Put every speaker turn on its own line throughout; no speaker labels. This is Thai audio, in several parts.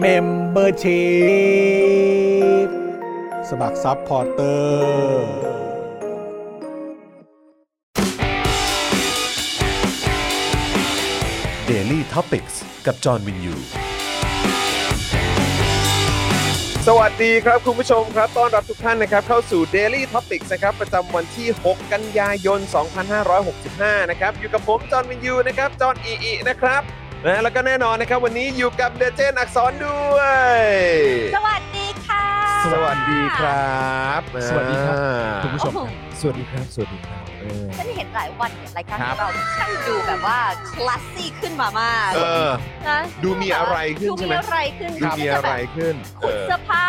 เมมเบอร์ชีพสมัครซัพพอร์เตอร์
Daily t o p i c กกับจอห์นวินยู
สวัสดีครับคุณผู้ชมครับต้อนรับทุกท่านนะครับเข้าสู่ Daily Topics นะครับประจำวันที่ 6 กันยายน 2565 นะครับอยู่กับผมจอห์นวินยูนะครับจอห์นอีอีนะครับนะแล้วก็แน่นอนนะครับวันนี้อยู่กับเดเจนอักษรด้วย
สวัสดีค่ะ
สวัสดีครับ
สวัสดีครับ คุณผู้ชม
โอ้โห
สวัสดีครับสวัสดีครับเออ
ฉันเห็นหลายวันเนี่ยรายการ
ค
ข
รั
อบ งเราช่างดูแบบว่าคลาสซี่ขึ้นมามาก
เออ
นะ
ดูมีอะไรขึ้น
ดู
ใช่
มี
ไหม
อะไรขึ้น
ดูมีอะไรขึ้นเอ
ขุด
อ
เสื้อผ้า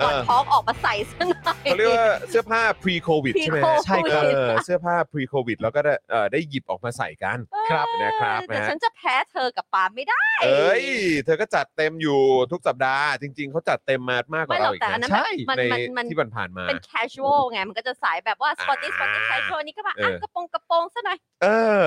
ก่อน
เออ
ท้องออกมาใส่ซะหน่อย
เขาเรียกว่าเสื้อผ้า pre covid ใช่ไหมฮะ
Pre-COVID ใช่ครับ
เออเสื้อผ้า pre covid แล้วก็ได้เอ่อได้หยิบออกมาใส่กัน
ครับ
นะครับ
แต่
นะฮะ
ฉันจะแพ้เธอกับปาไม่ได้
เอ้ย เธอก็จัดเต็มอยู่ทุกสัปดาห์ จริง ๆ เขาจัดเต็มมามากกว่า
ไม่หร
เรา
อก
อีก
แต่อันนั้
นะ
นมัน
ใน
มันมัน
ที่ผ่านๆมา
เป็น casual ไง มันก็จะสายแบบว่า sporty
อ่า
sporty casual นี่ก็มา
เอ
อ่ะ
อ
กระโปรงกระโปรงซะหน่อย
เออ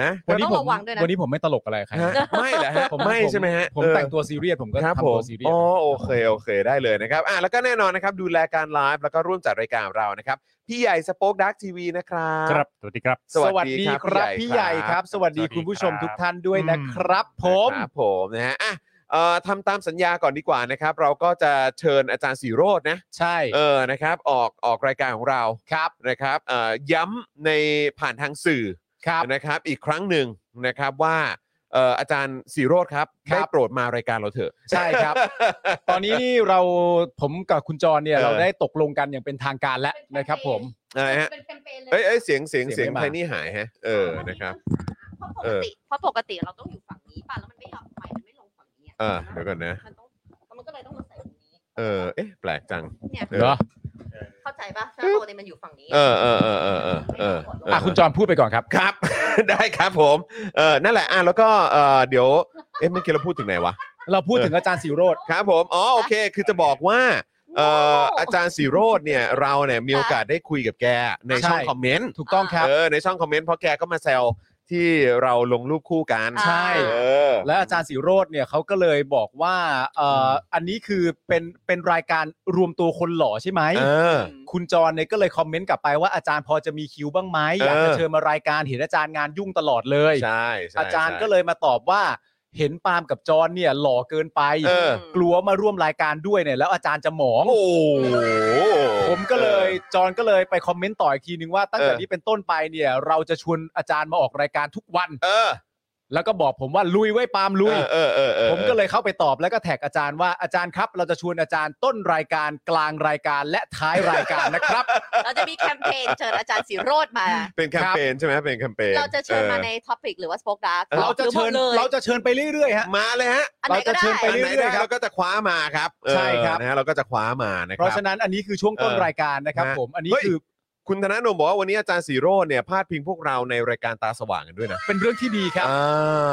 นะ
วันนี้
ต้
ผ
อ
ม
งระวังด้วยนะ
วันนี้ผมไม่ตลกอะไรใคร
ฮะไม่แหละฮะ
ผม
ไม่ใช่ไหมฮะ
ผม
เออ
แต่งตัวซีเรียสผมก็
ครับ
ทำ
ผ
ตั
ม
วซีเรียส
อ๋อโอเคโอเคได้เลยนะครับอ่ะแล้วก็แน่นอนนะครับดูแลการไลฟ์แล้วก็ร่วมจัดรายการเรานะครับ พี่ใหญ่สป็อคดักทีวีนะครับ
ครับ สวัสดีครับ
สวัสดีครับพี่
พี่
ให
ให
ญ่
ญ่
ค
ค
รั
รับ บ สวัสดี
สวัสดี
คุณผู้ชม
ครับ
ทุกท่านด้วยนะครับผม
นะครับผมนะฮะอ่ะเอ่อทำตามสัญญาก่อนดีกว่านะครับ เราก็จะเชิญอาจารย์สีโรจน์นะ
ใช่
เออ นะครับ ออก ออกรายการของเราครับ นะครับเอ่อย้ำในผ่านทางสื่อ
ครับ
นะครับ อีกครั้งหนึ่งนะครับว่าเอ่ออาจารย์สีโรธครับ
ครับ
ได้โปรดมารายการเราเถอะ
ใช่ครับ ตอนนี้นี่เราผมกับคุณจรเนี่ย
เออ
เราได้ตกลงกันอย่างเป็นทางการแล้วนะครับผม
อะไรฮะ
เป็นแคมเปญเล
เอ้ยเอ้ยเสียง เสียง เสียง
เสียงไม่
ไท
มา
นี่หายฮะ เออ นะครับ
เพราะป
เอก อ
ติเพราะปกติเราต้องอยู่ฝั่งนี้ป่ะ แล้วมันไม่ยอมไปมันไม่ลงฝั่งนี้ะ
เออเดี๋ยวก่อนนะ
มันต้องมันก็เลยต้องมาใส่ตรงนี้
เออ เอ๊ะ แปลกจัง
เนี่ย
เออ
เหรอ
เข้าใจป่ะใช่ไหมปกติมันอยู่ฝั่งนี้
เออเออเออเออเออเออเออ
อ่ะคุณจรพูดไปก่อนครับ
ครับ ได้ครับผม เออ นั่นแหละ อ่ะ แล้วก็ เออเดี๋ยว เอ๊ะเมื่อกี้เราพูดถึงไหนวะ
เราพูดถึงอาจารย์สิโรธ
ครับผม อ๋อ โอเค คือจะบอกว่า เอ่ออาจารย์สีโรดเนี่ยเราเนี่ยมีโอกาสได้คุยกับแกใน
ใช่
ช่องคอมเมนต์
ถูกต้องครับ
เออในช่องคอมเมนต์เพราะแกก็มาแซวที่เราลงรูปคู่กัน
ใช่
เออ
และอาจารย์สิโรธเนี่ยเขาก็เลยบอกว่าเอ่อออันนี้คือเป็นเป็นรายการรวมตัวคนหล่อใช่ไหม
เออ
คุณจรเนี่ยก็เลยคอมเมนต์กลับไปว่าอาจารย์พอจะมีคิวบ้างไหมอยากจะ
เออ
เชิญมารายการเห็นอาจารย์งานยุ่งตลอดเลย
ใช่ใช่
อาจารย์
ใช่
ก็เลยมาตอบว่า เห็นปาล์มกับจรเนี่ยหล่อเกินไป
เออ
กลัวมาร่วมรายการด้วยเนี่ยแล้วอาจารย์จะหมอง
โอ้โห
ผมก็เลยจรก็เลยไปคอมเมนต์ต่ออีกทีนึงว่าตั้งแต่นี้เป็นต้นไปเนี่ย เราจะชวนอาจารย์มาออกรายการทุกวัน
เออ
แล้วก็บอกผมว่าลุยไว้ยปาล์มลุย
เออเออเออ
ผมก็เลยเข้าไปตอบแล้วก็แท็กอาจารย์ว่าอาจารย์ครับ เราจะชวนอาจารย์ต้นรายการกลางรายการและท้ายรายการนะครับ
เราจะมีแคมเปญเชิญอาจารย์สิโรธมา
เป็นแคมเปญใช่ไหมเป็นแคมเปญ
เราจะเชิญมา
ออ
ในท็อปิกหรือว่าสป็อกดาร์ก
เราจะเชิญเราจะเชิญไปเรื่อยๆฮะ
มาเลยฮะ
อันไหนก็
เราจะ
ได้
เชิญไป
นหนด้
เรื่อยๆครับ
เราก็จะคว้ามาครับเออ
ใช่ครับ
นะฮะเราก็จะคว้ามานะค
เพราะ
รับ
ฉะนั้นอันนี้คือช่วงต้น
เออ
รายการนะครับ
นะฮะ
ผมอันนี้
เฮ้ย
คือ
คุณธนาโนมบอกว่าวันนี้อาจารย์สีโรจน์เนี่ยพาดพิงพวกเราในรายการตาสว่างกันด้วยนะ
เป็นเรื่องที่ดีครับ
อ่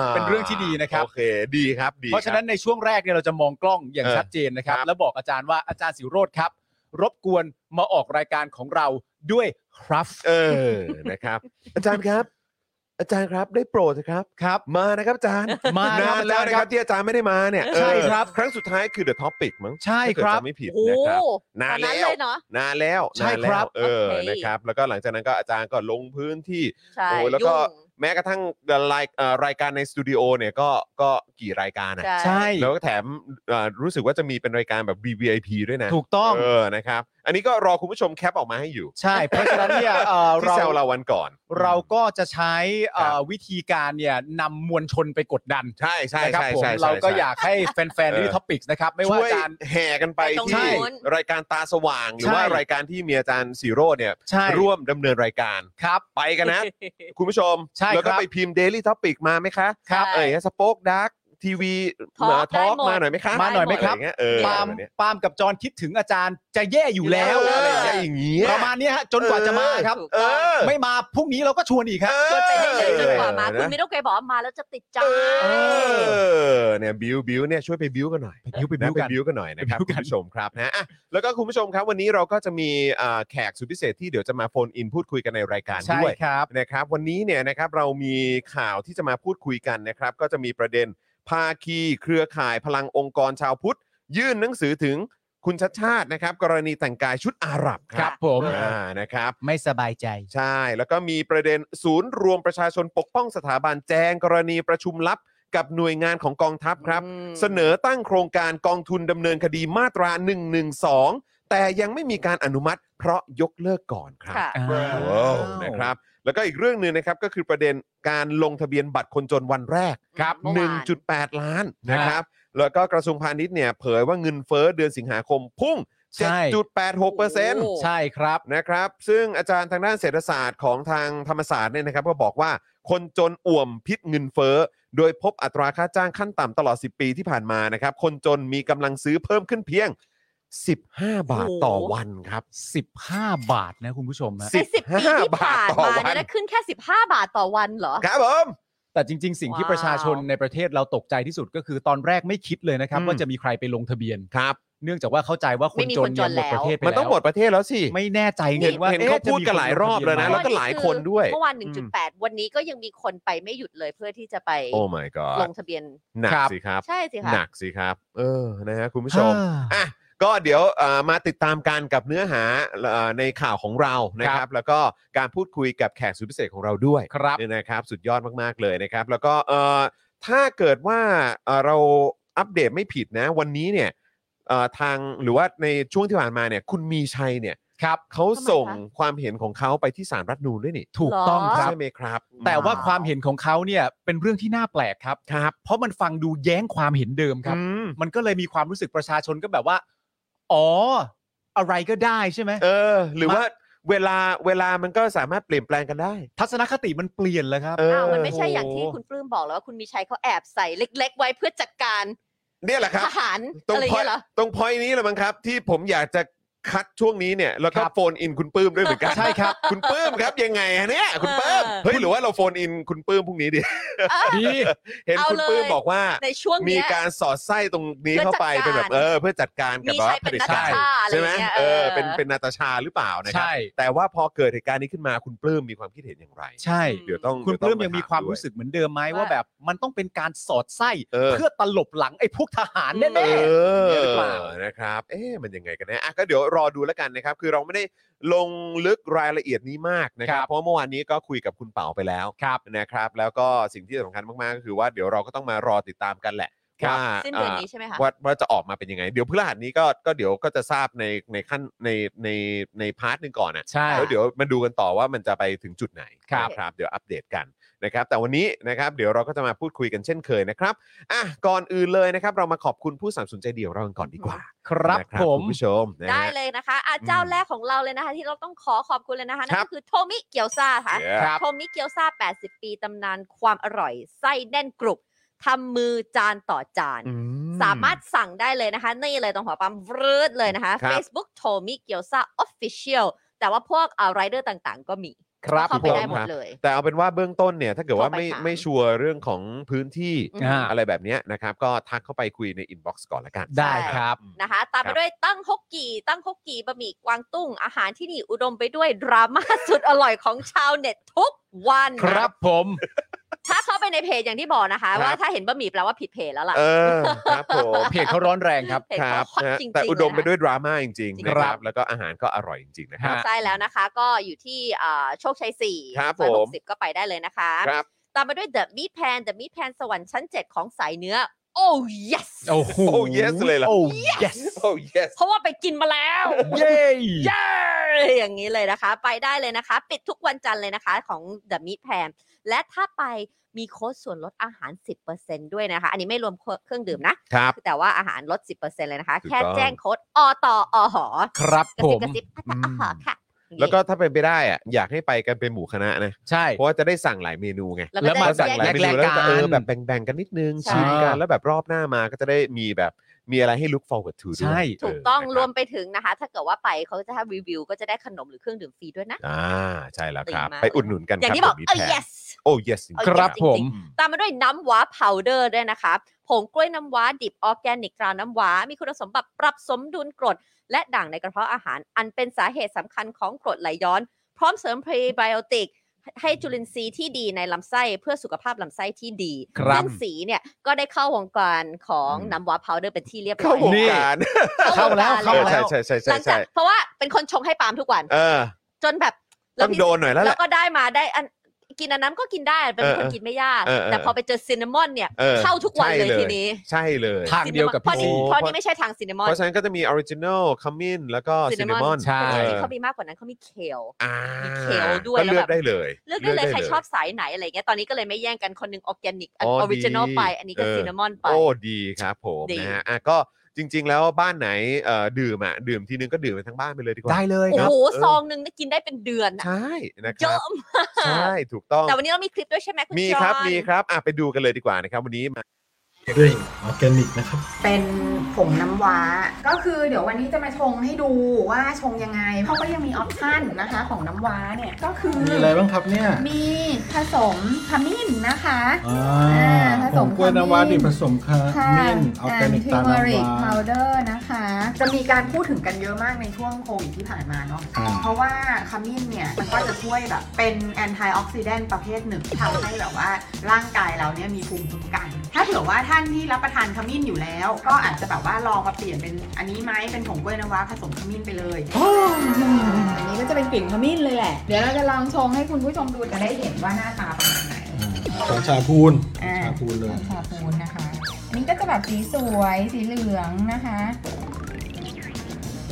า
เป็นเรื่องที่ดีนะครับ
โอเค ดีครับดี
เพราะฉะนั้น
คบ
ในช่วงแรกเนี่ยเราจะมองกล้องอย่าง
เออ
ชัดเจนนะครับ
ครับ
แล้วบอกอาจารย์ว่าอาจารย์สิโรธครับ รบกวนมาออกรายการของเราด้วยครับ
เออ นะครับ อาจารย์ครับ อาจารย์ครับได้โปรดเถอะครับ
ครับ
มานะครับอาจารย์
มานะครับ
นานแล้ว
อาจารย์
นะ
ค
ค
รั
รั
บบ
ที่อาจารย์ไม่ได้มาเนี่ย
ใช่
เออ
ครับ
ครั้งสุดท้ายคือ The Topic มั้ง
ใช่
ถ้า
ค
เกิด
รับ
จำไม่ผิด
โอ้
นะ
โห
ครับ
ตอนนั้
นานแล้
น
ว
เลยเนาะ
นานแล้ว
ใช่
นา
ค
นแล้
รั
ว
บ
เออ
โอเค
นะครับ แล้วก็หลังจากนั้นก็อาจารย์ก็ลงพื้นที่
ใช่
โอ้ยแล้วก็
ยุ่ง
แม้กระทั่งรายเอ่อรายการในสตูดิโอเนี่ยก็ก็กี่รายการอ่ะ
ใช่
แล้วก็แถมเอ่อรู้สึกว่าจะมีเป็นรายการแบบ VVIP ด้วยนะ
ถูกต้อง
เออนะครับ อันนี้ก็รอคุณผู้ชมแคปออกมาให้อยู่
ใช่ เพราะฉะนั้นเนี่ยเอ่อ
ที่
เรา
แซวเราวันก่อน
เราก็จะใช้เอ่อ
ครับ
วิธีการเนี่ยนำมวลชนไปกดดัน
ใช่ใช่
นะครั
ใช่
ผม
ใช่
เราก็
ใช่
อยากให้แฟนๆที่ท็อปิกส์นะครับ ไม่ว่า
ช่วย
อาจารย์
แห่กันไป
ไปตรง
ที่
นู้น
รายการตาสว่าง หรือ
ใช่
ว่ารายการที่มีอาจารย์สีโรจน์เนี่ย
ใช่
ร่วมดำเนินรายการ
ครับ
ไปกันนะ คุณผู้ชม
ใช่
แล้วก็
ครับ
ไปพิมพ์ Daily Topic มาไหมคะ
ครับ
เอ้ยสป็อกดักทีวี
Talk
มาทอล์ก
ได้หมด
มาหน่อยไหมคะ
มาหน่อยไหมครับ
ะงเงี้ยเออ
ปาล์ม
แบบเนี้ย
ปาล์มกับจอนคิดถึงอาจารย์จะแย่อยู่แล้
เอ
ว
อ
อะไร
อ
อย่างเงี้ย
ย่างเงี้ย
ประมาณเนี้ยฮะจนกว่าจะมาครับ
ถูก
เอ
ต้อง
อ
ไม่มาพรุ่งนี้เราก็ชวนอีกครับ
เออ
ก็ไปเรื่อยๆจนกว่ามา
เออนะ
คุณไม่ต้องเคยบอกว่ามาแล้วจะติดใจ
เออเนี่ยบิวบิวเนี่ยช่วยไปบิวกันหน่อย
ไปบิ้วไปบิ้ว
นะ
กัน
ไปบิวกันหน่อยนะครับ
ไปบิ้ว
คุ
กั
ณ
น
ผู้ชมครับนะอ่ะแล้วก็คุณผู้ชมครับวันนี้เราก็จะมีเอ่อแขกสุดพิเศษที่เดี๋ยวจะมาโฟนอินพูดคุยกันในรายการ
ใช่
ด้วย
ครับ
นะครับวันนี้เนี่ยนะครับเรามีข่าวที่จะมาพูดคุยกันนะครับ ก็จะมีประเด็นภาคีเครือข่ายพลังองค์กรชาวพุทธ ยื่นหนังสือถึงคุณชัดชาตินะครับ กรณีแต่งกายชุดอาหรับค
ค
รั
รั
บบ
ผม
อ่านะครับ
ไม่สบายใจ
ใช่ แล้วก็มีประเด็นศูนย์รวมประชาชนปกป้องสถาบันแจ้งกรณีประชุมลับกับหน่วยงานของกองทัพครับ เสนอตั้งโครงการกองทุนดำเนินคดีมาตรา 112 แต่ยังไม่มีการอนุมัติเพราะยกเลิกก่อนครับ
ค่ะ
ว้าวนะครับ แล้วก็อีกเรื่องหนึ่งนะครับก็คือประเด็นการลงทะเบียนบัตรคนจนวันแรก
ครับ
เมื่อวาน
1.8 ล้านนะครับ แล้วก็กระทรวงพาณิชย์เนี่ยเผยว่าเงินเฟ้อเดือนสิงหาคมพุ่ง
ใช่
7.86%
โอ้
ใช่ครับ
นะครับซึ่งอาจารย์ทางด้านเศรษฐศาสตร์ของทางธรรมศาสตร์เนี่ยนะครับก็บอกว่าคนจนอ่วมพิษเงินเฟ้อ โดยพบอัตราค่าจ้างขั้นต่ำตลอด 10 ปีที่ผ่านมานะครับ คนจนมีกำลังซื้อเพิ่มขึ้นเพียง 15 บาทต่อวันครับ
15 บาทนะคุณผู้ชมฮะ
สิบ
ในสิบปีที่
บาทต่
ผ่าน
อ
มา
วัน
เนี่ยได้ขึ้นแค่ 15 บาทต่อวันเหรอ
ครับผม
แต่จริง ๆ สิ่งที่
ว้าว
ประชาชนในประเทศเราตกใจที่สุดก็คือตอนแรกไม่คิดเลยนะครับ
อืม
ว่าจะมีใครไปลงทะเบียน
ครับ
เนื่องจากว่าเข้าใจว่าคน
ไม่มี
จ
คน น
เนี่ย
จน
หมดประเทศไป
มันต้องหมดประเทศแล้วสิ
ไม่แน่ใจ
เห็
เงิ
น
นว่า
เห็นเขา
อ๊ะจะ
พูดกันหลายรอบแล้วนะ
คง
แว
ท
ก็
เบียนไหม
หลายคนด้วย
เมื่อวาน
อืม
1.8 วันนี้ก็ยังมีคนไปไม่หยุดเลยเพื่อที่จะไป
โอ้ my god
ลงทะเบียน
หนักสิครับ
ใช่สิคะ
หนักสิครับ เออนะฮะคุณผู้ชม
อ่า
อ่ะก็เดี๋ยวเอ่อมาติดตามกันกับเนื้อหาเอ่อในข่าวของเรานะครับ แล้วก็การพูดคุยกับแขกสุดพิเศษของเราด้วย
ครับ
เนี่ยนะครับสุดยอดมากๆเลยนะครับ แล้วก็เอ่อถ้าเกิดว่าเอ่อเราอัปเดตไม่ผิดนะ วันนี้เนี่ยเอ่อทางหรือว่าในช่วงที่ผ่านมาเนี่ยคุณมีชัยเนี่ย
ครับ
เขาส่งความเห็นของเขาไปที่สารรัฐธรรมนูนด้วยนี่
ถูกต้องครับ
ใช่ไหมครับ
แต่ว่าความเห็นของเขาเนี่ยเป็นเรื่องที่น่าแปลกครับ
ครับ
เพราะมันฟังดูแย้งความเห็นเดิมครับ
อืม
มันก็เลยมีความรู้สึกประชาชนก็แบบว่า อ๋อ อะไรก็ได้ใช่ไหม
เออ หรือ
มา
ว่าเวลาเวลามันก็สามารถเปลี่ยนแปลงกันได้
ทัศนคติมันเปลี่ยนแล้วครับ
เออ
อ้าวมันไม่ใช่อย่างที่
โโห
คุณปลื้มบอกแล้วว่าคุณมีชัยเขาแอบใส่เล็ก ๆ ไว้เพื่อจัดการ
เนี่ยแหละครับ
ทหาร
ตรง
อะไร
พ
อย่าง
อย
เงี้ยเหรอ
ตรง point นี้แหละมั้งครับ ที่ผมอยากจะคัดช่วงนี้เนี่ยแล้วก็
ครับ
โฟนอินคุณปื้มด้วยเหมือนกัน
ใช่ครับ
คุณปื้มครับยังไงฮะเนี่ยคุณปื้ม
เออ
เฮ้ยหรือว่าเราโฟนอินคุณปื้มพรุ่งนี้ดิ
ดี
เห็น
เอา
คุณ
เลย
ปื้มบอกว่า
ในช่วง
มี
เนี้ย
การสอดไส้ตรงนี้เข้าไป
เพื่
เป็น
อ
แบบ
จัดการ
เออ เพื่อจัดการกับ
มี
แบบว่า
ชั
ยผ
เป็น
ลิต
นา
ชา
ตา
ติ
ชาอะไร
ใช่
อ
ไหม
ย่างเงี้ย
เออเป็นเป็นนาตาชาหรือเปล่านะครับ
ใช่
แต่ว่าพอเกิดเหตุการณ์นี้ขึ้นมาคุณปื้มมีความคิดเห็นอย่างไร
ใช่
เดี๋ยวต้อง
คุณป
เดี๋
ลื้
ย
ม
ต้อ
ยังมีความรู้สึกเหมือนเดิมไหมว่าแบบมันต้องเป็นการสอดไส้
เออ
เพื่อตลบหลังไอ้พวกทหารแน่
เอ
เนี่
อย
หรือเปล่า
นะครับ เอ๊ะมันยังไงกันแนะอ่ะก็เดี๋ยวรอดูแล้วกันนะครับ คือเราไม่ได้ลงลึกรายละเอียดนี้มากนะครั
ครับ บ
เพราะเมื่อวานนี้ก็คุยกับคุณเป่าไปแล้ว
ๆครับ
นะครับ แล้วก็สิ่งที่สำคัญมาก ๆ ก็คือว่าเดี๋ยวเราก็ต้องมารอติดตามกันแหละ
ครับ
ว่า
สิ้นเดือนนี้ใช่ไหมคะ
ว่าว่าจะออกมาเป็นยังไง เดี๋ยวพฤหัสนี้ก็ก็เดี๋ยวก็จะทราบในในขั้นในในในพาร์ทหนึ่งก่อนอ่ะ
ใช่
แล้วเดี๋ยวมาดูกันต่อว่ามันจะไปถึงจุดไหน
ครับ
นะครับ เดี๋ยวอัปเดตกันนะครับ แต่วันนี้นะครับเดี๋ยวเราก็จะมาพูดคุยกันเช่นเคยนะครับอ่ะก่อนอื่นเลยนะครับ เรามาขอบคุณผู้สนับสนุนใจเดียวเรากันก่อนดีกว่า
ครับ
นะ
ผม
คุณผู้ชมนะฮะ
ได้เลยนะคะอา
อืม
เจ้าแรกของเราเลยนะคะ ที่เราต้องขอขอบคุณเลยนะคะนั่
ครั
น
บ
ก็คือโทมิเกียวซาค่ะ
เดี๋ยว
ครับ
โทมิเกียวซา80 ปีตำนานความอร่อย ไส้แน่นกรุบทำมือจานต่อจาน
อืม
สามารถสั่งได้เลยนะคะ นี่เลยตรงหัวปั๊มวรืดเลยนะคะ
ครับ
Facebook โทมิเกียวซา Official แต่ว่าพวกเอ่อไรเดอร์ต่างๆ ก็มี
ครับ
เข้าไป
ผม
ได้หมดเลย
แต่เอาเป็นว่าเบื้องต้นเนี่ย ถ้าเกิดว่า
ขอไป
ไม่
ถาม
ไม่ชัวร์เรื่องของพื้นที่
อืม
อ่า
อะไรแบบเนี้ยนะครับ ก็ทักเข้าไปคุยในอินบ็อกซ์ก่อนละกัน
ได้ครับ
อืม
นะคะ ตาม
ครั
ไป
บ
ด้วยตั้งฮกกี่ ตั้งฮกกี่บะหมี่กวางตุ้ง อาหารที่นี่ อุดมไปด้วยดราม่า สุดอร่อยของชาวเน็ตทุกวัน
ครับผม
ถ้าเข้าไปในเพจอย่างที่บอกนะคะ
ครับ
ว่าถ้าเห็นบะหมี่แปลว่าผิดเพจแล้วล่ะ
เออครับผม
เพจเขาร้อนแรงครับ
เพจ
ค
เขา
รับ
ฮอต
นะฮะ
จริงๆ
แต่อุดม
เลยนะ
ไปด้วยดราม่าจริงๆนะค
ครั
รับบ แล้วก็อาหารก็อร่อยจริงๆนะครับ
ใช่แล้วนะคะ ก็อยู่ที่อ่าโชคชัย4ี่
ครับ
ซอย
ผม
หกสิบก็ไปได้เลยนะคะ
ครับ
ตามมาด้วย The Meat Pan The Meat Pan สวรรค์ชั้น 7 ของสายเนื้อ โอ้ yes
โอ้โห
โอ้ yes เลยเหรอ
โอ้ yes
โอ้ yes
เพราะว่าไปกินมาแล้ว
เย้
เย้อย่างนี้เลยนะคะ ไปได้เลยนะคะ ปิดทุกวันจันทร์เลยนะคะของ The Meat Pan และถ้าไปมีโค้ดส่วนลดอาหาร 10%ด้วยนะคะ อันนี้ไม่รวมเครื่องดื่มนะ
ครับ
แต่ว่าอาหารลด 10%เลยนะคะ
ถูกต้อง
แค่แจ้งโค้ดอต่ออหอ
ครับ
กระ
ผ
ซิบ
ม
กระซิบอต่ออหอค่ะ
แล้วก็ถ้าเป็นไปได้อะอยากให้ไปกันเป็นหมู่คณะนะ
ใช่
เพราะว่าจะได้สั่งหลายเมนูไง
แล้ว
แล้ว
ก็
มา
ได้
สั่
สั่ง
ง
หลาย
แยก
เม
แรกๆ
นูแล้วก็
กัน
เออแบบแบ่งๆกันนิดนึง
ใช่
ชิมกันแล้วแบบรอบหน้ามาก็จะได้มีแบบมีอะไรให้ look forward to ด้วย
ใช่
ถูกต้อง
เนะคบ
รวมไปถึงนะคะ ถ้าเกิดว่าไปเขาจะให้รีวิว ก็จะได้ขนมหรือเครื่องดื่มฟรีด้วยนะ
อ่าใช่แล้วครับ
ตื่นมา
ไปอุดหนุนกัน
อย่าง
ครับ
ที่บอก
เดี๋วมี
เออ
แผน
yes
โอ้ yes จงๆ
เอา
ครับผม
ตามมาด้วยน้ำว้าพาวเดอร์ด้วยนะคะผงกล้วยน้ำว้า ดิบออร์แกนิกตราน้ำว้า มีคุณสมบัติปรับสมดุลกรด และด่างในกระเพาะอาหาร อันเป็นสาเหตุสำคัญของกรดไหลย้อน พร้อมเสริมพรีไบโอติก ให้จุลินทรีย์ที่ดีในลำไส้เพื่อสุขภาพลำไส้ที่ดี
ครับ
ซึ่งสีเนี่ยก็ได้เข้าวงการของ
อืม
น้ำว้าพาวเดอร์เป็นที่เรียบร้
เข้า
อยว
ง
นี่
การ
เข้าแล้วเข้า
เออ
แล้
ใช่
ว
ใช่ใช่
ห
ใช่
ลังจา
ใช่
กเพราะว่าเป็นคนชงให้ปาล์มทุกวัน
เออ
จนแบบแล้ว
ต้อง
พี่
โดนหน่อยแล้วแห
แล้
ละ
วก็ได้มาได้อันกินอันนั้นก็กินได้เป็นค
เออ
น
เออ
กินไม่ยาก
เออเออ
แต่พอไปเจอซินนามอนเนี่ย
เออ
เข้าทุกวัน
ใช่เล
เลย
ย
ทีนี้
ใช่เลย
ทางเดียวกับ
เพราะ
พี่
นี่
ซี
โอ้
เพราะนี่ไม่ใช่ทางซินนามอน
เพราะฉะนั้นก็จะมีออริจิน l ลคัมมินแล้วก็ซินนามอน
ใช่
แต่จริงๆเขามีมากกว่านั้นเขามีเคล
อ่า
เขียวด้วย
ก็เลื
แล้
อก
วแบบ
ได้เลย
เลือกได้เลยใครชอบสายไหนอะไรเงี้ยตอนนี้ก็เลยไม่แย่งกันคนหนึงออร์แกนิกอ
อ๋อ
อริจินอล
ดี
ไป อันนี้ก็
เ
ซินนามอนไป
โอ้ดีครับผม
ดี
นะฮะอ่ะก็จริง ๆ แล้วบ้านไหนเอ่อดื่มอ่ะดื่มทีนึงก็ดื่มไปทั้งบ้านไปเลยดีกว่า
ได้เลย
โอ้
ค
โห
รับ
ซองหนึ่งได้กินได้เป็นเดือนอะ
ใช่นะค
เย
รั
อะ
บ
มาก
ใช่ถูกต้อง
แต่วันนี้เรามีคลิปด้วยใช่ไหมคุณ
มี
จอห์น
ครับมีครับอ่ะไปดูกันเลยดีกว่านะครับวันนี้
ด้วยออร์แกนิกนะครับ
เป็นผงน้ำว้า ก็คือเดี๋ยววันนี้จะมาชงให้ดูว่าชงยังไง เพราะก็ยังมีออปชั่นนะคะของน้ำว้าเนี่ยก็คือ
มีอะไรบ้างครับเนี่ย
มีผสมขมิ้นนะคะ
อ่า
ผ
ผ
สม
งกล้วยน้ำว้า
ขมิ้น
ดิบผสมค่ะ
ค่ะ
เม่นออร์แกนิกตา
เม
น้ำ
อริก
ว้า
พาวเดอร์นะคะ จะมีการพูดถึงกันเยอะมากในช่วงโควิดที่ผ่านมาเนาะ
อ่า
เพราะว่าขมิ้นเนี่ยมันก็จะช่วยแบบเป็นแอนตี้ออกซิแดนต์ประเภทหนึ่งทำให้แบบว่าร่างกายเราเนี่ยมีภูมิคุ้มกัน ถ้าเผื่อว่าท่านที่รับประทานขมิ้นอยู่แล้ว ก็อาจจะแบบว่าลองมาเปลี่ยนเป็นอันนี้ไหมเป็นผงกล้วยน้ำว้าผสมขมิ้นไปเลยอันนี้ก็จะเป็นกลิ่นขมิ้นเลยแหละเดี๋ยวเราจะลองชงให้คุณผู้ชมดูจะได้เห็นว่าหน้าตาเป็นยังไง
อ่าของชาพูน
อ่า
ชาพูนเลย
ชาพูนนะคะ นี่ก็จะแบบสีสวยสีเหลืองนะคะ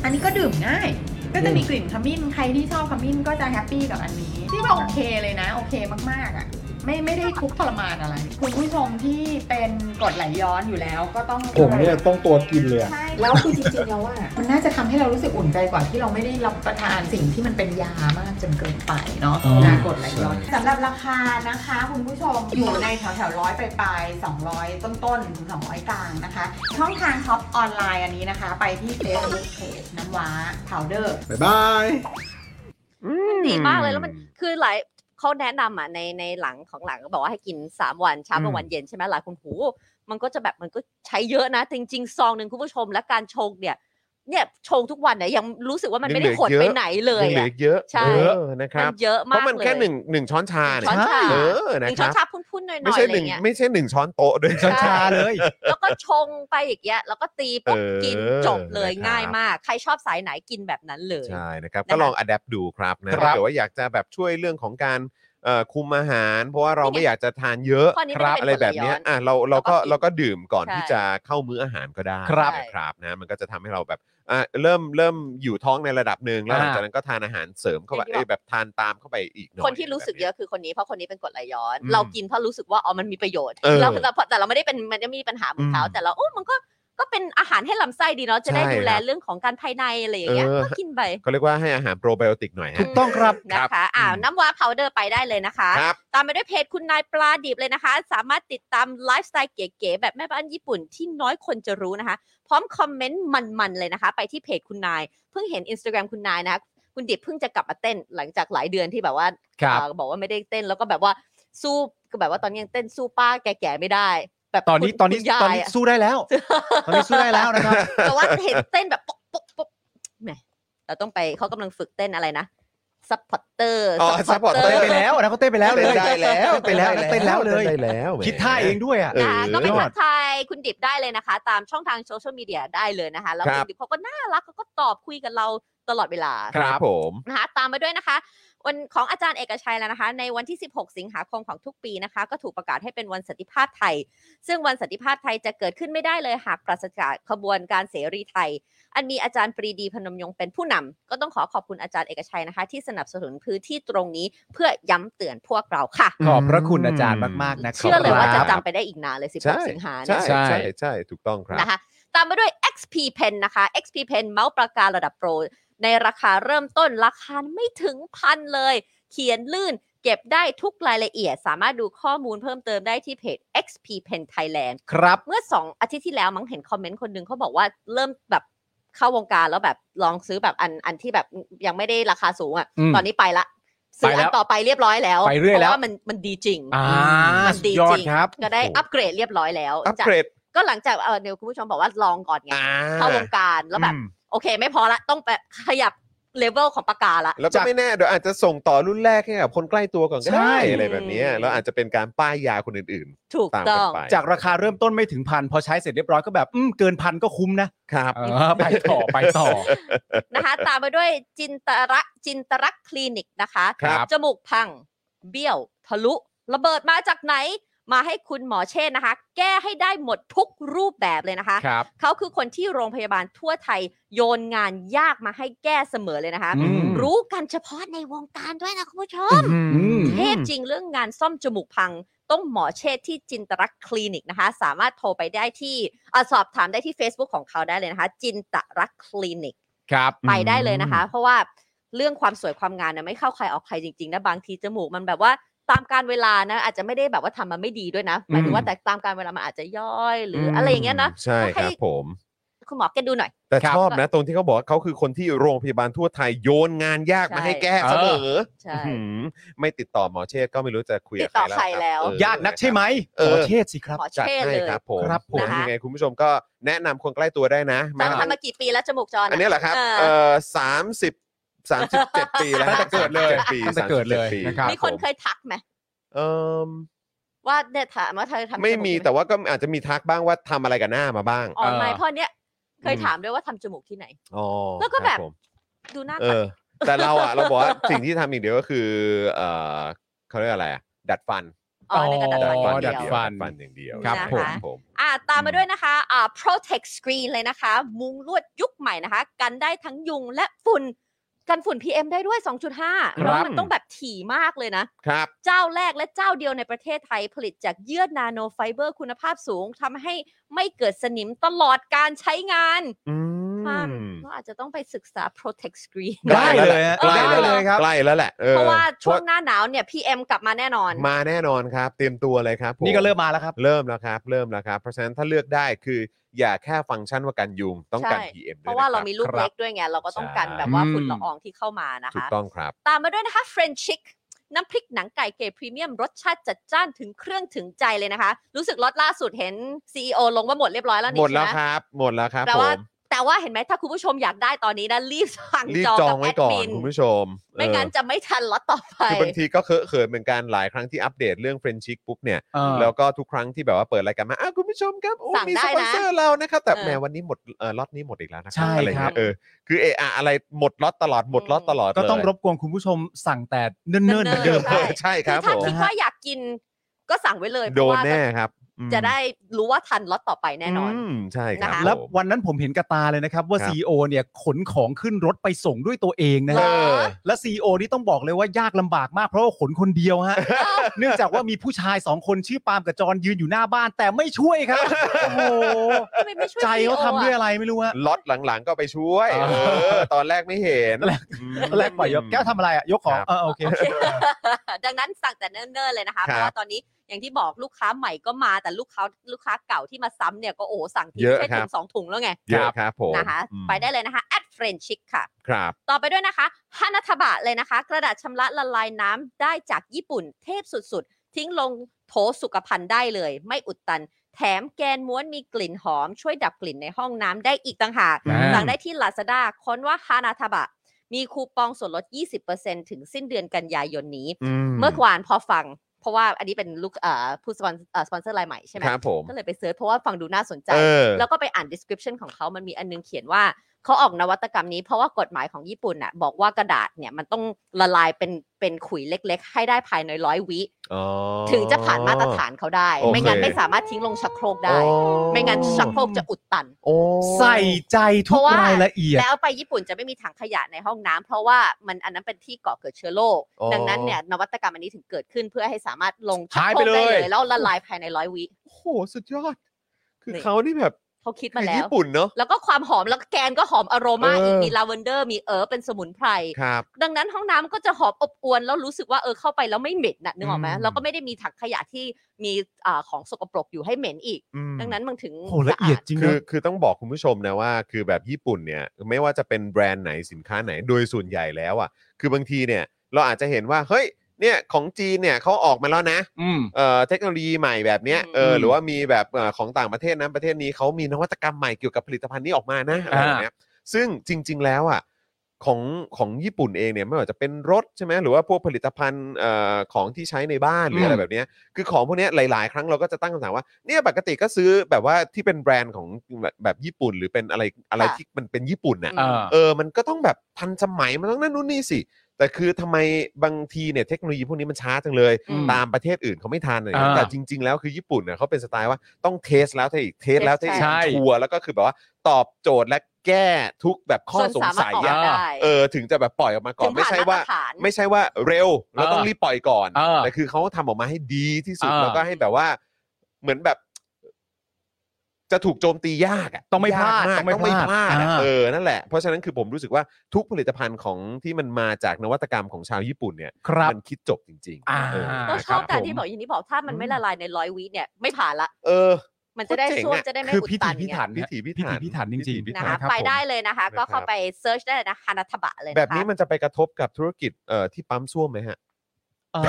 อันนี้ก็ดื่มง่าย ก็จะมีกลิ่นขมิ้น ใครที่ชอบขมิ้นก็จะแฮปปี้กับอันนี้ ที่บอกโอเคเลยนะ โอเคมากๆอะ่ะ ไม่ไม่ได้ทุกข์ทรมานอะไร คุณผู้ชมที่เป็นกรดไหลย้อนอยู่แล้วก็ต้อง
ผมเนี่ยต้องตัวกินเลยอะ
ใช่ แล้วคือจริงๆแล้วอ่ะ มันน่าจะทำให้เรารู้สึกอุ่นใจกว่าที่เราไม่ได้รับประทานสิ่งที่มันเป็นยามากจนเกินไปเนาะนะกรดไหลย้อน สำหรับราคานะคะคุณผู้ชมอยู่ในแถวแถวร้อยปลายปลายสองร้อยต้นต้นๆถึงสองร้อยกลางนะคะ ช่องทางช็อปออนไลน์อันนี้นะคะ ไปที่ Facebook Page น้ำว้า powder
บ๊ายบาย
มันดีมากเลยแล้วมันคือหลายเขาแนะนำอ่ะในในหลังของหลังก็บอกว่าให้กิน 3 วันเช้ากลางวันเย็นใช่ไหมหลายคนหูมันก็จะแบบมันก็ใช้เยอะนะ จริงๆ ซองหนึ่งคุณผู้ชมและการชงเนี่ยเนี่ยชงทุกวันเนี่ยยังรู้สึกว่ามันไม่ได้
ยังเหลือ
หดไป
เยอะ
ไหนเลย
ยังเหลื
อะ
อเยอะ
ใช่
เยอะนะค
มั
รับ
นเยอะ
เพ
มาก
ราะมัน
เลย
แค่หนึ่งหนึ่งช้อนชา
หนึ่ง
เนี่ย
ช้อนชา
เออ
ห
นะ
นึ่ง
ค
ช้
รั
อน
บ
ชาพุ่นๆหน่อยๆ
ไม่ใช่
อะ
ห
ไร
นึ่ง
เงี้ย
ไม่ใช่หนึ่งช้อนโต๊ะด้วย
ใช่
ชาเลย
แล้วก็ชงไปอย่างเงี้ยแล้วก็ตีปุ๊บ
เออ
กินจบเลย
นะครับ
ง่ายมาก ใครชอบสายไหนกินแบบนั้นเลย
ใช่นะครับ
นะคะ
ก็ลองอัดแอปดูครับนะ
ครั
ถ้า
บ
เกิดว่าอยากจะแบบช่วยเรื่องของการเอ่อคุมอาหาร เพราะว่าเรา
นี่ไง
ไม่อยากจะทานเยอะ
ข้อนี้
ค
ไม่
รับ
ได้เป็น
อะไรแบบเนี้ย
ผลย้อน
อ่ะเราเราก็
เราก็กิน
เราก็ดื่มก่อน
ใช่
ที่จะเข้ามื้ออาหารก็ได้
ครับ
นะครับนะมันก็จะทำให้เราแบบอ่ะเริ่มเริ่มอยู่ท้องในระดับหนึ่งแล้วหลังจากนั้นก็ทานอาหารเสริมเข้าไป
อย่างที่
เอ้ยแบบทานตามเข้าไปอีกหน่อย
คนที่รู้สึกเยอะคือคนนี้เพราะคนนี้เป็นกรดไหลย้อน
อืม
เรากินเพราะรู้สึกว่าอ๋อมันมีประโยชน์
เออ
เราแต่แต่เราไม่ได้เป็นมันไม่มีปัญหาเหมือนเขา
อืม
แต่เราโอ้มันก็ก็เป็นอาหารให้ลำไส้ดีเนาะจะได้
ใช่
ดูแล
ครับ
เรื่องของการภายในอะไรอย่างเงี้ย
เออ
ก็กินไป
เขาเรียกว่าให้อาหารโปรไบโอติกหน่อยฮะ
ถูกต้องครับ
นะคะอ่าน้ำว้าพาวเดอร์ไปได้เลยนะคะ
ครับ
ตามไปด้วยเพจคุณนายปลาดิบเลยนะคะ สามารถติดตามไลฟ์สไตล์เก๋ๆแบบแม่บ้านญี่ปุ่นที่น้อยคนจะรู้นะคะ พร้อมคอมเมนต์มันๆเลยนะคะ ไปที่เพจคุณนาย เพิ่งเห็น Instagram คุณนายนะคะคุณดิบเพิ่งจะกลับมาเต้นหลังจากหลายเดือนที่แบบว่า
ครับ
เอ่อบอกว่าไม่ได้เต้นแล้วก็แบบว่าสู้ก็แบบว่าตอนนี้ยังเต้นสู้ป้าแก่ๆไม่ได้ แบบ
ตอนนี้
คุณ
ตอนนี้
คุณยา
ตอน
ย
นี้
อะ
สู้ได้แล้ว ตอนนี้สู้ได้แล้วนะครับ
แต่ว่าเห็นเต้นแบบปุ๊บปุ๊บปุ๊บแหมเราต้องไปเขากำลังฝึกเต้นอะไรนะ ซัพพอร์เตอร์
อ๋อ supporter
เต้นไปแล้วนะเขาเต้นไปแล้วเลย
ได้แล้ว
เต้นไปแล้วเต้นแล้วเลย
ได้แล้ว
คิดท่าเองด้วยอ่ะ
เออ
นะคะก็ไปทักทายคุณดิบได้เลยนะคะ ตามช่องทางโซเชียลมีเดียได้เลยนะคะ แล้ว
ครั
คุ
บ
ณดิบเขาก็น่ารักเขาก็ตอบคุยกับเราตลอดเวลา
ครับผม
นะคะตามมาด้วยนะคะ วันของอาจารย์เอกชัยแล้วนะคะ ในวันที่ 16 สิงหาคมของทุกปีนะคะ ก็ถูกประกาศให้เป็นวันสันติภาพไทย ซึ่งวันสันติภาพไทยจะเกิดขึ้นไม่ได้เลยหากปราศจากขบวนการเสรีไทย อันมีอาจารย์ปรีดีพนมยงค์เป็นผู้นำก็ต้องขอขอบคุณอาจารย์เอกชัยนะคะ ที่สนับสนุนพื้นที่ตรงนี้เพื่อย้ำเตือนพวกเราค่ะ
ขอบพระคุณอาจารย์มากๆนะครับ
เชื่อเลยว่า
ค
จะ
รับ
จำไปได้อีกนานเลย
ใช่
16 สิงหาเนี่ย
ใช่
ใช่
ใช่ใช่ถูกต้องครับ
นะคะตามมาด้วย XP Pen นะคะ XP Pen เมาส์ปากการะดับโปร ในราคาเริ่มต้นราคาไม่ถึงพันเลย เขียนลื่น เก็บได้ทุกรายละเอียด สามารถดูข้อมูลเพิ่มเติมได้ที่เพจ XP Pen Thailand
ครับ
เมื่อ 2 อาทิตย์ที่แล้วมั้งเห็นคอมเมนต์คนหนึ่งเขาบอกว่าเริ่มแบบเข้าวงการแล้วแบบลองซื้อแบบอันอันที่แบบยังไม่ได้ราคาสูงอะ่ะ
อืม
ตอนนี้ไปละซื้อ
ไปแล้
อัน
ว
ต่อไปเรียบร้อยแล้ว
ไปเรื่อยแล้ว
พาะว่ามันมันดีจริง
อ่า
มัน
สุ
ดี
ดยอ
จ
ด
ริง
ครับ
ก็ได้
โอ้โห
อัปเกรดเรียบร้อยแล้ว
อัป
จาก
เกรด
ก็หลังจากเออเดี๋ยวคุณผู้ชมบอกว่าลองก่อนไง
อ่า
เข้าวงการแล้วแบบ
อืม
โอเค ไม่พอละต้องแบบขยับเลเวลของปากกาละ
แล้วก็ไม่แน่เดี๋ยวอาจจะส่งต่อรุ่นแรกให้กับคนใกล้ตัวก่อนก็
ใช่
ได้อะไรแบบเนี้ยแล้วอาจจะเป็นการป้ายยาคนอื่น
ถูก
ๆ ตาม
ต้
กั
อน ง
ไป
จากราคาเริ่มต้นไม่ถึงพันพอใช้เสร็จเรียบร้อยก็แบบอืมเกินพันก็คุ้มนะครับ เออไปต่อไปต่อ
นะคะ ตามมาด้วยจินตระจินตรักคลินิกนะคะ
ครับ
จมูกพัง เบี้ยว ทะลุ ระเบิดมาจากไหน มาให้คุณหมอเชษฐ์นะคะ แก้ให้ได้หมดทุกรูปแบบเลยนะคะ
ครับ
เขาคือคนที่โรงพยาบาลทั่วไทยโยนงานยากมาให้แก้เสมอเลยนะคะ
อืม
รู้กันเฉพาะในวงการด้วยนะคุณผู้ชม
อืม
เทพจริงเรื่องงานซ่อมจมูกพัง ต้องหมอเชษฐ์ที่จินตรักษณ์คลินิกนะคะ สามารถโทรไปได้ที่อะสอบถามได้ที่ Facebook ของเขาได้เลยนะคะ จินตรักษณ์คลินิก
ครับ
ไปได้เลยนะคะ เพราะว่าเรื่องความสวยความงามเนี่ยไม่เข้าใครออกใครจริงๆนะบางทีจมูกมันแบบว่าตามการเวลานะ อาจจะไม่ได้แบบว่าทำมาไม่ดีด้วยนะหมายถึงว่าแต่ตามการเวลามันอาจจะย่อยหรืออะไรอย่างเงี้ยนะ
ใช่ค
ให้
รับผม
คุณหมอแกดูหน่อย
แต่
ครับ
ชอบนะ ตรงที่เขาบอกว่าเขาคือคนที่โรงพยาบาลทั่วไทยโยนงานยากมาให้แก้เสมอ
ใช่
หืมไม่ติดต่อหมอเชษฐ์ก็ไม่รู้จะคุยกับ
ติดต่อ
ใครแล้ว
ใค
ครับ
รแล้ว
เออ
ยากนักใช่ไหม
เออ
ขอเทศสิครับ
หมอ
จัด
เชษฐ์
ให้
เลย
ครับผม
ครับผม
นะ
นะคะ
ยังไงคุณผู้ชมก็แนะนำคนใกล้ตัวได้นะ
สร้าง
มา
ทำมากี่ปีแล้วจมูกจอนะ
อันนี้เหรอครับ
เออ
เออสามสิบสามสิบเจ็ดปีแล้ว
ตั้งแต่เกิดเลย
37ปี
ตั้งแต่เกิดเลย
37ปี
นะครับ
มีคนเคยทักไหม
เอิ่ม
ว่าเนี่ยถามว่าเธอทำจก
ไม่มี
ด้ห
แต่ว่าก็อาจจะมีทักบ้างว่าทำอะไรกับหน้ามาบ้าง
ออนไล
เอ
น์
อ
พ่อเนี้ยเคยถามด้วยว่าทำจมูกที่ไหน
อ๋อ
แล้วก็
ค
แบ
รับ ผม
ดูหน้า
เอ
ตัด
อ แต่เราอ่ะเราบอกว่าสิ่งที่ทำอย่างเดียวก็คือเออเขาเรียกอะไรอะดัดฟัน
อ๋อในกระดาษ
อ๋
ฟัน
อ
อย่าง
ดั
เดี
ด
ยว
ฟัน
ดัดฟันอย่างเดียว
ครับ
นะ
ผม
ผม
อ่าตามมาด้วยนะคะอ่า protect screen เลยนะคะ มุงลวดยุคใหม่นะคะ กันได้ทั้งยุงและฝุ่น กันฝุ่น PM ได้ด้วย 2.5แล้วมันต้องแบบถี่มากเลยนะ
ครับ
เจ้าแรกและเจ้าเดียวในประเทศไทยผลิตจากเยื่อนาโนไฟเบอร์คุณภาพสูงทำให้ไม่เกิดสนิมตลอดการใช้งาน
อืม
ก็อาจจะต้องไปศึกษา protect screen
ได้เลยฮะ
ใกล้
ได้
แล้วแห
เล
ละ
ยครับ
ใกล้แล้วแหละออ
เพราะว่าช่วงหน้าหนาวเนี่ย PM กลับมาแน่นอน
มาแน่นอนครับ เตรียมตัวเลยครับผ
นี่ก็เริ่มมาแล้วครับ
เริ่มแล้วครับ เริ่มแล้วครับ เพราะฉะนั้นถ้าเลือกได้คืออย่าแค่ฟังก์ชันว่ากันยุงต้องการ
ใช่
PM ด้วย
เพราะว่าเรามีลูก
คบ
เล็กด้วยไง เราก็ต้องการ
ใช่
แบบว่า
อืม
ฝุ่นละอองที่เข้ามานะ
ถูก
คะ
ต้องครับ
ตามมาด้วยนะคะเฟรนชิกน้ำพริกหนังไก่เกรดพรีเมียม รสชาติจัดจ้านถึงเครื่องถึงใจเลยนะคะ รู้สึกล็อตล่าสุดเห็น CEO ลงว่าหมดเรียบร้อยแล้วนี่
หมดแล้ว
ใช่
ค
ไหม
รับ หมดแล้วครับ
แต่
ผ
ว่าม แต่ว่าเห็นไหมถ้าคุณผู้ชมอยากได้ตอนนี้นะรีบสั่ง
รีบ
จอง
จอ
กั
ง
บแอ
ไว้
ด
ก่อน
มิน
คุณผู้ชม
ไม่งั้น
เออ
จะไม่ทันล็อตต่อไป
คือบางทีก็เคอะเขินเหมือนกันหลายครั้งที่อัปเดตเรื่องเฟรนชิกปุ๊บเนี่ย
เออ
แล้วก็ทุกครั้งที่แบบว่าเปิดรายการมาอ้าวคุณผู้ชมครับโอ้
สั่ง
มี
ได้
ส
นะ
ปอนเซอร์เรานะครับ แต่
เออ
แหมวันนี้หมดเอ่อล็อตนี้หมดอีกแล้วนะค
ใช่
รัอะไร
ครั
เงี้
บ
ยเออคือเออะอะไรหมดล็อตตลอดหมดล็อตตลอด
ก็ต้อง
เลย
รบกวนคุณผู้ชมสั่งแต่เนิ่นๆเหมือนเดิม
ใช่
เออใช่ค
คื
รั
อบ ถ้า
ผม
คิดว่าอยากกินก็สั่งไว้เลยเพ
โด
ราะ
น
ว่า
แน่ครับอืม
จะได้รู้ว่าทันล็อตต่อไปแน่นอน
มใช่ครับ
นะคะ
แล้ว
ผม
วันนั้นผมเห็นกระตาเลยนะครับ ว่า
ครับ
ซีอเนี่ยขนของขึ้นรถไปส่งด้วยตัวเองนะ
เหร
ฮะ
อ
และซีอนี่ต้องบอกเลยว่ายากลำบากมากเพราะว่าขนคนเดียว ฮะ เนื่องจากว่ามีผู้ชายสองคนชื่อปาล์มกับจอนยืนอยู่หน้าบ้าน แต่ไม่ช่วยครับ โอ้โห
ทำไมไม่ช่วย
ใจเขา
CEO
ทำด้วย
อะ
อะไรไม่รู้ฮะ
ล็อตหลังๆก็ไปช่วย
อ๋อ
เออตอนแรกไม่เห็นม
แรกปล่อยยกแก้วทำอะไรอ่ะยกของ
ครับ
เออโอเค
โอเค ดังนั้นสั่งแต่เนิ่นๆเลยนะคะ เพ
ครับ
ราะว่าตอนนี้อย่างที่บอกลูกค้าใหม่ก็มาแต่ลูกค้าลูกค้าเก่าที่มาซ้ำเนี่ยก็โอ้โหสั่งที
เยอะ
แค่
ค
ถุ
รับ
งสองถุงแล้วไง
เยอะครับผม
นะคะ
อืม
ไปได้เลยนะคะแอดเฟรนชิกค่ะ
ครับ
ต่อไปด้วยนะคะฮานาทบะเลยนะคะ กระดาษชำระละลายน้ำได้จากญี่ปุ่น เทพสุดๆ ทิ้งลงโถสุขภัณฑ์ได้เลย ไม่อุดตัน แถมแกนม้วนมีกลิ่นหอม ช่วยดับกลิ่นในห้องน้ำได้อีกต่างหาก
อ่า
สั่งได้ที่ Lazada ค้นว่าฮานาทบะ มีคูปองส่วนลด 20%ถึงสิ้นเดือนกันยายนนี้
อื
เมื่อวานพอฟัง เพราะว่าอันนี้เป็นลูกเอ่อผู้สปอนเอ่อสปอนเซอร์รายใหม่ใช่ไหม
ครับผม
ก็เลยไปเซิร์ชเพราะว่าฟังดูน่าสนใจ
เออ
แล้วก็ไปอ่าน description ของเขามันมีอันนึงเขียนว่าเขาออกนวัตกรรมนี้เพราะว่ากฎหมายของญี่ปุ่นน่ะบอกว่ากระดาษเนี่ยมันต้องละลายเป็นเป็นขุยเล็ก ๆ ให้ได้ภายในร้อยวิ
อ๋อ
ถึงจะผ่านมาตรฐานเขาได้
โอเค
ไม่งั้นไม่สามารถทิ้งลงชักโครกได้
อ๋อ
ไม่งั้นชักโครกจะอุดตัน
โอ้
ใส่ใจ
เพ
ทุก
ราะว่าร
ายละเอียด
แล้วไปญี่ปุ่นจะไม่มีถังขยะในห้องน้ำเพราะว่ามันอันนั้นเป็นที่ก่อเกิดเชื้อโรค
อ๋อ
ดังนั้นเนี่ยนวัตกรรมอันนี้ถึงเกิดขึ้นเพื่อให้สามารถลงชัก
หาย
โคร
ไป
กได้
เลย
เลยแล้วละลายภายในร้อยวิ
โอ้โหสุดยอด คือ
นี่
เขานี่แบบ
เขาคิด
คื
มา
อ
แล้ว
ญี่ปุ่นเนาะ
แล้วก็ความหอมแล้วก็แกนก็หอมอโรมา
เอออี
อีกมีลาเวนเดอร์มีเออเป็นสมุนไพร
ครับ
ดังนั้นห้องน้ำก็จะหอมอบอวลแล้วรู้สึกว่าเออเข้าไปแล้วไม่เหม็นนะนึกออกไหม
อืม
แล้วก็ไม่ได้มีถังขยะที่มีอ่าของสกปรกอยู่ให้เหม็นอีก
อืม
ดังนั้นมันถึง
โหละเอียด
สา
จริง
คือ
นะ
คือต้องบอกคุณผู้ชมนะว่า คือแบบญี่ปุ่นเนี่ยไม่ว่าจะเป็นแบรนด์ไหนสินค้าไหนโดยส่วนใหญ่แล้วอ่ะคือบางทีเนี่ยเราอาจจะเห็นว่าเฮ้ยเนี่ยของจีนเนี่ยเขาออกมาแล้วนะ
อืม
เอ่อเทคโนโลยีใหม่แบบเนี้ยเออหรือว่ามีแบบเอ่อของต่างประเทศนั้นประเทศนี้เขามีนวัตกรรมใหม่เกี่ยวกับผลิตภัณฑ์นี้ออกมานะอะไรแบบเนี้ยซึ่งจริง ๆ แล้วอ่ะของของญี่ปุ่นเองเนี่ยไม่ว่าจะเป็นรถใช่ไหมหรือว่าพวกผลิตภัณฑ์เอ่อของที่ใช้ในบ้านหรืออะไรแบบเนี้ย คือของพวกเนี้ยหลาย ๆ ครั้งเราก็จะตั้งคำถามว่าเนี่ยปกติก็ซื้อแบบว่าที่เป็นแบรนด์ของแบบแบบญี่ปุ่น หรือเป็นอะไรอะไรที่มันเป็นญี่ปุ่นน่ะ
อืม
เออมันก็ต้องแบบทันสมัยมันต้องนั่นนู่นนี่สิ แต่คือทำไมบางทีเนี่ยเทคโนโลยีพวกนี้มันช้าจังเลย
อืม
ตามประเทศอื่นเขาไม่ทันอะไรอย่างเงี้ย
อ่า
แต่จริง ๆ แล้วคือญี่ปุ่นเนี่ยเขาเป็นสไตล์ว่าต้องเทสแล้วเทสอีกเทสแล้วเทสอีก
ใช่
ชัวร์แล้วก็คือแบบว่าตอบโจทย์และแก้ทุกแบบข้อ
จ
สง
นารถ
สัย
ออก
อะ
อะ
ได้
เออถึงจะแบบปล่อยออกมาก่อน
ถึง
ไม่
ผ่
ใช่ว่า
มตรฐน
ไม่ใช่ว่าเร็วแล้วต้อง
เออ
รีบปล่อยก่อน
เออ
แต่คือเขาทำออกมาให้ดีที่สุด
เออ
แล้วก็ให้แบบว่า เหมือนแบบ จะถูกโจมตียากะ
ต้องไม่พลาด
ยกก
ต้องไม่
ต้องไม่พ
พลา
ลา
ด
ดอะ
อ่า
เออนั่นแหละเพราะฉะนั้นคือผมรู้สึกว่าทุกผลิตภัณฑ์ของที่มันมาจากนวัตกรรมของชาวญี่ปุ่นเนี่ย
ครับ
มันคิดจบจริง
อ่า
เ
เราชอบ
ค
การ
ผม
ที่บอกอย่างนี้บอกถ้ามันไม่
อืม
ละลายในร้อยวิเนี่ยไม่ผ่านละ
เออ
มันจะได้
โคตรเจ๋ง
ช่วง
อะ
จะได้ไม่
คือ
อุด
พิ
ตั
ถี
น
พิ
เนี่ย
ถัน
พิถีพิถัน
พิถีพิถันจริง
พิถีพิ
นะ
ถั
คะ
รับผ
ไป
ม
ได้เลยนะ
นะ
คะ
ครับ
ก็เข้าไปเซิร์ชได้เลยนะฮานาทบะเลยะคะ
แบบนี้มันจะไปกระทบกับธุรกิจเอ่อที่ปั๊มส้วมไหมฮะ
ๆเอ่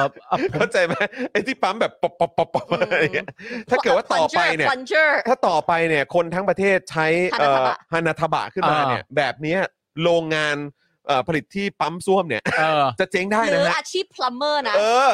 ออ่ะผม
เข้าใจไหมไอ้ที่ปั๊มแบบปอบปอบปอบปอบ
อืม
อะไรอย่างเงี้ยถ้าเกิดว่าต่อไปเนี่ย
plunger plunger
ถ้าต่อไปเนี่ยคนทั้งประเทศใช้เอ่อฮานาทบะขึ้นมาเนี่ยแบบเนี้ยโรงงานเอ่อผลิตที่ปั๊มส้วมเนี่ย
เออ
จะเจ๊งได้
หรื
นะ
อ
ฮะ
อาชีพ plumber นะ
เออ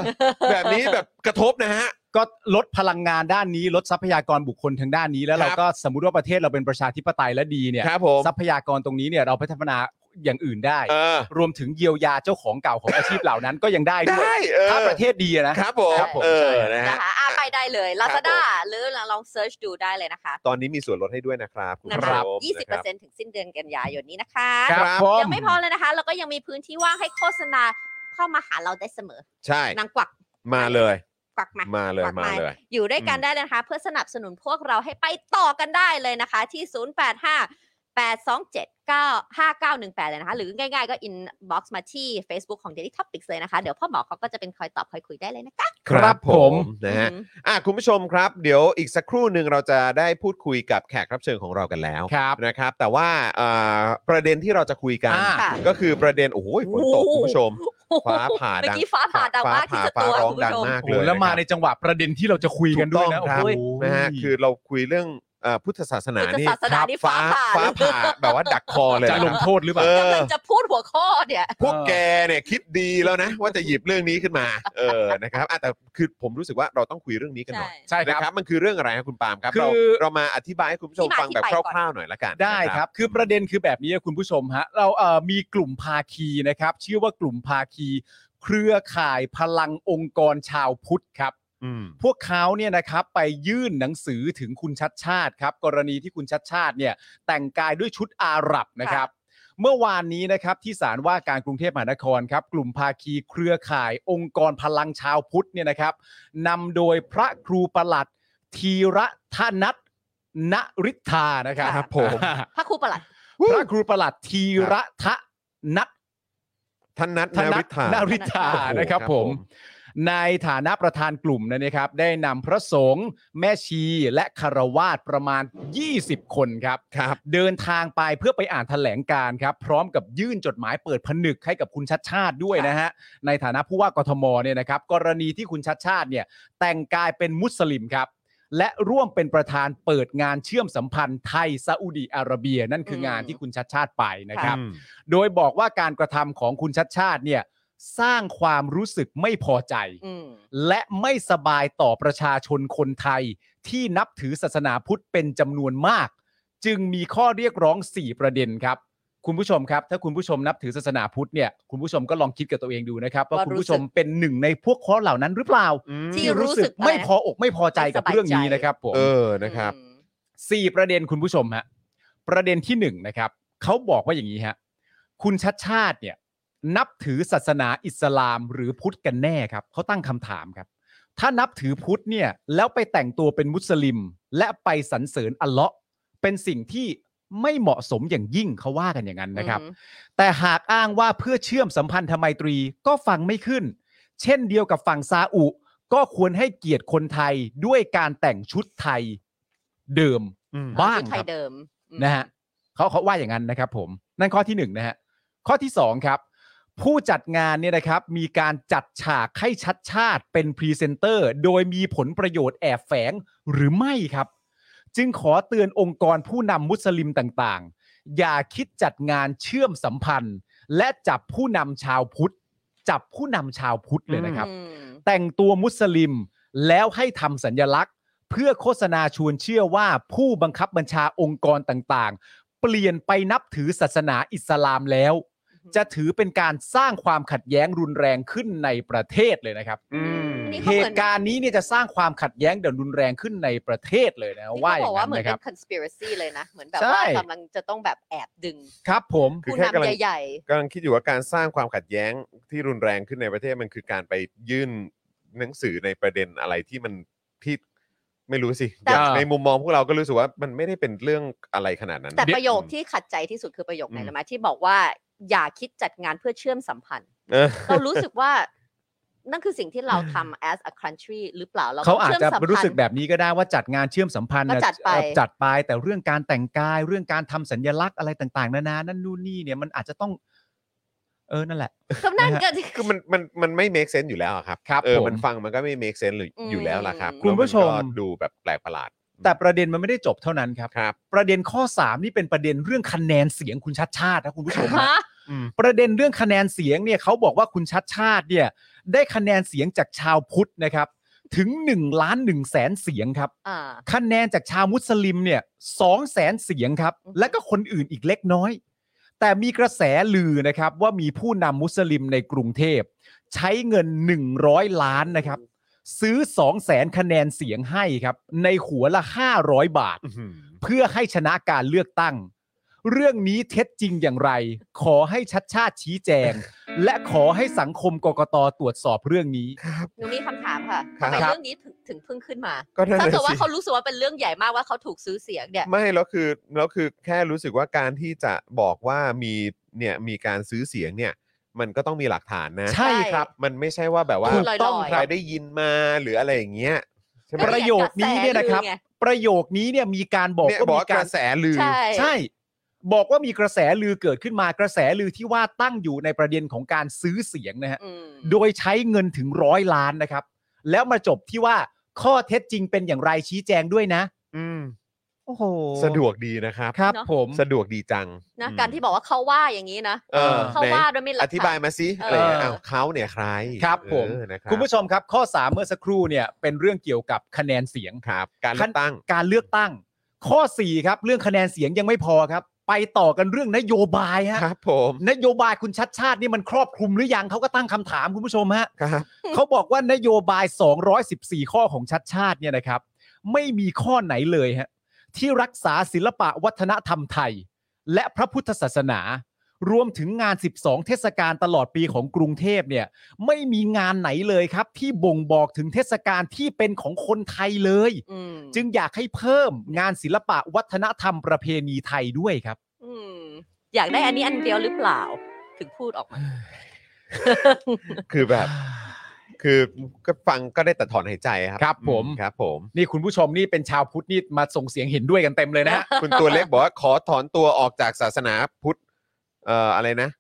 แบบนี้แบบกระทบนะฮะ
ก็ลดพลังงานด้านนี้ลดทรัพยากรบุคคลทางด้านนี้ แล้วเรา
ครับ
ก็สมมติว่าประเทศเราเป็นประชาธิปไตยและดีเนี่ย
ครับผม
ทรัพยากรตรงนี้เนี่ยเราพัฒนาอย่างอื่นได้
เออ
รวมถึงเยียวยาเจ้าของเก่าของอาชีพเหล่านั้นก็ยังได้ด้ว
ได้
ย
เออ
ถ้าประเทศดีอะนะ
ครับผม
ครับผม
เออ
ใช่
นะฮะ
นะคะอ่ะไปได้เลย
ครับ
Lazada หรือลองเซิร์ชดูได้เลยนะคะ
ตอนนี้มีส่วนลดให้ด้วยนะครับคุณ
นะ
ผู้
คะ
ชม
20%
นะครับ
ถึงสิ้นเดือนกันยายนนี้นะคะ
ครับผม
ยังไม่พอเลยนะคะ เราก็ยังมีพื้นที่ว่างให้โฆษณาเข้ามาหาเราได้เสมอ
ใช่
นางกวัก
มาเลย
กวักมา
มาเลย
กวัก
มา
มา
เลย
อยู่ด้วยกันได้เลยนะคะ เพื่อสนับสนุนพวกเราให้ไปต่อกันได้เลยนะคะ ที่ 0 8 5 8 2 7 9 5 9 1 8 เลยนะคะ หรือง่ายๆก็ inbox มาที่ Facebook ของ Daily Topics เลยนะคะ เดี๋ยวพ่อหมอเขาก็จะเป็นคอยตอบคอยคุยได้เลยนะคะ
ครับผม
นะฮะ
อืม
อ่ะคุณผู้ชมครับ เดี๋ยวอีกสักครู่หนึ่งเราจะได้พูดคุยกับแขกรับเชิญของเรากันแล้ว
ครับ
นะครับแต่ว่าเอ่อประเด็นที่เราจะคุยกัน
อ่า
ค่ะ
ก็คือประเด็นโอ้โหฝนตก
โอ้โห
คุณผู้ชม ฟ้าผ่า
เมื่
ดั
อง กี้ฟ้าผ่าดังมากที่
ฟ้า
จะ
ผ่า
ตัว
ฟ้าร้อง
คุณ
ดัง
ผู้ชม
มาก
โอ้โห
เลย
แล้วมาใน
นะครับ
จังหวะประเด็นที่เราจะคุยกันด้วยนะ
ถูต้องครับ
โอ้ย
นะฮะคือเราคุยเรื่องเอ่อพุทธศาสนานี่
พุทธศาสนานี่ฟ้าผ่า
ฟ้า ผ่าแบบว่าดักคอเลย
จะลงโทษหรือเปล่า
เออ
กำลังจะพูดหัวข้อเนี่ย
พวกแกเนี่ยคิดดีแล้วนะ ว่าจะหยิบเรื่องนี้ขึ้นมาเออนะครับอ่ะแต่คือผมรู้สึกว่าเราต้องคุยเรื่องนี้กันหน่อย
ใช่ค
นะ
รับ
ครับมันคือเรื่องอะไรครับคุณปาล์มครับ
คือ
เราเรามาอธิบายให้คุณผู้ชม
ที่มา
ฟังแบบ
ที่ไปก่อน
คร่าวๆหน่อยละกัน
ได้
นะครับ
คือประเด็นคือแบบนี้คุณผู้ชมฮะ เราเอ่อมีกลุ่มภาคีนะครับ ชื่อว่ากลุ่มภาคี เครือข่ายพลังองค์กรชาวพุทธครับ
อืม
พวกเขาเนี่ยนะครับไปยื่นหนังสือถึงคุณชัดชาติครับ กรณีที่คุณชัดชาติเนี่ยแต่งกายด้วยชุดอาหรับนะครับ เมื่อวานนี้นะครับที่ศาลว่าการกรุงเทพมหานครครับ กลุ่มภาคีเครือข่ายองค์กรพลังชาวพุทธเนี่ยนะครับนำโดยพระครูประหลัด ธีระธนัทนริธานะครับ
ครับผม
พระครูประหลัด
พระครูประหลัดธีระธนัท
ท่านนัท
ธนั
นา
ท
ริธา
นาริธา
โอ้โห
นะครับ
ครับ
ผ
ผม ม
ในฐานะประธานกลุ่มนะครับ ได้นำพระสงฆ์แม่ชีและคารวาสประมาณ 20 คนครับ
ครับ
เดินทางไปเพื่อไปอ่านแถลงการณ์ครับ พร้อมกับยื่นจดหมายเปิดผนึกให้กับคุณชัดชาติด้วยนะฮะ ในฐานะผู้ว่ากทมเนี่ยนะครับ กรณีที่คุณชัดชาติเนี่ยแต่งกายเป็นมุสลิมครับ และร่วมเป็นประธานเปิดงานเชื่อมสัมพันธ์ไทยซาอุดีอาระเบีย นั่นคือ
ม
งานที่คุณชัดชาติไปนะครับ
อืม
โดยบอกว่าการกระทำของคุณชัดชาติเนี่ยสร้างความรู้สึกไม่พอใจ
อืม
และไม่สบายต่อประชาชนคนไทย ที่นับถือศาสนาพุทธเป็นจำนวนมาก จึงมีข้อเรียกร้อง 4 ประเด็นครับ คุณผู้ชมครับ ถ้าคุณผู้ชมนับถือศาสนาพุทธเนี่ยคุณผู้ชมก็ลองคิดกับตัวเองดูนะครับว่า
ว่า
คุณ
รู้
ผู้
สึ
ช
ก
มเป็นหนึ่งในพวกข้อเหล่านั้นหรือเปล่า
ที่
ที่
รู้
รู้
สึ
สึ
ก
ก
อะไร
ไม่พออกไม่พอใจกับ
ไม่สบาย
เรื่องนี้
ใจ
นะครับผม
เออนะครับ
อืม
สี่ประเด็นคุณผู้ชมฮะประเด็นที่หนึ่งนะครับเขาบอกว่าอย่างนี้ฮะคุณชัดชาติเนี่ยนับถือศาสนาอิสลามหรือพุทธกันแน่ครับเขาตั้งคำถามครับ ถ้านับถือพุทธเนี่ยแล้วไปแต่งตัวเป็นมุสลิม และไปสรรเสริญอัลเลาะห์เป็นสิ่งที่ไม่เหมาะสมอย่างยิ่งเขาว่ากันอย่างนั้นนะครับ
อืม
แต่หากอ้างว่าเพื่อเชื่อมสัมพันธไมตรีก็ฟังไม่ขึ้น เช่นเดียวกับฝั่งซาอุ ก็ควรให้เกียรติคนไทยด้วยการแต่งชุดไทยเดิม
อืม
บ้าง
ที่ไท
ค
ย
รับ
เดิมอืม
นะฮะเขาเขาว่าอย่างนั้นนะครับผม นั่นข้อที่หนึ่งนะฮะข้อที่สองครับ ผู้จัดงานเนี่ยนะครับมีการจัดฉากให้ชัดชาติเป็นพรีเซนเตอร์ โดยมีผลประโยชน์แอบแฝงหรือไม่ครับ จึงขอเตือนองค์กรผู้นำมุสลิมต่างๆ อย่าคิดจัดงานเชื่อมสัมพันธ์ และจับผู้นำชาวพุทธ จับผู้นำชาวพุทธเลยนะครับ
อืม
แต่งตัวมุสลิมแล้วให้ทำสัญญลักษณ์ เพื่อโฆษณาชวนเชื่อว่าผู้บังคับบัญชาองค์กรต่างๆ เปลี่ยนไปนับถือศาสนาอิสลามแล้ว
อือฮึ
จะถือเป็นการสร้างความขัดแย้งรุนแรงขึ้นในประเทศเลยนะครับ
อืม
อันนี้
เห
เขาเหมือ
ตุ
น
การณ์นี้เนี่ยจะสร้างความขัดแย้งเดี๋ยวรุนแรงขึ้นในประเทศเลยนะ
นี่
ว่าอ
เขา
บาก ง
อย่ว่า
นั้น
เหมือน
นะค
เป็
รับ
น conspiracy เลยนะ เหมือนแบบ
ใช่
ว่ากำลังจะต้องแบบแอบดึง
ครับผม
คือ
ผู้
แค่กำลั
นำ
ง
ใหญ่
กำลังคิดอยู่ว่าการสร้างความขัดแย้งที่รุนแรงขึ้นในประเทศมันคือการไปยื่นหนังสือในประเด็นอะไรที่มันที่ไม่รู้สิอย่างในมุมมองพวกเราก็รู้สึกว่ามันไม่ได้เป็นเรื่องอะไรขนาดนั้น
ๆ แต่ประโยคที่ขัดใจที่สุดคือประโยคไหนรู้ไหมที่บอกว่าอย่าคิดจัดงานเพื่อเชื่อมสัมพัน ธ์
เออ
เรารู้สึกว่า นั่นคือสิ่งที่เราทำ as a country หรือเปล่าเรา
เขาอาจจะ
ชื่มสัมพันธ์
รู้สึกแบบนี้ก็ได้ว่าจัดงานเชื่อมสัมพันธ์
ก็
นะ
จัดไป
เอ่อจัดไปแต่เรื่องการแต่งกาย เรื่องการทำสัญญลักษณ์อะไรต่าง ๆ นานานั่นนู่นนี่เนี่ยมันอาจจะต้อง เออนั่นแหละ
ก็นั่นก็
คือมันมันมันไม่ make sense อยู่แล้วอะครับ
ครับ
เออ
ผม
มันฟังมันก็ไม่ make sense หรือ
อืม
อยู่แล้วล่ะครับ
คุณผู้ชม
แล้วนก็ดูแบบแปลกประหลาด
แต่ประเด็นมันไม่ได้จบเท่านั้นครับ
ครับ
ประเด็นข้อ 3 นี่เป็นประเด็นเรื่องคะแนนเสียงคุณชัดชาตินะคุณผู้ชม
ฮะ
ฮะประเด็นเรื่องคะแนนเสียงเนี่ยเขาบอกว่าคุณชัดชาติเนี่ยได้คะแนนเสียงจากชาวพุทธนะครับ ถึง1ล้าน1แสนเสียงครับ
อ่า
คะแนนจากชาวมุสลิมเนี่ยสองแสนเสียงครับ
อือฮึ
และก็คนอื่นอีกเล็กน้อย แต่มีกระแสลือนะครับว่ามีผู้นำมุสลิมในกรุงเทพ ใช้เงิน 100 ล้านนะครับ ซื้อ 2 0 0แสนคะแนนเสียงให้ครับ ในหัวละ 500 บาท เพื่อให้ชนะการเลือกตั้ง เรื่องนี้เท็จจริงอย่างไร ขอให้ชัดชาติชี้แจง และขอให้สังคมกกตตรวจสอบเรื่องนี้
หนูมีคำถามค่ะ
ครับ
ทำไมเรื่องนี้ถึงถึงเพิ่งขึ้นมา
ก็นั่น
ถ้า
แห
เกิ
ละ
ดว่า
สิ
เขารู้สึกว่าเป็นเรื่องใหญ่มากว่าเขาถูกซื้อเสียงเนี่ย
ไม่แล้วคือแล้วคือแค่รู้สึกว่าการที่จะบอกว่ามีเนี่ยมีการซื้อเสียงเนี่ย มันก็ต้องมีหลักฐานนะ
ใช่ครับ
มันไม่ใช่ว่าแบบว่า
พูดลอย
ต้อ
ๆ
ง
ใครได้ยินมาหรืออะไรอย่างเงี้ยใช่ไหม
ก็
ประ
อาง
โยคนี้เนี่ยนะครับ
กแสลือไง
ประโยคนี้เนี่ยมีการบอก
เนี่ย
ว่า
บอก
มี
ว่าก
การ
ระแสลือ
ใช่
ใช่ บอกว่ามีกระแสลือเกิดขึ้นมากระแสลือที่ว่าตั้งอยู่ในประเด็นของการซื้อเสียงนะฮะ
อืม
โดยใช้เงินถึงร้อยล้านนะครับ แล้วมาจบที่ว่าข้อเท็จจริงเป็นอย่างไรชี้แจงด้วยนะ
อืม
โอ้โห
สะดวกดีนะครับ
ครับ
เนอะ
ผม
สะดวกดีจัง
นะ
อืม
การที่บอกว่าเขาว่าอย่างนี้นะ
เออ
เขา
ไหน
ว่าด้วยไม่หลัก
อ
ฐาน
ธิบายมาสิอะ
เอออ
ไรอย่างเงี้ยอ้าวเขาเนี่ยใคร
ครับผม
เออนะรับ
คุณผู้ชมครับ ข้อ 3 เมื่อสักครู่เนี่ยเป็นเรื่องเกี่ยวกับคะแนนเสียง
ครับการเลือกตั้ง
การเลือกตั้ง ข้อ 4 ครับ เรื่องคะแนนเสียงยังไม่พอครับ ไปต่อกันเรื่องนโยบายฮะ
ครับผม
นโยบายคุณชัดชาตินี่มันครอบคลุมหรือยังเขาก็ตั้งคำถามคุณผู้ชมฮะ
ครับ
เขาบอกว่านโยบาย 214 ข้อของชัดชาติเนี่ยนะครับ ไม่มีข้อไหนเลยฮะที่รักษาศิลปะวัฒนธรรมไทย และพระพุทธศาสนา รวมถึงงาน 12 เทศกาลตลอดปีของกรุงเทพเนี่ย ไม่มีงานไหนเลยครับ ที่บ่งบอกถึงเทศกาลที่เป็นของคนไทยเลย
อืม
จึงอยากให้เพิ่มงานศิลปะวัฒนธรรมประเพณีไทยด้วยครับ
อืมอยากได้อันนี้อันเดียวหรือเปล่า ถึงพูดออกมา
คือแบบ คือก็ฟังก็ได้แต่ถอนหายใจครับ
ครับผม
อืครับ ผม
นี่คุณผู้ชมนี่เป็นชาวพุทธนี่มาส่งเสียงเห็นด้วยกันเต็มเลยนะฮะ
คุณตัวเล็กบอกว่าขอถอนตัวออกจากศาสนาพุทธเอ่ออะไรนะ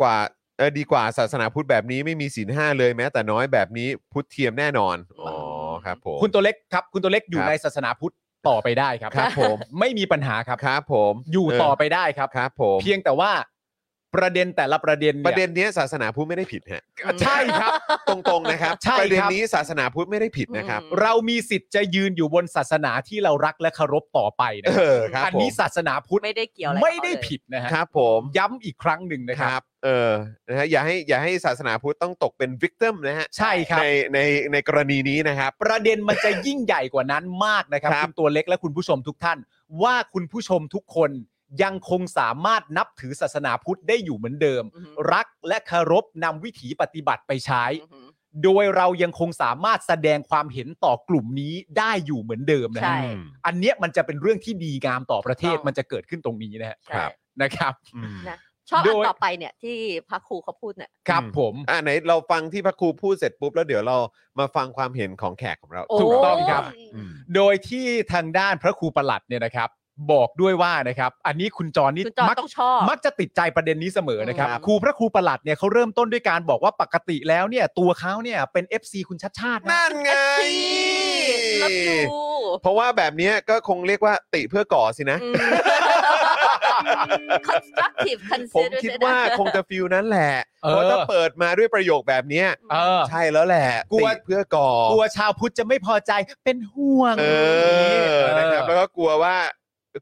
กว่าเออดีกว่าศาสนาพุทธแบบนี้ไม่มีศีลห้าเลยแม้แต่น้อยแบบนี้พุทธเทียมแน่นอน อ๋อค ครับผม
คุณตัวเล็กครับ คุณตัวเล็กอยู่
ครับ
ในศาสนาพุทธต่อไปได้ครับ
ครับผม
ไม่มีปัญหาครับ
ครับผม
อยู่
เ
ต่อไปได้ครับ
ครับผม
เพียงแต่ว่าประเด็นแต่ละประเด็นนี่ย
ประเด็นเนี้ยศาสนาพุทธไม่ได้ผิดฮะ
ใช่ครับ
ตรงๆนะครับ
ใช่ครับ
ประเด็นนี้ศาสนาพุทธไม่ได้ผิดนะครับ
อืม
เรามีสิทธิ์จะยืนอยู่บนศาสนาที่เรารักและเคารพต่อไป
เอ
นะครั
อครับ
อัน
ผม
นี้ศาสนาพุทธ
ไม่ได้เกี่ยวอะไร
ไม่
กับเขา
ได้
เลย
ผิดนะฮะ
ครับผม
ย้ำอีกครั้งหนึ่งนะ
ค
ครั
รับ บเออนะฮะอย่าให้อย่าให้ศาสนาพุทธต้องตกเป็นวิกเตมนะฮะ
ใช่ครับ
ในในในกรณีนี้นะครับ
ประเด็นมันจะยิ่งใหญ่กว่านั้นมากนะครับ
ครับ
คุณตัวเล็กและคุณผู้ชมทุกท่าน ว่าคุณผู้ชมทุกคนยังคงสามารถนับถือศาสนาพุทธได้อยู่เหมือนเดิม
อือหือ
รักและเคารพนำวิถีปฏิบัติไปใช้
อือหือ
โดยเรายังคงสามารถแสดงความเห็นต่อกลุ่มนี้ได้อยู่เหมือนเดิมนะ
ใช่
ฮะอันเนี้ยมันจะเป็นเรื่องที่ดีงามต่อประเทศ
ถูกต้อง
มันจะเกิดขึ้นตรงนี้นะฮะ
ใช่
นะครับ
อืม
นะ ชอบ
โด
อัน
ย
ต่อไปเนี่ยที่พระครูเขาพูดเนี่ย
ครับผม
อ่าไหนเราฟังที่พระครูพูดเสร็จปุ๊บแล้วเดี๋ยวเรามาฟังความเห็นของแขกของเรา
โอ้
ถูกต้องครับ
อืม
โดยที่ทางด้านพระครูประหลัดเนี่ยนะครับ บอกด้วยว่านะครับ อันนี้คุณจรนี่
คุณจอน
มัก
ต้องชอบ
มักจะติดใจประเด็นนี้เสมอนะครับ
ครับ
ครูพระครูประหลัดเนี่ยเขาเริ่มต้นด้วยการบอกว่าปกติแล้วเนี่ย ตัวเขาเนี่ยเป็น FC คุณชัดชาตินะ
นั่นไง
รับดู
เพราะว่าแบบเนี้ยก็คงเรียกว่าติเพื่อก่อสินะ
อืม constructive
ผม
consideration
คิดว่าคงจะฟิลนั้นแหละ
เอ
เพราะ
อ
ถ้าเปิดมาด้วยประโยคแบบเนี้ย
เออ
ใช่แล้วแหละ
กลัว
ติเพื่อก่อก
ลัวชาวพุทธจะไม่พอใจเป็นห่วง
เออนะครับ
เอ
แล้ว
อ
ก็กลัวว่า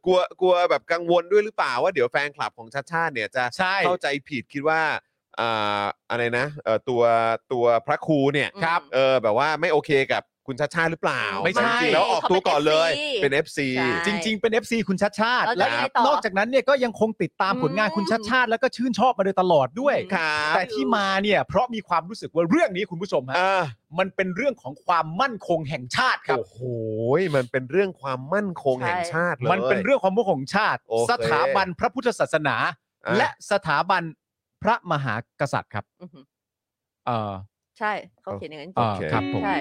กลัวกลัวแบบกังวลด้วยหรือเปล่าว่าเดี๋ยวแฟนคลับของชาติชาติเนี่ยจะ
ใช่
เข้าใจผิดคิดว่าอ่าอะไรนะเอ่อตัวตัวพระครูเนี่ย
ครับ
เออแบบว่าไม่โอเคกับคุณชาติชาติหรือเปล่า
ไม่ใช่
จริงๆแล้วออกตัวก่อนเลย
เขาเป็
เป็น น
FC
FC
ใช่
จริง ๆ เป็น FC คุณชัดชาติ
แล้ว
และ
ยังไงต่อน
อกจากนั้นเนี่ยก็ยังคงติดตามผลงาน
อืม
คุณชัดชาติแล้วก็ชื่นชอบมาโดยตลอดด้วย
อืม
ครับ
แต่ที่มาเนี่ยเพราะมีความรู้สึกว่าเรื่องนี้คุณผู้ชมฮะ
อ่า
มันเป็นเรื่องของความมั่นคงแห่งชาติครับ
โอ้โหมันเป็นเรื่องความมั่นคง
ใช่
แห่งชาติเลย
มันเป็นเรื่องความมั่นคงของชาติ
โอเค
สถาบันพระพุทธศาสนา
อ่
และสถาบันพระมหากษัตริย์ครับ
อือหือ
เออ
ใช่เขาเขียนอย่างนั้นจ
เอ่
ริง
อครับผม
ใช่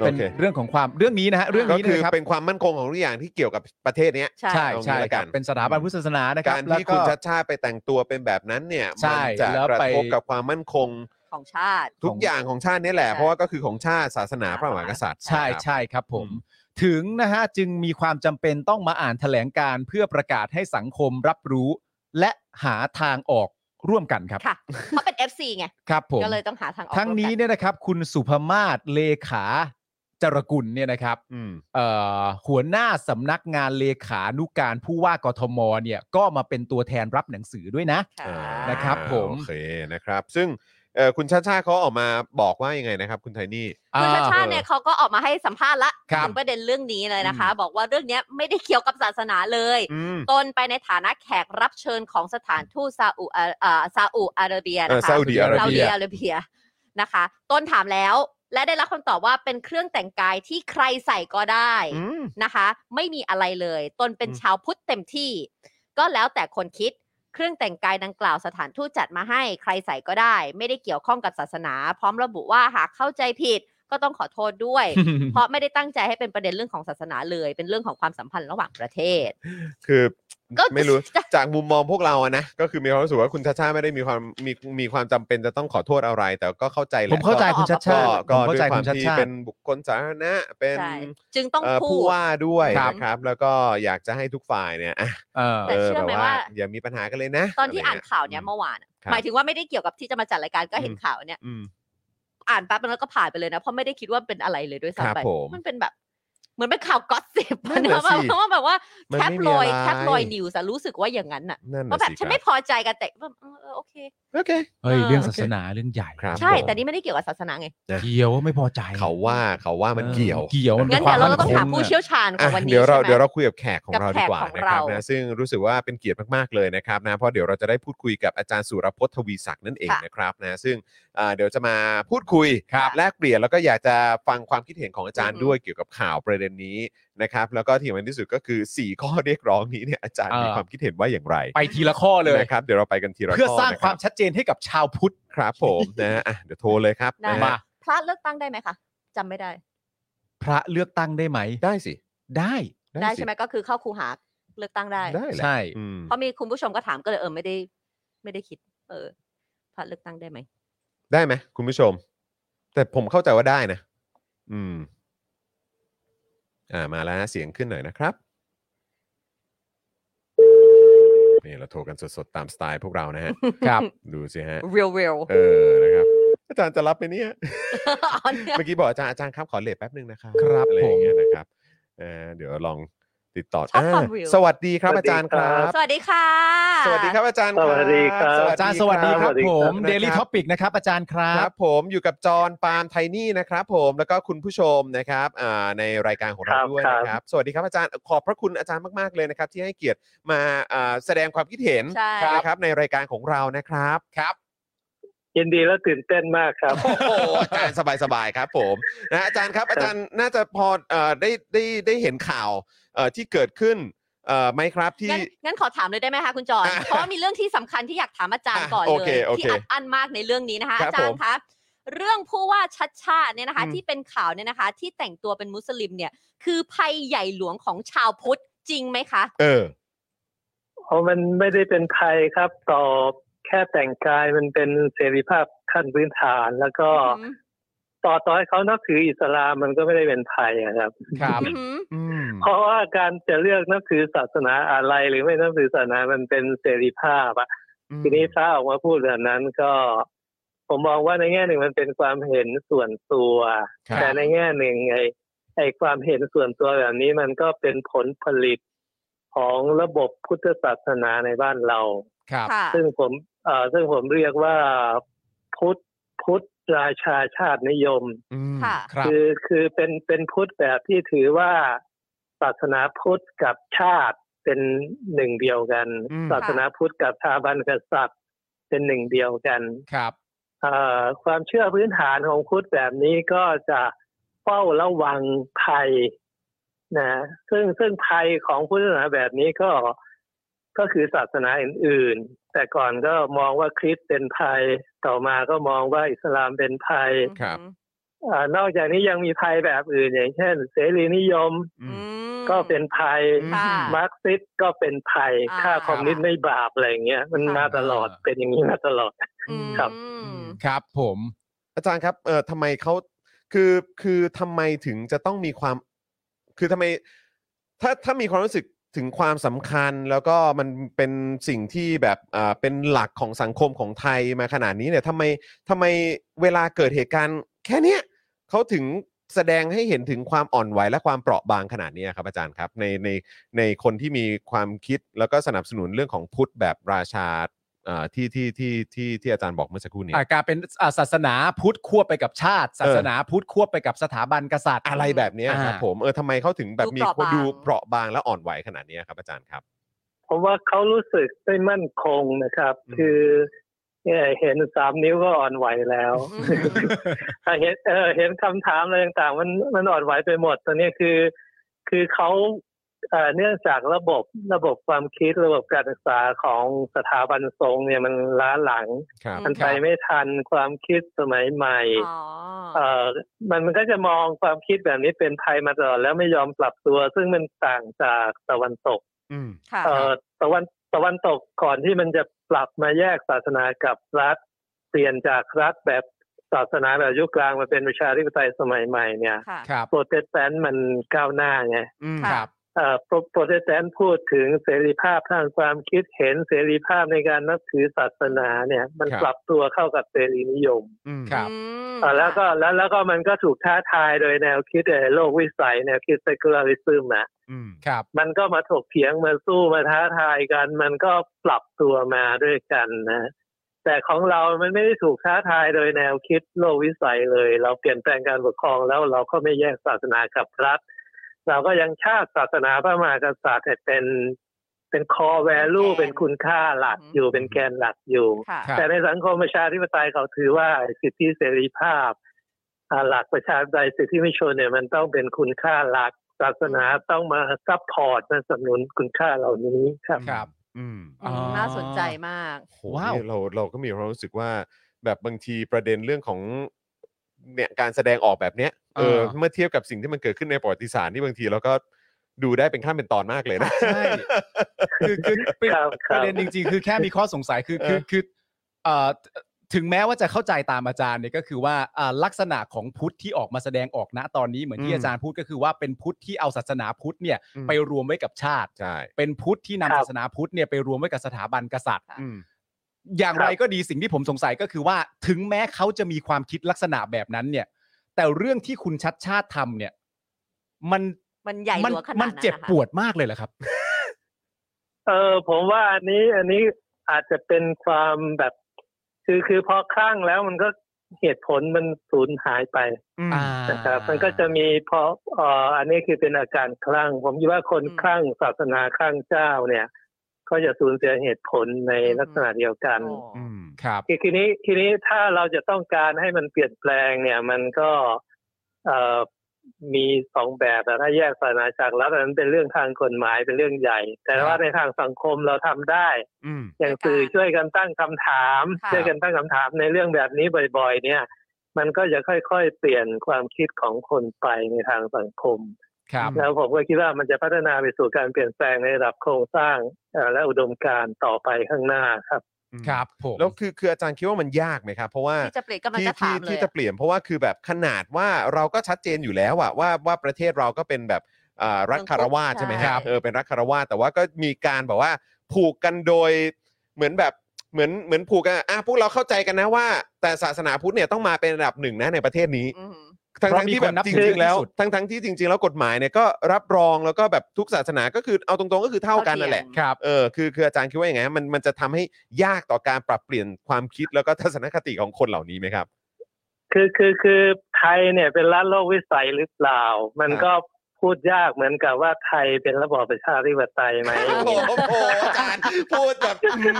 โอ
เป็น
เค
เรื่องของความเรื่องนี้นะฮะเรื่อง
ก็
นี้
คือ
นะครับ
เป็นความมั่นคงของทุกอย่างที่เกี่ยวกับประเทศเนี้ย
ใช่
ใช่
เอางี้
ใช่
ละ
ค
กั
รับ
น
เป็นสถาบันพุทธศาสนานะครับ
การ
แล้ว
ที่
ก็
คุณชาติชาติไปแต่งตัวเป็นแบบนั้นเนี่ย
ใช่
มัจะ
แล้ว
กระ
ไป
ทบกับความมั่นคง
ของชาติ
ทุกอย่างของชาตินี่แหละ
ใช่
เพราะว่าก็คือของชาติศาสนาพระมหากษัตริย์
ใช่
นะครับ
ใช่ครับผม ถึงนะฮะจึงมีความจำเป็นต้องมาอ่านแถลงการณ์เพื่อประกาศให้สังคมรับรู้ และหาทางออกร่วมกันครับ
ค่ะเขาเป็น FC ไง
ครับผม
ก็เลยต้องหาทางออก
ทั้งนี้
ร่วมกั
เนี่ยนะครับ คุณสุภมาศเลขาจรกุลเนี่ยนะครับ
อืม
เอ่อหัวหน้าสำนักงานเลขานุการผู้ว่ากทมเนี่ย ก็มาเป็นตัวแทนรับหนังสือด้วยนะ
ค่ะ
อ่า
นะครับผม
โอเคนะครับ ซึ่งเอ่อคุณชาติชาติเขาออกมาบอกว่ายังไงนะครับ คุณไทนี่
คุณชา
อ่า
ติชาติเนี่ยเขาก็ออกมาให้สัมภาษณ์ละ
ครับ
ถึงประเด็นเรื่องนี้เลยนะคะ บอกว่าเรื่องเนี้ยไม่ได้เกี่ยวกับศาสนาเลย
อืม
ตนไปในฐานะแขกรับเชิญของสถานทูตซาอุอาเอ่อซาอุอาระเบีย
เอ่อ
นะคะ
ซาอุดีอาระ
ซาอุ
เบี
ดิ
ย
อาระเบียนะคะตนถามแล้วและได้รับคำตอบว่าเป็นเครื่องแต่งกายที่ใครใส่ก็ได้
อืม
นะคะ ไม่มีอะไรเลย ตนเป็น
อืม
ชาวพุทธเต็มที่ ก็แล้วแต่คนคิดเครื่องแต่งกายดังกล่าวสถานทูตจัดมาให้ใครใส่ก็ได้ ไม่ได้เกี่ยวข้องกับศาสนา พร้อมระบุว่าหากเข้าใจผิดก็ต้องขอโทษ ด้วย เพราะไม่ได้ตั้งใจให้เป็นประเด็นเรื่องของศาสนาเลย เป็นเรื่องของความสัมพันธ์ระหว่างประเทศ
คือ
ก็
ไม่ รู้
จะ
จากมุมมองพวกเราอะนะก็คือมีความรู้สึกว่าคุณชาชาไม่ได้มีความมีมีความจำเป็นจะต้องขอโทษอะไร แต่ก็เข้าใจแหละ
ผมเข้าใจ
ก็
คุณชัด
ก็
ชาติผ
ก็
มเข้า
ด้วย
ใจ
ควา
คุ
ม
ณชัด
ที่
ชาติ
เป็นบุคคลสาธารณะเป็น
ใช่จึงต้อง
เอ่อ
พู
ผู้
ด
ว่าด้วย
ครับ
นะครับ แล้วก็อยากจะให้ทุกฝ่ายเนี่ยอ่ะ
เออ
แต่เชื่อไหม
แบบ
ว่า
อย่ามีปัญหากันเลยนะ
ตอนที่อ่านะ
ไรเงี้ย
ข่าวเนี้ยเมื่อวานอะ
ครับ
หมายถึงว่าไม่ได้เกี่ยวกับที่จะมาจัดรายการก็เห็น
อืม
ข่าวเนี้ย
อืม
อ่านแป๊บนึงแล้วก็ผ่านไปเลยนะ เพราะไม่ได้คิดว่าเป็นอะไรเลยด้วย
ครับ
ซ้ำไป
ผม
มันเป็นแบบเหมือนเป็นข่าวก็อตสิบ
นั่น
นะ
น่ะสิ
เพราะว่าแบบว่า
มัน
แค
ไม่
ป
มี
ลอย
อะไร
แคปลอยนิวส์อะรู้สึกว่าอย่างนั้นน่ะ
นั่นน่ะ
ว่าแบบ
สิค
ฉัน
รั
ไม่พอใจกันแต่แบบเออเออโอเค
โอเค
เฮ้ย
เออ
เรื่องศาสนาเรื่องใหญ่
ครับ
ใช่
ผม
แต่นี่ไม่ได้เกี่ยวกับศาสนาไง
เกี่ยวไม่พอใจ
เขาว่าเขาว่ามันเกี่ยว
เกี่ยวมัน
งั้น
ป็
เดี๋ยวเรา
ควม
ต้องถาม
มั่นค
ผู้เชี่ยวชาญของ
อ่ะ
วันนี้
เดี๋ยวเรา
ใช่ไหม
เดี๋ยวเราคุยกับแขกของ
กับ
เรา
แข
ดี
ก
กว่า
ของ
นะครับ
เราน
นะซึ่งรู้สึกว่าเป็นเกียรติมากๆเลยนะครับนะเพราะเดี๋ยวเราจะได้พูดคุยกับอาจารย์สุรพจน์ทวีศักดิ์นั่นเอง
ค่ะ
นะครับนะซึ่งอ่าเดี๋ยวจะมาพูดคุย
ครับ
แลกเปลี่ยนแล้วก็อยากจะฟังความคิดเห็นของอาจารย์ด้วยเกี่ยวกับข่าวประเด็นนี้นะครับแล้วก็ที่สำคัญที่สุดก็คือ 4 ข้อเรียกร้องนี้เนี่ยอาจารย์
เออ
มีความคิดเห็นว่าอย่างไร
ไปทีละข้อเลย
นะครับเดี๋ยวเราไปกันทีละข้อ
เพื่อสร้าง
นะคว
คา
รั
ม
บ
ชัดเจนให้กับชาวพุทธ
ครับผมนะฮะอ่ะเดี๋ยวโทรเลยครับ
ได้
นะ
มา
ฮะ
พลาดเลือกตั้งได้ไหมคะจำไม่ได้
พระเลือกตั้งได้ไหม
ได้สิ
ได้
ได้
สิ
ใช่ไหมก็คือเข้าคูหาเลือกตั้งได้
ได้แหละ
ใช่
อืม
เพราะมีคุณผู้ชมก็ถามก็เลยเออไม่ได้ ไม่ได้คิด เออพลาดเลือกตั้งได้ไหม
ได้ไหมคุณผู้ชม แต่ผมเข้าใจว่าได้นะ อืม อ่ามาแล้วนะเสียงขึ้นหน่อยนะครับ นี่เราโทรกันสดๆ ตามสไตล์พวกเรานะฮะ
ครับ
ดูสิฮะ
real real
เออนะครับ อาจารย์จะรับไหมเนี่ย
อ๋อเนี่ย
เมื่อกี้บอกอาจารย์อาจารย์ครับขอเลทแป๊บนึงนะครับ
ครับ
อะไรอย่างเงี้
ผ
ย
ม
นะครับเออเดี๋ยวลองติดต่อ
ชอบความ
อ่า
วิว
สวัสดีครับ
สวัส
อา
ดี
จารย์ค
ครั
รับ บ
สวัสดีค่ะ
สวัสดีครับอาจารย์ครับ
สวัสดีครับ
อาจารย์สวัสดีค
ค
รั
รั
บบ ผม
นะครับ
Daily Topic นะครับอาจารย์ครั
ครับ บผมอยู่กับจอห์นปาล์มไทนี่นะครับผมแล้วก็คุณผู้ชมนะครับอ่าในรายการของเรา
ครับ
ด้วย
ครับ
นะครับสวัสดีครับอาจารย์ขอบพระคุณอาจารย์มากๆเลยนะครับ ที่ให้เกียรติมาอ่าแสดงความคิดเห็น
ใช่
นะครับในรายการของเรานะครับครับ
ยินดีและตื่นเต้นมากครับ
โอ้โหอาจารย์สบายๆครับผมนะอาจารย์ครับอาจารย์น่าจะพอเอ่อได้ได้ได้เห็นข่าวเอ่อที่เกิดขึ้นเอ่อไหมครับที่
งั้นงั้นขอถามเลยได้ไหมคะคุณจอน
อ่ะ
เพราะว่ามีเรื่องที่สำคัญที่อยากถามอาจารย์
อ่ะ
ก่อน
โอ
เล
เค
ย
โอเค
ที่อัดอั้นมากในเรื่องนี้นะคะ
ครับ
อาจารย์คะเรื่องผู้ว่าชัดชาติเนี่ยนะคะ
อืม
ที่เป็นข่าวเนี่ยนะคะ ที่แต่งตัวเป็นมุสลิมเนี่ย คือภัยใหญ่หลวงของชาวพุทธจริงไหมคะ
เออ
เพราะมันไม่ได้เป็นไทยครับต่อแค่แต่งกายมันเป็นเสรีภาพขั้นพื้นฐาน แล้วก็
อืม
ต่อต่อให้เขานับถืออิสลามมันก็ไม่ได้เป็นไทยอะครับ
ครับ
อือหือ
อืม
เพราะว่าการจะเลือกนับถือศาสนาอะไร หรือไม่นับถือศาสนามันเป็นเสรีภาพอะ ทีนี้ถ้าออกมาพูดแบบนั้นก็ ผมมองว่าในแง่หนึ่งมันเป็นความเห็นส่วนตัว
ครับ
แต่ในแง่หนึ่งไอ้ไอ้ความเห็นส่วนตัวแบบนี้มันก็เป็นผลผลิตของระบบพุทธศาสนาในบ้านเรา
ครับ
ค่ะ
ซึ่งผมเอ่อซึ่งผมเรียกว่าพุทธพุทธราชาชาตินิยม
อืม
ค่ะ
ครับ
คือคือเป็นเป็นพุทธแบบที่ถือว่าศาสนาพุทธกับชาติเป็นหนึ่งเดียวกัน
อืม
ศาสนาพุทธกับสถาบันกษัตริย์เป็นหนึ่งเดียวกัน
ครับ
เอ่อความเชื่อพื้นฐานของพุทธแบบนี้ก็จะเฝ้าระวังภัยนะ ซึ่งซึ่งภัยของพุทธศาสนาแบบนี้ก็ก็คือศาสนาอื่น ๆ แต่ก่อนก็มองว่าคริสต์เป็นภัยต่อมาก็มองว่าอิสลามเป็นภัย
ครับ
เอ่อนอกจากนี้ยังมีภัยแบบอื่น อย่างเช่น เสรีนิยม
อื
อื
ม
ม
ก็เป็นภัย
ค่ะ
มาร์กซิสต์ก็เป็นภัย
อ่า
ค่าคอมมิวนิสต์ไม่บาปอะไรอย่างเงี้ยมันมาตลอด
อ่า
เป็นอย่างนี้มาตลอด
อืม
ครับ
ครับผม
อาจารย์ครับ เอ่อทำไมเขาคือคือทำไมถึงจะต้องมีความ คือทำไม ถ้าถ้ามีความรู้สึกถึงความสำคัญ แล้วก็มันเป็นสิ่งที่แบบอ่าเป็นหลักของสังคมของไทยมาขนาดนี้เนี่ยทำไมทำไมเวลาเกิดเหตุการณ์ แค่เนี้ยเขาถึงแสดงให้เห็นถึงความอ่อนไหวและความเปราะบางขนาดนี้ครับอาจารย์ครับ ในในในคนที่มีความคิดแล้วก็สนับสนุนเรื่องของพุทธแบบราชาอ่าที่ที่ที่ที่ที่อาจารย์บอกเมื่อสักครู่นี้
อ่าการเป็นอ่าศาสนาพุทธควบไปกับชาติ ศาสนาพุทธควบไปกับสถาบันกษัตริย์
อะไรแบบเนี้ยครับ
อ่า
ผมเออทำไมเขาถึงแบบ
ดู
มี
เปราะ
คน
บาง
ดูเปราะบางและอ่อนไหวขนาดเนี้ยครับอาจารย์ครับ
เพราะว่าเขารู้สึกไม่มั่นคงนะครับ
อืม
คือเนี่ยเห็นสามนิ้วก็อ่อนไหวแล้ว
อืม
อ่ะ เห็นเออเห็นคำถามอะไรต่างๆ มันมันอ่อนไหวไปหมดตอนนี้คือ คือเขาเอ่อเนื่องจากระบบระบบความคิดระบบการศึกษาของสถาบันทรงฆ์เนี่ยมันล้าหลัง
ครับ
มันไปไม่ทันความคิดสมัยใหม่
อ๋อ
เอ่อมันมันก็จะมองความคิดแบบนี้เป็นภัยมาตลอดแล้วไม่ยอมปรับตัว ซึ่งมันต่างจากตะวันตก
อืม
ค่ะ
เอ่อตะวันตะวันตกก่อนที่มันจะปรับมาแยกศาสนากับรัฐ เปลี่ยนจากรัฐแบบศาสนาแบบยุคกลางมาเป็นประชาธิปไตยสมัยใหม่เนี่ย
ค่ะ
ครับ
โปรเตสแตนต์มันก้าวหน้าไง
อืม
ค่ะ
ครับ
เอ่อโปรโปรเตสแตนต์พูดถึงเสรีภาพทางความคิดเห็นเสรีภาพในการนับถือศาสนาเนี่ย มัน
ครับ
ปรับตัวเข้ากับเสรีนิยม
อืม
ครับ
อืม
เอ่อแล้วก็
ค่ะ
แล้วแล้วก็มันก็ถูกท้าทายโดยแนวคิดเอ่อโลกวิสัยแนวคิด secularism นะ
อืม
ครับ
มันก็มาถกเถียงมาสู้มาท้าทายกัน มันก็ปรับตัวมาด้วยกันนะ แต่ของเรามันไม่ได้ถูกท้าทายโดยแนวคิดโลกวิสัยเลย เราเปลี่ยนแปลงการปกครองแล้วเราก็ไม่แยกศาสนากับรัฐ เราก็ยังชาติศาสนาพระมหากษัตริย์เป็นเป็นคอแวลูเป็นคุณค่าหลักอยู่เป็นแกนหลักอยู่
ค่ะ
ครับ
แต่ในสังคมประชาธิปไตยเขาถือว่าสิทธิเสรีภาพอ่าหลักประชาธิปไตยสิทธิมนุษยชนเนี่ยมันต้องเป็นคุณค่าหลักศาสนาต้องมาซัพพอร์ตมาสนับสนุนคุณค่าเหล่านี้ครับ
ครับ
อืม
อ๋อ
น่าสนใจมาก
โห
ว้าว
นี่เราเราก็มีความรู้สึกว่า แบบบางทีประเด็นเรื่องของเนี่ยการแสดงออกแบบเนี้ยเออ
เออ
เมื่อเทียบกับสิ่งที่มันเกิดขึ้นในประวัติศาสตร์ที่บางทีเราก็ดูได้เป็นขั้นเป็นตอนมากเลยนะ
ใช่คือคือประ
ครับค
ป
รับ
ระเด็นจริง ๆ คือแค่มีข้อสงสัยคือคือคือเอ่อ ถึงแม้ว่าจะเข้าใจตามอาจารย์เนี่ยก็คือว่าอ่าลักษณะของพุทธที่ออกมาแสดงออกณตอนนี้เหมือน
อื
ที่
ม
อาจารย์พูดก็คือว่าเป็นพุทธที่เอาศาสนาพุทธเนี่ย
อืม
ไปรวมไว้กับชาติ
ใช่
เป็นพุทธที่นำ
ครับ
ศาสนาพุทธเนี่ยไปรวมไว้กับสถาบันกษัตริย์
อืม
อย่างไร
ครับ
ก็ดีสิ่งที่ผมสงสัยก็คือว่าถึงแม้เขาจะมีความคิดลักษณะแบบนั้นเนี่ย แต่เรื่องที่คุณชัดชาติทำเนี่ยมัน
มันใหญ่
มั
หลวงขนาด
มัน
นั้นนะคะ
เจ็บปวดมากเลยเหรอครับ
เออผมว่าอันนี้อันนี้อาจจะเป็นความแบบ คือคือพอข้างแล้วมันก็เหตุผลมันสูญหายไป
อ่า
นะครับมันก็จะมีพอเอ่ออันนี้คือเป็นอาการคลั่ง ผมคิดว่าคนคลั่งศาสนาคลั่งเจ้าเนี่ย ก็จะสูญเสียเหตุผลในลักษณะเดียวกัน
โอ้
อืม
ครับ
คือทีนี้ทีนี้ถ้าเราจะต้องการให้มันเปลี่ยนแปลงเนี่ย มันก็เอ่อมีสองแบบแต่ถ้าแยกศาสนาจากรัฐอันนั้นเป็นเรื่องทางกฎหมายเป็นเรื่องใหญ่ แต่ว่าในทางสังคมเราทำได้
อืม
อย่างสื่อช่วยกันตั้งคำถาม
ค่ะ
ช่วยกันตั้งคำถามในเรื่องแบบนี้บ่อย ๆ เนี่ย มันก็จะค่อยๆเปลี่ยนความคิดของคนไปในทางสังคม
ครับ
แล้วผมก็คิดว่ามันจะพัฒนาไปสู่การเปลี่ยนแปลงในระดับโครงสร้างเอ่อและอุดมการณ์ต่อไปข้างหน้าครับ
ครับผม
แล้วคือคืออาจารย์คิดว่ามันยากไหมครับ เพราะว่า
ที่จะเปลี่ยนกำลัง
ที่
จะ
ที่
ถามเลย
ที่จะเปลี่ยนเพราะว่าคือแบบขนาดว่าเราก็ชัดเจนอยู่แล้วอะว่าว่าประเทศเราก็เป็นแบบอ่ารัฐคารวาสใช่ไหมครับเออเป็นรัฐคารวาสแต่ว่าก็มีการแบบว่าผูกกันโดยเหมือนแบบเหมือนเหมือนผูกกันอ่ะพวกเราเข้าใจกันนะว่า แต่ศาสนาพุทธเนี่ยต้องมาเป็นระดับหนึ่งนะในประเทศนี้
อืม
ทั้ง
เพ
ๆ
ราะมี
ที่
ค
แบ
น
บ
นับ
จ
ถือ
ริงๆแล้ว
ที่สุด
ทั้งทั้งๆที่จริง ๆ แล้วกฎหมายเนี่ยก็รับรองแล้วก็แบบทุกศาสนาก็คือเอาตรงๆก็คือเท่ากันนั่นแหละ
ครับ
เออคือคืออาจารย์คิดว่าอย่างไงฮะมันมันจะทำให้ยากต่อการปรับเปลี่ยนความคิดแล้วก็ทัศนคติของคนเหล่านี้ไหมครับ
คือคือคือไทยเนี่ยเป็นรัฐโลกวิสัยหรือเปล่า มันก็พูดยากเหมือนกับว่าไทยเป็นระบอบประชาธิปไตยไหม
โอ้โหโอ้โหอาจารย์พูด แบบอื้อหื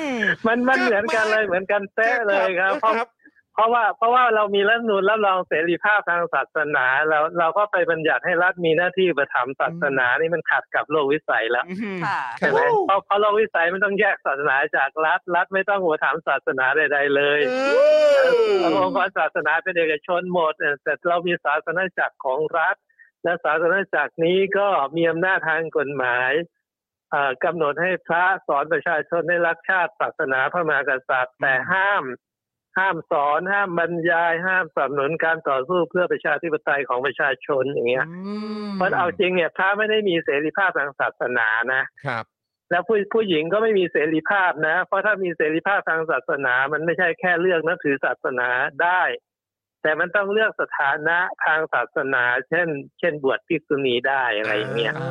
อ
มันมันเหมือนกันเลยเหมือนกันเป๊ะเลยครับเพราะ
ครับ
เพราะว่าเพราะว่าเรามีรัฐธรรมนูลรับรองเสรีภาพทางศาสนาเราเราก็ไปบัญญัติให้รัฐมีหน้าที่ประถมภ์ศาสนานี่มันขัดกับโลกวิสัยแล้ว
อื้อหือ
ค่ะ
ครั
ใช่
บ
ไหมเพราะเพราะโลกวิสัยมันต้องแยกศาสนาจากรัฐ รัฐไม่ต้องหัวถามภ์ศาสนาใดๆเลย
เออ
องค์กรศาสนาเป็นเอกชนหมดเอ่อแต่เรามีศาสนาจักรของรัฐ และศาสนาจักรนี้ก็มีอำนาจทางกฎหมายเอ่อกำหนดให้พระสอนประชาชนให้รักชาติศาสนาพระมหากษัตริย์ แต่ห้าม ห้ามสอนห้ามบรรยาย ห้ามสนับสนุนการต่อสู้เพื่อประชาธิปไตยของประชาชนอย่างเงี้ยเพราะเอาจริงเนี่ยพระไม่ได้มีเสรีภาพทางศาสนานะ
ครับ
แล้วผู้ผู้หญิงก็ไม่มีเสรีภาพนะ เพราะถ้ามีเสรีภาพทางศาสนา มันไม่ใช่แค่เลือกนับถือศาสนาได้ แต่มันต้องเลือกสถานะทางศาสนา เช่น เช่น บวชภิกษุณีได้อะไรอย่างเงี้ย
อ่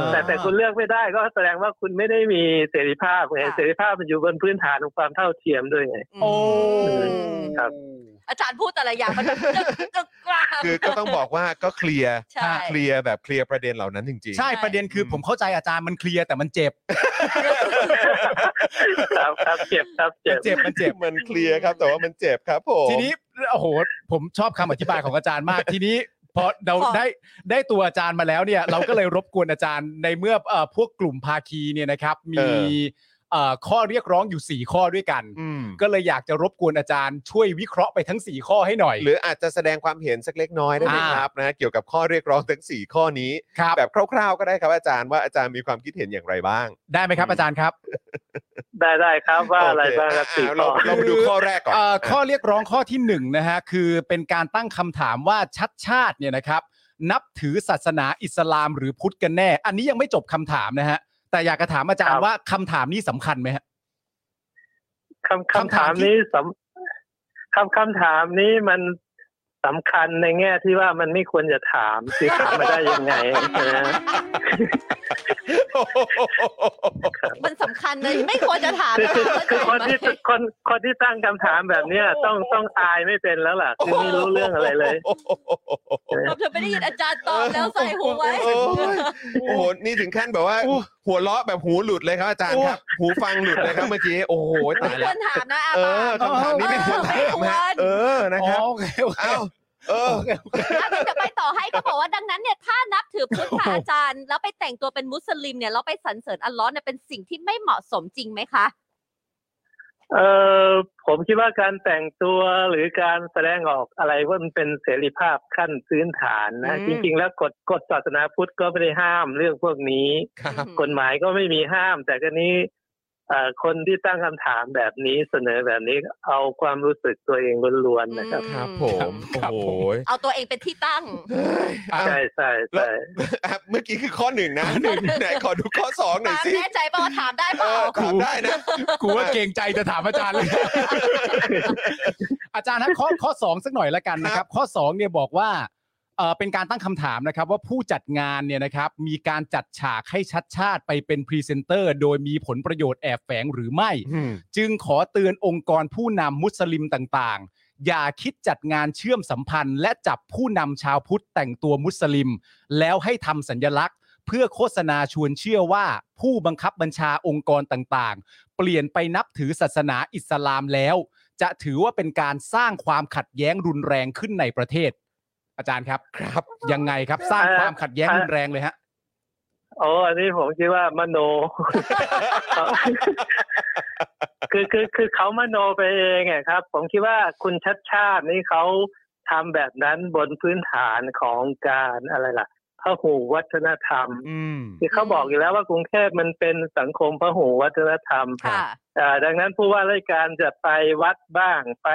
า
แต่แต่คุณเลือกไม่ได้ก็แสดงว่าคุณไม่ได้มีเสรีภาพไง
ค่ะ
เสรีภาพมันอยู่บนพื้นฐานของความเท่าเทียมด้วยไง
อืม
โอ้
ครับ
อาจารย์พูดแต่ละอย่างมันจะจะกล้า
คือก็ต้องบอกว่าก็เคลียร์
ใช่
เคลียร์แบบเคลียร์ประเด็นเหล่านั้นจริงๆ
ใช่ประเด็นคือผมเข้าใจอาจารย์มันเคลียร์แต่มันเจ็บ
ครับครับเจ็บครับเจ็บ
เจ็บมันเจ็บ
มันเคลียร์ครับ แต่ว่ามันเจ็บครับผม
ทีนี้โอ้โหผมชอบคำอธิบายของอาจาร ย์มาก ทีนี้พอเราได้ได้ตัวอาจารย์มาแล้วเนี่ย เราก็เลยรบกวนอาจารย์ในเมื่อเอ่อพวกกลุ่มภาคีเนี่ยนะครับมีเอ่อข้อเรียกร้องอยู่สี่ข้อด้วยกัน
อืม
ก็เลยอยากจะรบกวนอาจารย์ช่วยวิเคราะห์ไปทั้งสี่ข้อให้หน่อย
หรืออาจจะแสดงความเห็นสักเล็กน้อยได้ไหม
อ่า
ครับนะเกี่ยวกับข้อเรียกร้องทั้งสี่ข้อนี้
ครับ
แบบคร่าวๆ ก็ได้ครับอาจารย์ว่าอาจารย์มีความคิดเห็นอย่างไรบ้าง
ได้ไหมครับอาจารย์ครับ
ได้ได้ครับว่าอะไร
โเค
บ้างครับสี่
อ่ะ
ข้
เรา
อ
เรามาดูข้อแรกก่อน
เอ่อข้อเรียกร้องข้อที่หนึ่งนะฮะคือเป็นการตั้งคำถามว่าชัดชาติเนี่ยนะครับ นับถือศาสนาอิสลามหรือพุทธกันแน่ อันนี้ยังไม่จบคำถามนะฮะแต่อยากจะถามอาจาร
ครั
ย์
บ
ว่าคำถามนี้สำคัญไหมฮะ
คำ
คำถา
คำถาม ม
ที่
นี้สำคำคำถามนี้มันสำคัญในแง่ที่ว่ามันไม่ควรจะถามคือถามมาได้ยังไง นะ
โอ้โห
มันสำคัญเลยไม่ควรจะถาม
คือคือ
เข้าใจ
คือคนที่
ไหม
คนคนที่ตั้งคำถามแบบเนี้ยต้องต้องอายไม่เป็นแล้วล่ะคือไม่รู้เรื่องอะไรเลย
โอ้โห
เราจะไม่ได้ยินอาจารย์ตอบแล้วใส่หูไว้
โอ้โหโอ้โหนี่ถึงขั้นแบบว่า หัวเราะแบบหูหลุดเลยครับอาจารย์ครับ หูฟังหลุดเลยครับเมื่อกี้โอ้โห
ไม่
ตาย
ค
แล้ว ว
รถามนะอา
เออ
ปา
คำถามนี้ไม่ควรถามฮะเออนะครับ
อ๋อโอเคโอเค
เอ้าเออ
อ่ะเดี๋ยวไปต่อให้ก็บอกว่าดังนั้นเนี่ยถ้านับถือพุทธค่ะอาจารย์ แล้วไปแต่งตัวเป็นมุสลิมเนี่ยเราไปสรรเสริญอัลเลอฮ์เนี่ยเป็นสิ่งที่ไม่เหมาะสมจริงไหมคะ
เออผมคิดว่าการแต่งตัวหรือการแสดงออกอะไรว่ามันเป็นเสรีภาพขั้นพื้นฐานนะ
อืม
จริง ๆ แล้วกฎกฎศาสนาพุทธก็ไม่ได้ห้ามเรื่องพวกนี้
ครับ
กฎหมายก็ไม่มีห้าม แต่ก็นี้ เอ่อคนที่ตั้งคำถามแบบนี้เสนอแบบนี้เอาความรู้สึกตัวเองล้วนๆนะครับ
ครับผมโอ้
ครับผ
โห
ม
เอาตัวเองเป็นที่ตั้ง
อ่ะ
ใช่ใช่ใช่
อ่ะเมื่อกี้คือข้อหนึ่งนะหนึ่งไหนขอดูข้อสองหน่อย
ถาม
สิ
แน่ใจเปล่าว่าถามได้เป
เอ
ล่า
อถามได้นะ
กูว่าเกรงใจจะถามอาจารย์เลย อาจารย์นะข้อข้อสองสักหน่อยละกันนะครับ ข้อสองเนี่ยบอกว่าเอ่อเป็นการตั้งคำถามนะครับ ว่าผู้จัดงานเนี่ยนะครับ มีการจัดฉากให้ชัดชาติไปเป็นพรีเซนเตอร์ โดยมีผลประโยชน์แอบแฝงหรือไม่ จึงขอเตือนองค์กรผู้นำมุสลิมต่างๆ อย่าคิดจัดงานเชื่อมสัมพันธ์ และจับผู้นำชาวพุทธแต่งตัวมุสลิม แล้วให้ทำสัญญลักษณ์ เพื่อโฆษณาชวนเชื่อว่าผู้บังคับบัญชาองค์กรต่างๆ เปลี่ยนไปนับถือศาสนาอิสลามแล้ว จะถือว่าเป็นการสร้างความขัดแย้งรุนแรงขึ้นในประเทศ อาจารย์ครับครับ ยังไงครับสร้างความขัดแย้งรุนแรงเลยฮะ
โอ้อันนี้ผมคิดว่ามโน คือคือคือเขามโนไปเองอะครับ ผมคิดว่าคุณชัดชาตินี่เขาทำแบบนั้นบนพื้นฐานของการอะไรล่ะพหูวัฒนธรรม
อืม
คือเขาบอกอยู่แล้วว่ากรุงเทพมันเป็นสังคมพหูวัฒนธรรม
ค่ะ
เอ่อดังนั้นผู้ว่าราชการจะไปวัดบ้าง ไป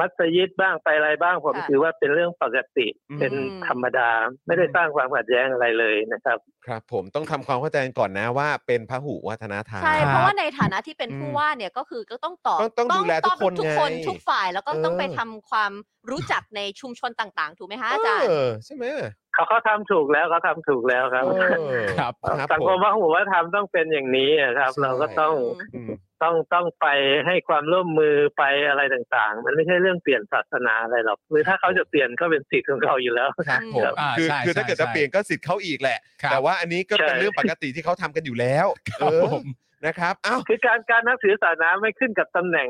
มัสยิดบ้างไปอะไรบ้าง ผม
ค่ะ
ถือว่าเป็นเรื่องปกติ
อืม
เป็นธรรมดา ไม่ได้สร้างความขัดแย้งอะไรเลยนะครับ
ครับผมต้องทำความเข้าใจกันก่อนนะว่าเป็นพหุวัฒนธรรม
ใช่
ครับ
เพราะว่าในฐานะที่เป็นผู้
อืม
ว่าเนี่ยก็คือก็ต้องตอบ
ต้องต้องดูแลทุกคน
ทุกคน
ไง
ทุกฝ่ายแล้วก็ต้อง
เออ
ไปทำความรู้จักในชุมชนต่างๆ ถูกไหมฮะอาจารย์
เออใช่ไหม
เขาเขาทำถูกแล้วเขาทำถูกแล้วครับ
เออ
ครับ
สังคม
ผ
ว่าหัวธรรมต้องเป็นอย่างนี้อะครับ
ใช่
เราก็ต้อง
อืม
ต้องต้องไปให้ความร่วมมือไปอะไรต่างๆ มันไม่ใช่เรื่องเปลี่ยนศาสนาอะไรหรอกหรือถ้าเขาจะเปลี่ยนก็เป็นสิทธิ์ของเขาอยู่แล้ว
ครับผม
อ่า
คือ
ใช่
คือถ้า
ใช่
เกิดจะ
ใช่
เปลี่ยนก็สิทธิ์เขาอีกแหละ
ครับ
แต่ว่าอันนี้ก็เป็น
ใช่
เรื่องปกติที่เขาทำกันอยู่แล้ว
ค
เอ
รับ
อ
ผม
นะครับอ้าว
คือการการนับถือศาสนาไม่ขึ้นกับตำแหน่ง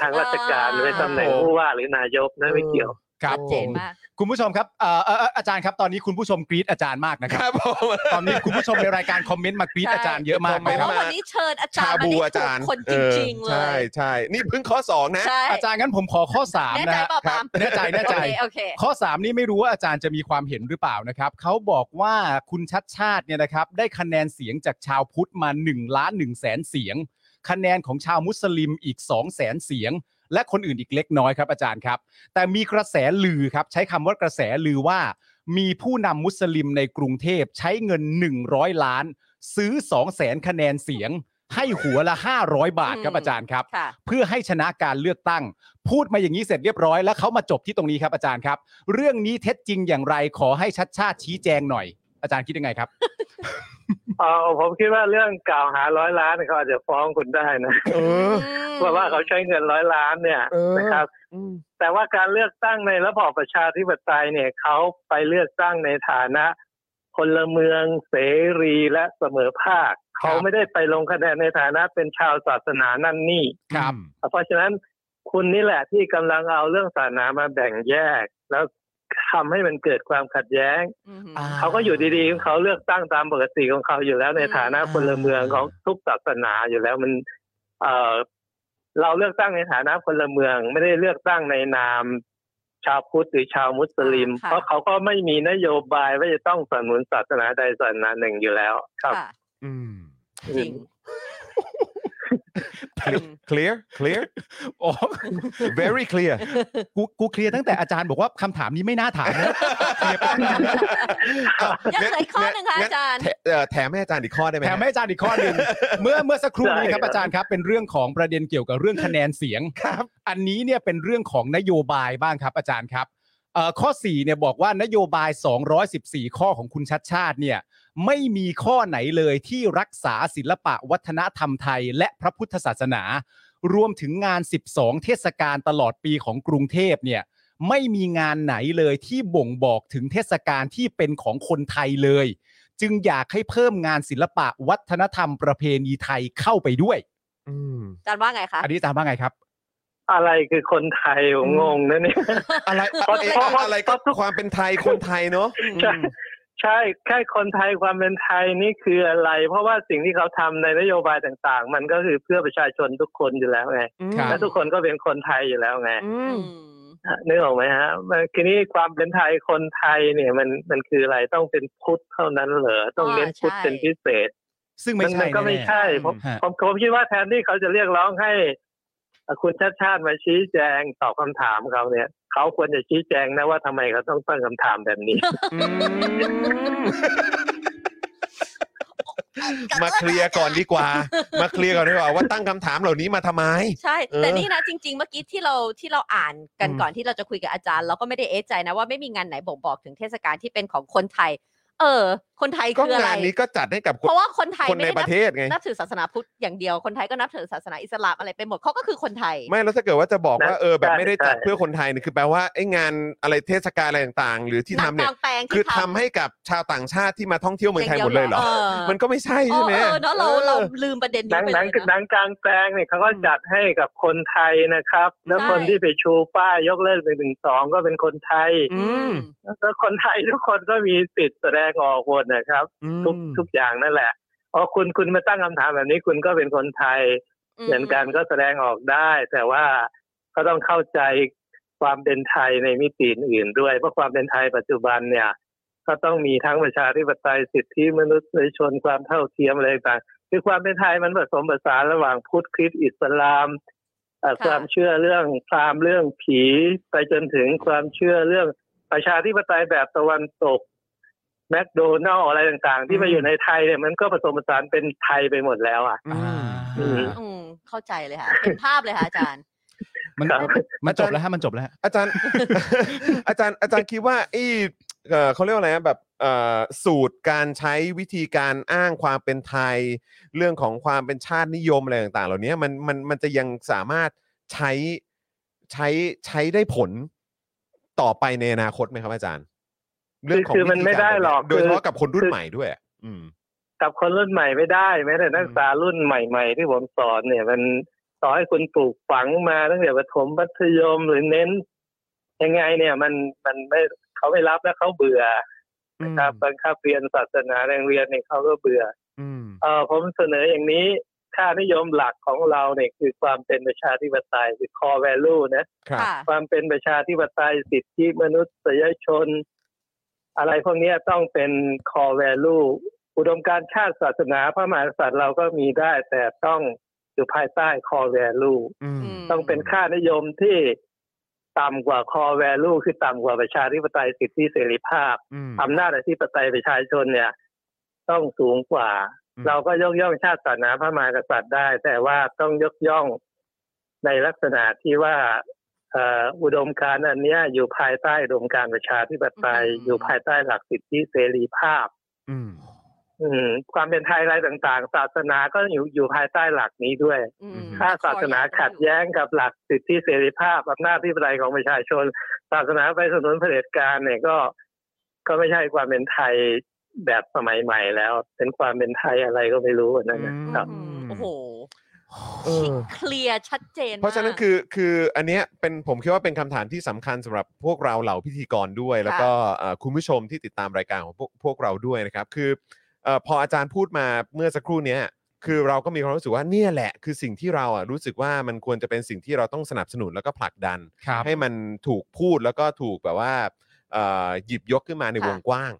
ทางราชการ
อ่า
ไม่ตำแหน่งผู้ว่าหรือนายกนะไม่เกี่ยว
ครับ
ชัด
ผ
เจน
ม
มาก
คุณผู้ชมครับเอ่อเอ่อเอ่ออาจารย์ครับตอนนี้คุณผู้ชมกรี๊ดอาจารย์มากนะค
ครับ รับผม
ตอนนี้คุณผู้ชมในรายการคอมเมนต์มากรี๊ด
ใช่
อาจารย์เยอะมาก
ค
บ
รั
อบ ก
นะครั
ว่า
บ
วันนี้เชิญอาจาร
ชา
ย์มา
บู
ได้
อา
ถู
จาก รย์
คนจริงๆเล
ใช่
ย
ใช่นี่เพิ่งข้อสองนะ
ใช่
อาจารย์งั้นผมขอข้อสาม
แน่
นะ
ใจ
ฮะ
เปล่าปาล์ม
แน่ใจแน่ใจ
โอเคโอเค
ข้อ 3 นี่ไม่รู้ว่าอาจารย์จะมีความเห็นหรือเปล่านะครับเขาบอกว่าคุณชัดชาติเนี่ยนะครับ ได้คะแนนเสียงจากชาวพุทธมา1ล้าน1แสนเสียง คะแนนของชาวมุสลิมอีก2แสนเสียง และคนอื่นอีกเล็กน้อยครับอาจารย์ครับ แต่มีกระแสลือครับ ใช้คำว่ากระแสลือว่า มีผู้นำมุสลิมในกรุงเทพใช้เงิน 100 ล้าน ซื้อ2แสนคะแนนเสียง ให้หัวละ 500 บาทครับ
อืม
อาจารย์ครับ
ค่ะ
เพื่อให้ชนะการเลือกตั้ง พูดมาอย่างนี้เสร็จเรียบร้อยแล้วเขามาจบที่ตรงนี้ครับอาจารย์ครับ เรื่องนี้เท็จจริงอย่างไรขอให้ชัดชาติชี้แจงหน่อย อาจารย์คิดยังไงครับ
เออผมคิดว่าเรื่องกล่าวหาร้อยล้านเขาอาจจะฟ้องคุณได้นะ
เออ
เพราะว่าเขาใช้เงินร้อยล้านเนี่ย
เออ
นะครับ
อืม
แต่ว่าการเลือกตั้งในระบอบประชาธิปไตยเนี่ยเขาไปเลือกตั้งในฐานะพลเมืองเสรีและเสมอภาค เขาไม่ได้ไปลงคะแนนในฐานะเป็นชาวศาสนานั่นนี่
ครับ
เพราะฉะนั้นคุณนี่แหละที่กำลังเอาเรื่องศาสนามาแบ่งแยก แล้วทำให้มันเกิดความขัดแย้ง
อืม
อ่า
เขาก็อยู่ดีๆเขาเลือกตั้งตามปกติของเขาอยู่แล้วในฐานะ
อ่า
พลเมืองของทุกศาสนาอยู่แล้วมันเออเราเลือกตั้งในฐานะพลเมือง ไม่ได้เลือกตั้งในนาม ชาวพุทธหรือชาวมุสลิม
อ่าค่ะ
เพราะเขาก็ไม่มีนโยบายว่าจะต้องสนับสนุนศาสนาใดศาสนาหนึ่งอยู่แล้ว ครับ
ค่ะ
อืม
จริง
เคลียร์ clear
โอ้
very clear
กูกูเคลียร์ตั้งแต่อาจารย์บอกว่าคำถามนี้ไม่น่าถามนะเคลียร์ไป
ยังเหลืออีกข้อหนึ่งค่ะอาจารย์
แถเอ่อแถมให้อาจารย์อีกข้อได้ไหม
แถมให้อาจารย์อีกข้อหนึ่งเมื่อเมื่อสักครู่นี้ครับอาจารย์ครับ เป็นเรื่องของประเด็นเกี่ยวกับเรื่องคะแนนเสียง
ครับ
อันนี้เนี่ยเป็นเรื่องของนโยบายบ้างครับอาจารย์ครับเอ่อข้อ4เนี่ยบอกว่านโยบาย 214 ข้อของคุณชัดชาติเนี่ยไม่มีข้อไหนเลยที่รักษาศิลปะวัฒนธรรมไทย และพระพุทธศาสนา รวมถึงงาน 12 เทศกาลตลอดปีของกรุงเทพเนี่ยไม่มีงานไหนเลยที่บ่งบอกถึงเทศกาลที่เป็นของคนไทยเลย จึงอยากให้เพิ่มงานศิลปะวัฒนธรรมประเพณีไทยเข้าไปด้วย
อืม
อาจารย์ว่าไงคะ
อันนี้อาจารย์ว่าไงครับ
อะไรคือคนไทยผมงงนะเนี่ย
อะไร
เพราะ
เอ๊ะ
เพราะเพราะ
อะไรก็ความเป็นไทยคนไทยเนอะ
ใช่ใช่แค่คนไทยความเป็นไทยนี่คืออะไร เพราะว่าสิ่งที่เขาทำในนโยบายต่าง ๆ มันก็คือเพื่อประชาชนทุกคนอยู่แล้วไง
ครับ
และทุกคนก็เป็นคนไทยอยู่แล้วไง
อื
อื
ม
ม
นึกออกไหมฮะมันทีนี้ความเป็นไทยคนไทยเนี่ยมันมันคืออะไรต้องเป็นพุทธเท่านั้นเหรอต้องเน้นพุทธ
อ่าใช่
เป็นพิเศษ
ซึ่งไม่
มั
ใช่
นก็ไม่
แน่ๆ
ใช่ผม
ฮะ
ผมผมคิดว่าแทนที่เขาจะเรียกร้องให้เอ่อคุณชาติชาติมาชี้แจงตอบคำถามเขาเนี่ย เขาควรจะชี้แจงนะว่าทำไมเขาต้องตั้งคำถามแบบนี้
มาเคลียร์ก่อนดีกว่า มาเคลียร์ก่อนดีกว่าว่าตั้งคำถามเหล่านี้มาทำไม
ใช่
เออ
แต่นี่นะจริง ๆ เมื่อกี้ที่เราที่เราอ่านกัน
อืม
ก่อนที่เราจะคุยกับอาจารย์ เราก็ไม่ได้เอะใจนะว่าไม่มีงานไหนบ่งบอกถึงเทศกาลที่เป็นของคนไทย เออ คนไทย
ก็
คืออะไร
งานนี้ก็จัดให้กับค
เพ
น
ราะว่าคนไทย
คนใน
ไม่ได้
ป
นั
ระเทศไง
บนับถือศาสนาพุทธอย่างเดียวคนไทยก็นับถือศาสนาอิสลามอะไรไปหมดเขาก็คือคนไทย
ไม่แล้วถ้าเกิดว่าจะบอกว่า
นะ
เออแบบ
ใช่
ไม่ได้จัด
ใช่
เพื่อคนไทยเนี่ยคือแปลว่าไอ้งานอะไรเทศกาลอะไรต่างๆ หรือที่ทำเนี่ย
กางแปลง
คือทำให้กับชาวต่างชาติที่มาท่องเที่ยวเมืองไทย
าง
หมดเลยเหรอ มันก็ไม่ใช่
เอ
ใช่
อ
ไหม
เออเนาะเราเราลืมประเด็น
หนั
นี้
ง
ไป
ห
เล
นัง
ย
ห
นะ
นังกลางแปลงเนี่ยเขาก็จัดให้กับคนไทยนะครับ แล้ว
ใช่
คนที่ไปชูป้ายยกเลิกไปหนึ่งสองก็เป็นคนไทย
อืม
แล้วคนไทยทุกคนก็มีสิทธิ์แสดงออกหมดนะครับ ทุกทุกอย่างนั่นแหละพอคุณคุณมาตั้งคำถามแบบนี้คุณก็เป็นคนไทย เหมือนกันก็แสดงออกได้ แต่ว่าก็ต้องเข้าใจความเป็นไทยในมิติอื่นด้วย เพราะความเป็นไทยปัจจุบันเนี่ย ก็ต้องมีทั้งประชาธิปไตยสิทธิมนุษยชนความเท่าเทียมอะไรต่างคือความเป็นไทยมันผสมผสานระหว่างพุทธคริสต์อิสลามเอ่อ
ค่ะ
ความเชื่อเรื่องพราหมณ์เรื่องผีไปจนถึงความเชื่อเรื่องประชาธิปไตยแบบตะวันตกแมคโดนัลอะไรต่างๆ ที่มาอยู่ในไทยเนี่ยมันก็ผสมผสานเป็นไทยไปหมดแล้วอ่ะ
อ่า
อืม
อืมเข้าใจเลยค่ะเป็นภาพเลยค่ะอาจารย์
มัน
ครับ
มันจบแล้วฮะมันจบแล้วฮะ
อาจารย์ อาจารย์อาจารย์คิดว่าไอ้เอ่อเขาเรียกว่าอะไรนะแบบเอ่อสูตรการใช้วิธีการอ้างความเป็นไทย เรื่องของความเป็นชาตินิยมอะไรต่างๆ เหล่านี้มันมันมันจะยังสามารถใช้ใช้ใช้ได้ผลต่อไปในอนาคตไหมครับอาจารย์ เรื่องของ
คือมัน
วิธีา
ไม่ได้หรอก
แบบนี้โดยเฉ
คือ
พาะกับคนรุ่นใหม่ด้วย อืม
กับคนรุ่นใหม่ไม่ได้แม้แต่นักศึกษารุ่นใหม่ ๆ ที่ผมสอนเนี่ย มันต่อให้คุณปลูกฝังมาตั้งแต่ประถมมัธยมหรือเน้น ยังไงเนี่ย มันมันไม่เขาไม่รับแล้วเขาเบื่อนะครับบังคับเรียนศาสนาแรงเรียนเนี่ยเขาก็เบื่อ
อืม
เออผมเสนออย่างนี้ค่านิยมหลักของเราเนี่ยคือความเป็นประชาธิปไตยคือ core value นะ
ครับ
ค่ะ
ความเป็นประชาธิปไตยสิทธิมนุษยชน อะไรพวกเนี้ยต้องเป็น core value อุดมการณ์ชาติศาสนาพระมหากษัตริย์เราก็มีได้ แต่ต้องอยู่ภายใต้ core value
อืม
ม
ต้องเป็นค่านิยมที่ต่ำกว่า core value คือต่ำกว่าประชาธิปไตยสิทธิเสรีภาพ
อืม
อำนาจอธิปไตยประชาชนเนี่ย ต้องสูงกว่า
อืม
เราก็ยกย่องชาติศาสนาพระมหากษัตริย์ได้ แต่ว่าต้องยกย่องในลักษณะที่ว่าเอ่ออุดมการณ์อันเนี้ยอยู่ภายใต้อุดมการณ์ประชาธิปไตย
อืม
อยู่ภายใต้หลักสิทธิเสรีภาพ
อืม
อืม ความเป็นไทยอะไรต่างๆ ศาสนาก็อยู่อยู่ภายใต้หลักนี้ด้วย
อืม
ถ้าศาสนาขัดแย้งกับหลักสิทธิเสรีภาพอำนาจที่ปไตยของประชาชน ศาสนาไปสนับสนุนเผด็จการเนี่ยก็ ก็ไม่ใช่ความเป็นไทยแบบสมัยใหม่แล้ว เป็นความเป็นไทยอะไรก็ไม่รู้อันนั่นนะ
อืม
ครับ
โอ้โห
เออ
เคลียร์ชัดเจนมก
เพราะฉะนั้นคือคืออันเนี้ยเป็นผมคิดว่าเป็นคำถามที่สำคัญสำหรับพวกเราเหล่าพิธีกรด้วย แล้วก็เอ่อคุณผู้ชมที่ติดตามรายการของพวกพวกเราด้วยนะครับ คือเอ่อพออาจารย์พูดมาเมื่อสักครู่เนี้ยคือเราก็มีความรู้สึกว่าเนี่ยแหละ คือสิ่งที่เราอ่ะรู้สึกว่ามันควรจะเป็นสิ่งที่เราต้องสนับสนุนแล้วก็ผลักดัน
ครับ
ให้มันถูกพูดแล้วก็ถูกแบบว่าเอ่อหยิบยกขึ้นมาใน
ค่ะ
วงกว้าง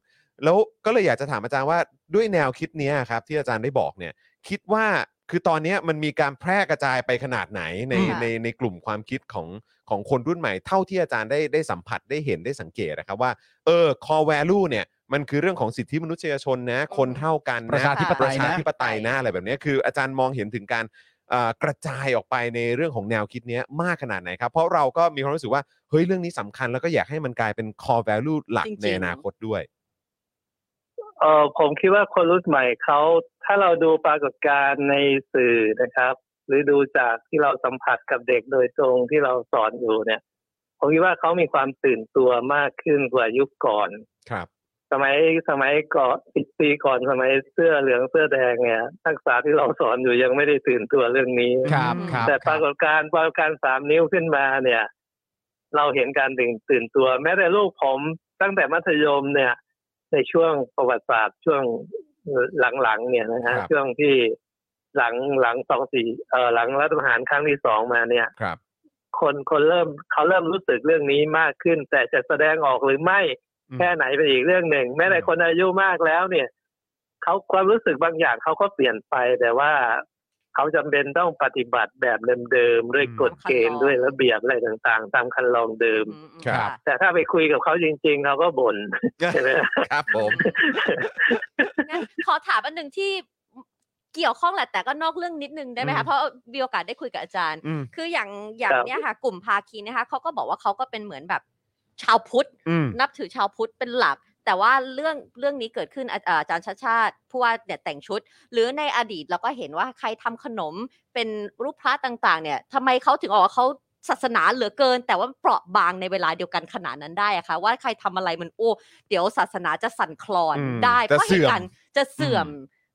แล้วก็เลยอยากจะถามอาจารย์ว่าด้วยแนวคิดเนี้ยครับที่อาจารย์ได้บอกเนี่ย คิดว่าคือตอนเนี้ยมันมีการแพร่กระจายไปขนาดไหนใน
ค่ะ
ในในกลุ่มความคิดของของคนรุ่นใหม่ เท่าที่อาจารย์ได้ได้สัมผัสได้เห็นได้สังเกตนะครับว่าเออ core value เนี่ยมันคือเรื่องของสิทธิมนุษยชนนะ คนเท่ากัน
ประ
นะ
ชาธิปไต
ประ
ย
ชา
นะ
ธิปไตยนะอะไรแบบเนี้ยคืออาจารย์มองเห็นถึงการ เอ่อกระจายออกไปในเรื่องของแนวคิดเนี้ยมากขนาดไหนครับ เพราะเราก็มีความรู้สึกว่า เฮ้ย เรื่องนี้สำคัญแล้วก็อยากให้มันกลายเป็น core value หลัก
จริงๆ
ในอนาคต ด้วย
เออผมคิดว่าคนรุ่นใหม่เขาถ้าเราดูปรากฏการณ์ในสื่อนะครับ หรือดูจากที่เราสัมผัสกับเด็กโดยตรงที่เราสอนอยู่เนี่ย ผมคิดว่าเขามีความตื่นตัวมากขึ้นกว่ายุคก่อน
ครับ
สมัยสมัยก่อนสิบปีก่อนสมัยเสื้อเหลืองเสื้อแดงเนี่ยนักศึกษาที่เราสอนอยู่ยังไม่ได้ตื่นตัวเรื่องนี้
ครับ
อืม
ครับ
แต่
ค
ป
รับ
รากฏการณ์ปรากฏการณ์สามนิ้วขึ้นมาเนี่ย เราเห็นการตื่นตื่นตัว แม้แต่ลูกผมตั้งแต่มัธยมเนี่ย ในช่วงประวัติศาสตร์ช่วงหลังๆเนี่ยนะ
ครั
ฮะ
บ
ช่วงที่หลังหลังสองสี่เอ่อหลังรัฐประหารครั้งที่สองมาเนี่ย
ครับ
คนคนเริ่มเขาเริ่มรู้สึกเรื่องนี้มากขึ้น แต่จะแสดงออกหรือไม่
อืม
แค่ไหนเป็นอีกเรื่องหนึ่ง แม้แต่
อืม
คนอายุมากแล้วเนี่ย เขาความรู้สึกบางอย่างเขาก็เปลี่ยนไปแต่ว่าเขาจำเป็นต้องปฏิบัติแบบเดิมๆด้วย
อืม
กฎเกณฑ์ด้วยระเบียบอะไรต่างๆ ตามคันลองเดิม
อืมอืม
ครับ
ค่ะ
แต่ถ้าไปคุยกับเขาจริงๆ เขาก็บ่นใช่ไหม
ครับผม
งั้นขอถามอันหนึ่งที่เกี่ยวข้องแหละแต่ก็นอกเรื่องนิดนึงได้ไหม
อื
คะ
ม
เพราะมีโอกาสได้คุยกับอาจารย์
อืม
คืออย่างอย่าง
ครับ
เนี้ยค่ะ กลุ่มภาคีนะคะเขาก็บอกว่าเขาก็เป็นเหมือนแบบชาวพุทธ
อืม
นับถือชาวพุทธเป็นหลัก แต่ว่าเรื่องเรื่องนี้เกิดขึ้นอาอ่าอาจารย์ชาติชาติผู้ว่าเนี่ยแต่งชุด หรือในอดีตเราก็เห็นว่าใครทำขนมเป็นรูปพระต่างๆ เนี่ยทำไมเขาถึงออกว่าเขาศาสนาเหลือเกิน แต่ว่าเปราะบางในเวลาเดียวกันขนาดนั้นได้อะคะว่าใครทำอะไรมันโอ้เดี๋ยวศาสนาจะสั่นคลอน
อืม
ได้
จะ
เพราะ
เสื่อม
เหตุการณ์จะเสื่อม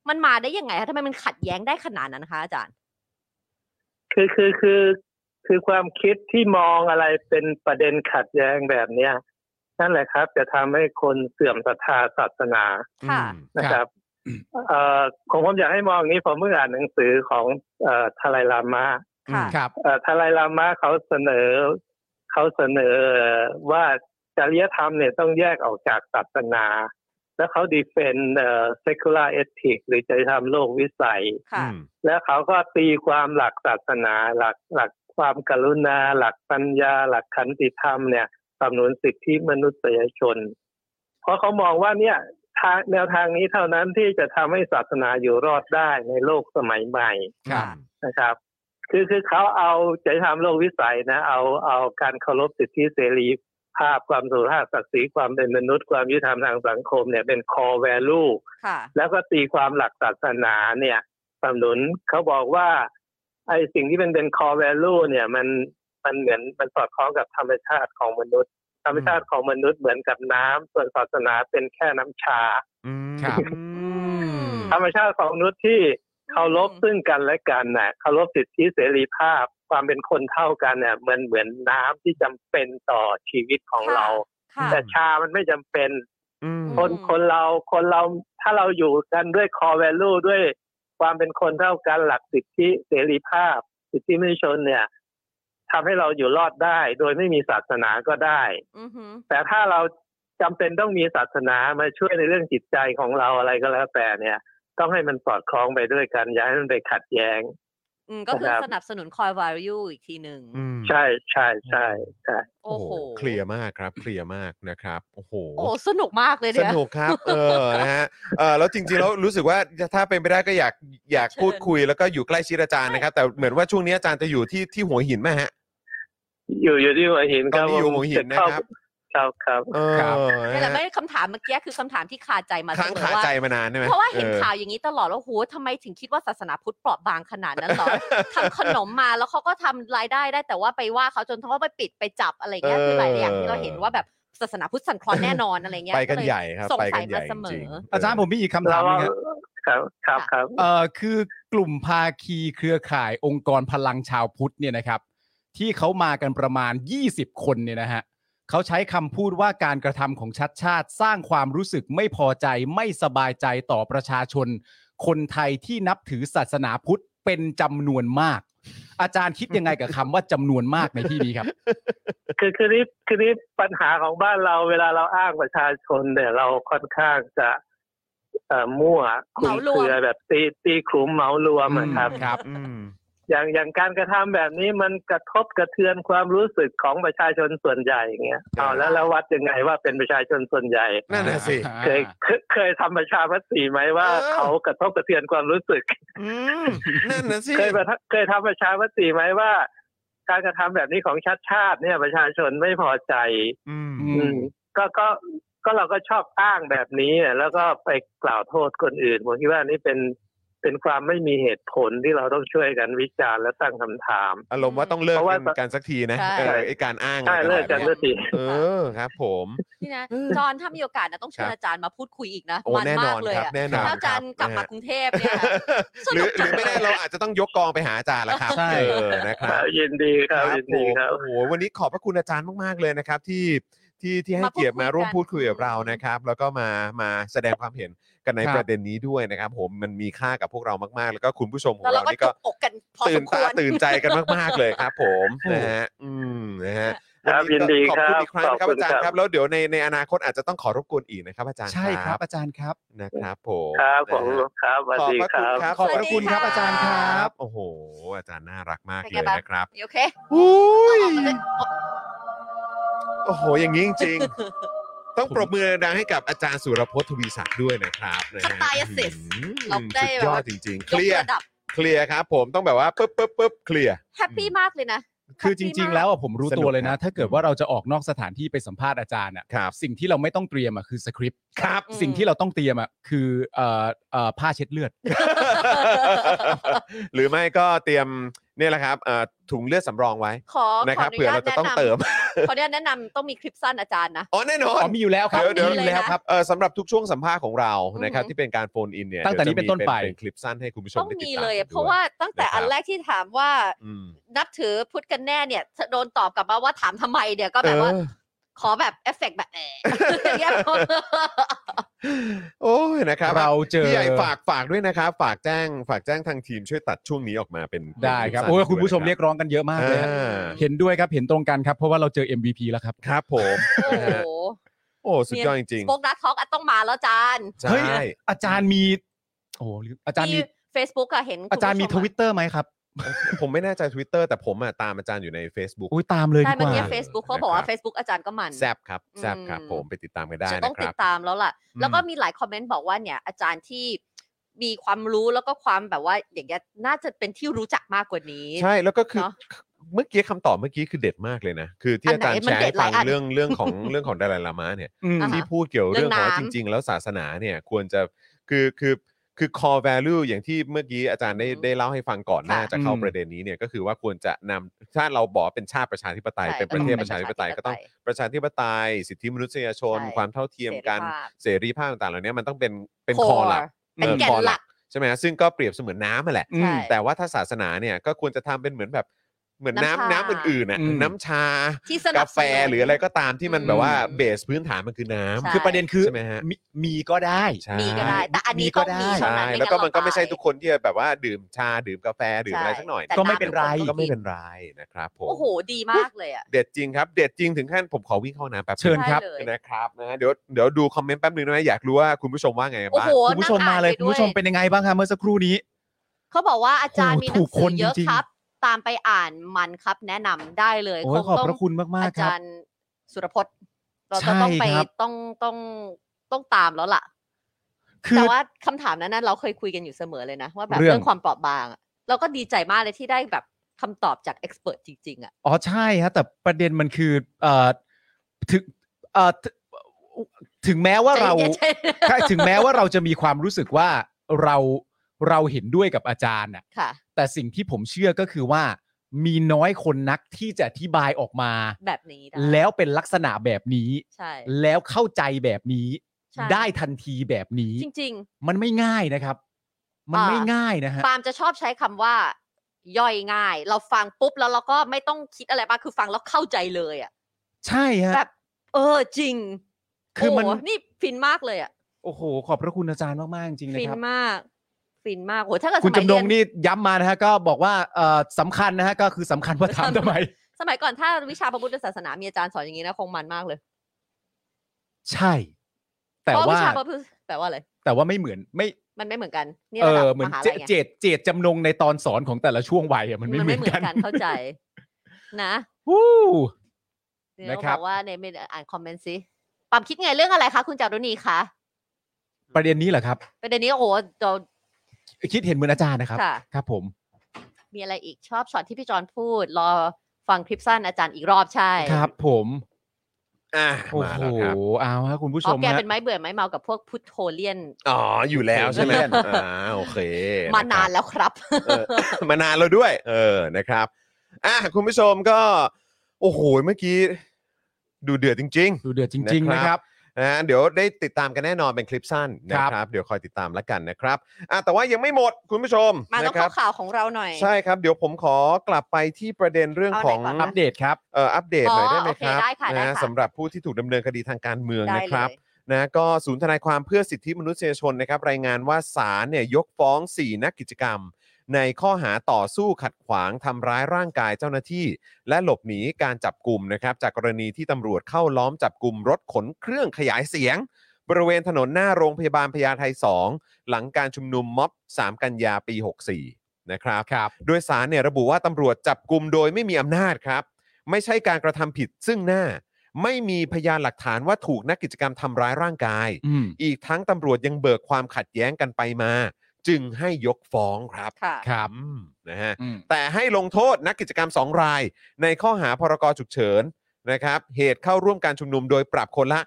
มันมาได้ยังไงคะทำไมมันขัดแย้งได้ขนาดนั้นคะอาจารย์
คือคือคือคือความคิดที่มองอะไรเป็นประเด็นขัดแย้งแบบเนี้ยนั่นแหละครับ จะทำให้คนเสื่อมศรัทธาศาสนา
ค่ะ
นะครับเอ่อผมผมอยากให้มองอย่างนี้ผมเพิ่งอ่านหนังสือของเอ่อทลายลามะ
ค่ะ
ครับ
เอ่อทลายลามะเขาเสนอเขาเสนอว่าจริยธรรมเนี่ยต้องแยกออกจากศาสนา แล้วเขาดีเฟนเอ่อ secular ethics หรือจริยธรรมโลกวิสัย
ค่ะ
แล้วเขาก็ตีความหลักศาสนาหลักหลักความกรุณา หลักปัญญา หลักขันติธรรมเนี่ยสนับสนุนสิทธิมนุษยชน เพราะเขามองว่าเนี่ยทางแนวทางนี้เท่านั้นที่จะทำให้ศาสนาอยู่รอดได้ในโลกสมัยใหม่
ครับ
นะครับ คือคือเขาเอาจริยธรรมโลกวิสัยนะ เอาเอาการเคารพสิทธิเสรีภาพความสุภาพศักดิ์ศรีความเป็นมนุษย์ความยุติธรรมทางสังคมเนี่ยเป็น core value
ค่ะ
แล้วก็ตีความหลักศาสนาเนี่ยสนับสนุนเขาบอกว่าไอ้สิ่งที่เป็นเป็น core value เนี่ยมันมันเหมือนมันสอดคล้องกับธรรมชาติของมนุษย์ ธรรมชาติของมนุษย์เหมือนกับน้ำส่วนศาสนาเป็นแค่น้ำชา
อืม
ครับ
ม
ธรรมชาติของมนุษย์ที่เคารพซึ่งกันและกันน่ะเคารพสิทธิเสรีภาพความเป็นคนเท่ากันเนี่ยเหมือนเหมือนน้ำที่จำเป็นต่อชีวิตของเรา
ค่ะ
แต่ชามันไม่จำเป็น
อืม
คน
อืม
คนเราคนเราถ้าเราอยู่กันด้วย core value ด้วยความเป็นคนเท่ากันหลักสิทธิเสรีภาพ สิทธิมนุษยชนเนี่ยทำให้เราอยู่รอดได้ โดยไม่มีศาสนาก็ได้
อือหือ
แต่ถ้าเราจำเป็นต้องมีศาสนามาช่วยในเรื่องจิตใจของเราอะไรก็แล้วแต่เนี่ย ต้องให้มันสอดคล้องไปด้วยกัน อย่าให้มันไปขัดแย้ง
อืมก็คือ
ครับ
สนับสนุนคอยวาริวอีกทีหนึ่ง
ใช่ใช่ใช่ใช่
โอ้โห
เคลียร์มากครับ เคลียร์มากนะครับ โอ้โห
โอ้สนุกมากเลย
ส
เนี่ย
นุกครับ เออ นะฮะ เออแล้วจริงๆแล้วรู้สึกว่าถ้าเป็นไปได้ก็อยากอยาก
เชิญ
พูดคุยแล้วก็อยู่ใกล้ชิดอาจารย์นะครับ แต่เหมือนว่าช่วงนี้อาจารย์จะอยู่ที่ที่หัวหินไหมฮะ
อยู่อยู่ที่หัวหินครับ
ตอนนี้อยู่หัวหินนะครับ
ครับครับ
เอ
ครับ
อ
นี่
นะ
แหละ
ฮะ
ไม่คำถามเมื่อกี้คือคำถามที่คาใจมา
ค้าง
เสมอ
คา
ว่
ใจมานานใช่ไหม
เพราะว่าเห็น
ออ
ข่าวอย่างนี้ตลอดแล้วโหทำไมถึงคิดว่าศาสนาพุทธเปราะบางขนาดนั้น เหรอ ทำขนมมาแล้วเขาก็ทำรายได้ได้แต่ว่าไปว่าเขาจนเขาก็ไปปิดไปจับอะไรเงี้ยคือหลายอย่างที่เราเห็นว่าแบบศาสนาพุทธสันคลอนแน่นอนอะไรเงี้ย
ไปกัน
เลย
ใหญ่ครับ
สง
ไป
สั
กั
ย
นใหญ่
มา
จ
เสมอ
ริงๆ
อาจารย์ผมมีอีกคำถามหนึงครับ
ครับครับครับ
เอ่อคือกลุ่มภาคีเครือข่ายองค์กรพลังชาวพุทธเนี่ยนะครับ ที่เขามากันประมาณ 20 คนเนี่ยนะฮะเขาใช้คำพูดว่าการกระทำของชัดชาติสร้างความรู้สึกไม่พอใจไม่สบายใจต่อประชาชน คนไทยที่นับถือศาสนาพุทธเป็นจำนวนมาก อาจารย์คิดยังไงกับคำว่าจำนวนมากในที่นี้ครับ
คือคือนี่คือนี่ปัญหาของบ้านเราเวลาเราอ้างประชาชนเนี่ยเราค่อนข้างจะเอ่อมั่วคลุมเครือแบบตีตีคลุมเหมารวมอะครับ
ครับ
อืม
อย่างอย่างการกระทำแบบนี้มันกระทบกระเทือนความรู้สึกของประชาชนส่วนใหญ่อย่างเงี้ยเอาแล้วแล้ววัดยังไงว่าเป็นประชาชนส่วนใหญ่
นั่นน่ะสิ
เคยเคยเคยทำประชามติไหมว่า
เออ
เขากระทบกระเทือนความรู้สึก
อืมนั่นนะสิ
เคยประทะเคยทำประชามติไหมว่า การกระทำแบบนี้ของชาติชาติเนี่ยประชาชนไม่พอใจ
อืม
อืม
ก็ก็ก็เราก็ชอบอ้างแบบนี้อ่ะแล้วก็ไปกล่าวโทษคนอื่นผมคิดว่านี่เป็นเป็นความไม่มีเหตุผลที่เราต้องช่วยกันวิจารณ์และตั้งคำถาม
อารมณ์ว่าต้องเลิก
เพราะว่า
กันกันสักทีนะ
ใช่
เออไอการอ้าง
ใช่
อะไร
เลิกกัน
แบบ
สั
เนี้ย
กที
เออครับ ผม
นี่นะจอนถ้ามีโอกาสนะต้องเชิ
ค
ญ
รับ
อาจารย์มาพูดคุยอีกนะ
โอ้
มัน
แน่น
มา
อก น
เลย
ครับ
อะ
แน่นอน
ถ้าอาจารย์กลับ
คนะ
มา
ฮะ
กรุงเทพเนี่ย ส
หรื
นุ
อก หรือไม่แน่เราอาจจะต้องยกกองไปหาอาจารย์แล้วครับ
ใช่
เออนะครับ
ยินดีครับยิน
ผ
ดี
ม
ครับ
โอ้โหวันนี้ขอบพระคุณอาจารย์มากๆเลยนะครับ ที่ที่ที่ให้
มาพูด
เกียรติมาร่วมพู
คุยกัน
ดคุยกับเรานะครับ แล้วก็มามาแสดงความเห็นกันใน
ครับ
ประเด็นนี้ด้วยนะครับ ผมมันมีค่ากับพวกเรามากๆ แล้วก็คุณผู้ชมของ
แล้ว
เรา
เราก็
นี่ก็
จุกอกกันพอ
ตื่
ส
น
มคว
ตาร ตื่นใจกันมากๆเลยครับ ผมนะฮะอืมนะฮะ
ครับ
วันนี้ก็
ยินดี
ขอบคุณ
ครับ
อีกครั้งนะครับอา
ขอบคุ
จาร
ณ
ย์ค
ครั
รับบ แล้วเดี๋ยวในในอนาคตอาจจะต้องขอรบกวนอีกนะครับอาจารย์
ใช่ครับอาจารย์ครับ
นะครับผม
ครับผม
นะฮะ
ครับสวัสดี
ขอบพ
ค
ระคุณ
ขอบพระคุณค
ครับ
รับ
รับอาจารย์ครับ
โอ้โห อาจารย์น่ารักมาก
เป็น
เล
ไง
ย
บ้าง
นะครับ
โอเค
อุ้ย
ออกมาเลย
โอ้โห อย่างนี้จริงๆ ต้องปรบมือดังให้กับอาจารย์สุรพจน์ทวีศักดิ์ด้วยนะครับนะฮะ
สไตล์อะเสร็จ
อืม
เราได้
สุดยอด
แบบว่า
จริงๆ
ย
เค
ก
ลียร์
ระดับ
เคลียร์ครับผมต้องแบบว่าปึ๊บปึ๊บปึ๊บเคลียร์
แฮปปี้มากเลยนะ
คือจริง ๆ แล้วอะผมรู้
สนุก
ตัวเลย
ครั
นะ
บ
ถ้าเกิดว่าเราจะออกนอกสถานที่ไปสัมภาษณ์อาจารย์อะ
ครับ
สิ่งที่เราไม่ต้องเตรียมอะคือสคริปต์
ครับ
อืม
สิ่งที่เราต้องเตรียมอะคือเอ่อเอ่อผ้าเช็ดเลือด
หรือไม่ก็เตรียมเนี่ยแหละครับเอ่อถุงเลือดสำรองไว้
ขอ
นะ
ข
ค
อ
รับ
อนุ
เผื่อ
ญาต
เราจะ
แนะ
ต้อง
นำ
เติม
ขออนุญาตแนะนำต้องมีคลิปสั้นอาจารย์นะ
อ๋อแน่นอ
อ๋
น
อมีอยู่แล้วครับ
เดี๋ยว
มีอยู่แล้วครับ
เออสำหรับทุกช่วงสัมภาษณ์ของเรา
อือฮึ
นะครับที่เป็นการโฟนอินเนี่ย
ตั้งแต่นี้เป็นต้นไป
เป็นคลิปสั้นให้คุณผู้ชม
ต้อง
ได้ติด
มี
ตาม
เลย
กันด้วย
เพราะว่าตั้งแต่อันแรกที่ถามว่า
อืม
นับถือพุทธกันแน่เนี่ยโดนตอบกลับมาว่าถามทำไมเนี่ยก็แบบว่า
เออ
ขอแบบเอฟเฟกต์แบบแอะ อย่างเงี้ย
โอ้ยนะครับ
เราเจอ
พี่ใหญ่ฝากฝากด้วยนะครับ ฝากแจ้งฝากแจ้งทางทีมช่วยตัดช่วงนี้ออกมาเป็น
ได้ครับ
เป็น
โอ้ย
สั้นๆ
คุณผู้ชม
ด้ว
เรียกร้องกันเยอะมากเลยฮะ
อ่า
เห็นด้วยครับเห็นตรงกันครับ เพราะว่าเราเจอ MVP แล้วครับ
ครับผม
โอ้
นะ
โห
ฮะโอ้สุดยอดจริง
สปอกดักท็อกต้องมาแล้วอาจารย์
ๆใช่
เฮ้ย อาจารย์มีโอ้โหหรืออาจารย์
ที่
มี
Facebook อะเห็น
อาจารย์มีท
คุณผู้
วิตเตอร์ไหมครับ
ผมไม่แน่ใจ Twitter แต่ผมอะตามอาจารย์อยู่ใน Facebook
อุ้ยตามเลย
ชม
ดี
อะ
ก
ใช่เมื่อ
ว่า
กี้ Facebook เขาบอกว่า Facebook อาจารย์ก็มัน
แซบครับแซบครับ
อืม
ผมไปติดตามกันได้
จะต้อ
นะ
ง
ค
ติ
รั
ด
บ
ตามแล้วล่ะ
อืม
แล้วก็มีหลายคอมเมนต์บอกว่าเนี่ยอาจารย์ที่มีความรู้แล้วก็ความแบบว่าอย่างเงี้ยน่าจะเป็นที่รู้จักมากกว่านี้
ใช่แล้วก็คือ
เนอะ
เมื่อกี้คำตอบเมื่อกี้คือเด็ดมากเลยนะ คือที่
อัน
อาจารย์
ไหนมัน
แชร์ให้
เด็ดห
ฟั
ลาย
ง
อัน
เรื่องเรื่องของเรื่องของดาราลามะเนี่ย
อืม
อ่าฮะ
ที่พูดเกี่ยวเรื่องของว่าจ
เรื่องน้ำ
ริง ๆ แล้วศาสนาเนี่ยควรจะคือคือคือ core value อย่างที่เมื่อกี้อาจารย์ได้
อืม
ได้เล่าให้ฟังก่อนหน้า
ค่ะ
จะเข้า
อืม
ประเด็นนี้เนี่ยก็คือว่าควรจะนำถ้าเราบอกว่าเป็นชาติประชาธิปไตย
ใช่
เป็นประเทศ
ต้องเป็น
ประชาธิปไตย
ประชาธิป
ก็
ไตย
ต้องประชาธิปไตย สิทธิมนุษยชน
ใช่
ความเท่าเทียมกันเสรีภาพต่างๆเหล่านี้มันต้องเป็นเป็นคอ
core
หลัก
เป็น
ออ
แก่น
core
หลัก
ใช่ไหมฮะซึ่งก็เปรียบเสมือนน้ำนั่นแหละ
อืม
ใช่
แต่ว่าถ้าศาสนาเนี่ยก็ควรจะทำเป็นเหมือนแบบเหมือนน้ำ
น้ำ
น้ำ
ชา
อื่นๆน่ะ
อืม
น้ำชา
ที่สนั
กา
บสนุน
แฟหรืออะไรก็ตามที่มัน
อืม
แบบว่าเบสพื้นฐานมันคือน้ำ
ใช่
คือประเด็นคือ
ใช่ไหมฮะ
มีมีก็ได้
ใช่
มีก็ได้ แต่อันนี้
มีก็
ต้องมี
ได้
เท่า
ใช่
นั้น
แล้วก็มันก็
งั้
ไม่ใช่
เราตาย
ทุกคนที่จะแบบว่าดื่มชาดื่มกาแฟดื่มอะไร
ใช่
สักหน่อย
แต่
ก็ไม่เป็นไร
น้ำ
ก็ไม่เป็นไรนะครับผม
โอ้โหดีมากเลยอ่ะ
เด็ดจริงครับ เด็ดจริงถึงขั้นผมขอวิ่งเข้าห้องน้ำแป๊บ
เชิญครับ
ได้เลย
นะครับนะฮะเดี๋ยวเดี๋ยวดูคอมเมนต์แป๊บนึงนะ อยากรู้ว่าคุณผู้ชมว่าไง
โอ้
บ้าง
โห
คุณผู้ชม
นั่งอ่
มาน เลย
ไป
คุณผู้ชม
ด้วย
เป็นยังไงบ้างครับเมื่อสักครู่นี้
เขาบอกว่าอาจารย์
โอ้โห
มีห
ถู
นัง
กค
สือน เยอะ
จริงๆ
ครับ ตามไปอ่านมันครับ แนะนำได้เลย
โอ้ย
ง
ขอบ
ต้ง
พระคุณมาก
อา
ๆครับ
จารย์สุรพจน์ เราจะต้องไป
ใช่ครับ
ต้องต้องต้องตามแล้วล่ะ
คือ
แต่ว่าคำถามนั้นนะเราเคยคุยกันอยู่เสมอเลยนะ ว่าแบบ
เรื่อง
เรื่องความเปราะบางอะเราก็ดีใจมากเลยที่ได้แบบคำตอบจากเอ็กซ์เพรสจริง ๆ อ่ะ
อ๋อใช่ฮะแต่ประเด็นมันคือเอ่อถึงเอ่อถึถึงแม้ว่าเรา
ใจเย็นใจเย็น
ใช่ถึงแม้ว่าเราจะมีความรู้สึกว่าเราเราเห็นด้วยกับอาจารย์น่ะ
ค่ะ
แต่สิ่งที่ผมเชื่อก็คือว่า มีน้อยคนนักที่จะอธิบายออกมา
แบบนี้ได้
แล้วเป็นลักษณะแบบนี้
ใช่
แล้วเข้าใจแบบนี้
ใช่
ได้ทันทีแบบนี้
จริง
มันไม่ง่ายนะครับ มัน
อ่า
ไม่ง่ายนะฮะ
ๆปาล์มจะชอบใช้คำว่า ย่อยง่าย เราฟังปุ๊บแล้วเราก็ไม่ต้องคิดอะไรมากคือฟังแล้วเข้าใจเลยอ่ะ
ใช่ฮะ
แบบ เออจริง
คือมัน
โโหนี่ฟินมากเลยอ่ะ
โอ้โห ขอบพระคุณอาจารย์มาก ๆ จริงๆนะ
ฟิน
ครับ
มาก ฟินมากโหถ้าเกิดส
คุณ
มัย
จำน
เรีย
ง
น
นี่ย้ำมานะฮะก็บอกว่าเอ่อสำคัญนะฮะก็คือสำคัญว่าถามทำไม
สมัยก่อนถ้าวิชาพระพุทธศาสนามีอาจารย์สอนอย่างนี้นะคงมันมากเลย
ใช่ แต่
เพระ
ว่า
วิชาพระพุทธแปลว่าอะไร
แต่ว่าไม่เหมือนไม่
มันไม่เหมือนกัน นี่
เอ
ระดับ
อเหมือ
ม
น
หา
เจ
ลัยไง
เจตเจตจำนงในตอนสอนของแต่ละช่วงวัยอะมันไม่เหมือนกัน
เข้าใจ นะ
วู้
เดี๋ยว
นะครับ บ
อกว่าในไม่อ่านคอมเมนต์สิปั๊มคิดไงเรื่องอะไรคะคุณจารุณีคะ
ประเด็นนี้เหรอครับ
ประเด็นนี้โอ้โหเรา
คิดเห็นเหมือนอาจารย์นะครับ
ค่ะ
ครับผม
มีอะไรอีกชอบช็อตที่พี่จอนพูด รอฟังคลิปสั้นอาจารย์อีกรอบใช่
ครับ ผม
อ่ะ
โอ้
มา
โห
แล้วครับ
เอาฮะคุณผู้ช
อ๋อ
ม
แก
ฮะ
เป็นไม้เบื่อไม้เมากับพวกพุทโธเลียน
อ๋ออยู่แล้วใช่ไหม
เพื่อน
อ่าโอเค
มานาน
แล้ว
แล้วครับ
เออ มานานแล้วด้วย เออนะครับอ่ะคุณผู้ชมก็ โอ้โหเมื่อกี้ ดูเดือดจริง
ดูเดือดจริง ๆ นะครับ
ๆนะฮะเดี๋ยวได้ติดตามกันแน่นอนเป็นคลิปสั้นนะค
ครั
รับ
บ
เดี๋ยวคอยติดตามแล้วกันนะครับอ่ะแต่ว่ายังไม่หมดคุณผู้ชม
มาต้
นะ
อง
ครั
เข้าข่าวของเราหน่อย
ใช่ครับ เดี๋ยวผมขอกลับไปที่ประเด็นเรื่อง
เอาไห
ข
น
อง
ก่อน
อัปเดตครับ
เอ่ออัปเดตหน่อยได้ไหม
อ๋อโอเค
ครับ
ได้ค่ะได้
นะฮะ
ค่ะ
สำหรับผู้ที่ถูกดำเนินคดีทางการเมือง
ได้
นะค
เล
รับ
ย
นะก็ศูนย์ทนายความเพื่อสิทธิมนุษยชนนะครับรายงานว่าศาลเนี่ยยกฟ้อง 4 นักกิจกรรม ในข้อหาต่อสู้ขัดขวางทำร้ายร่างกายเจ้าหน้าที่ และหลบหนีการจับกลุ่มนะครับจากกรณีที่ตำรวจเข้าล้อมจับกลุ่มรถขนเครื่องขยายเสียง บริเวณถนนหน้าโรงพยาบาลพญาไท 2 หลังการชุมนุมม็อบ 3 กันยาปี 64 นะครับ
ครับ
โดยสารเนี่ยระบุว่าตำรวจจับกลุ่มโดยไม่มีอำนาจครับ ไม่ใช่การกระทำผิดซึ่งหน้า ไม่มีพยานหลักฐานว่าถูกนักกิจกรรมทำร้ายร่างกาย
อืม
อีกทั้งตำรวจยังเบิกความขัดแย้งกันไปมา จึงให้ยกฟ้องครับ
ค่ะ
ครับ
อืมนะฮะ
อืม
แต่ให้ลงโทษนักกิจกรรม 2 ราย ในข้อหาพรกฉุกเฉินนะครับ เหตุเข้าร่วมการชุมนุมโดยปรับคนละ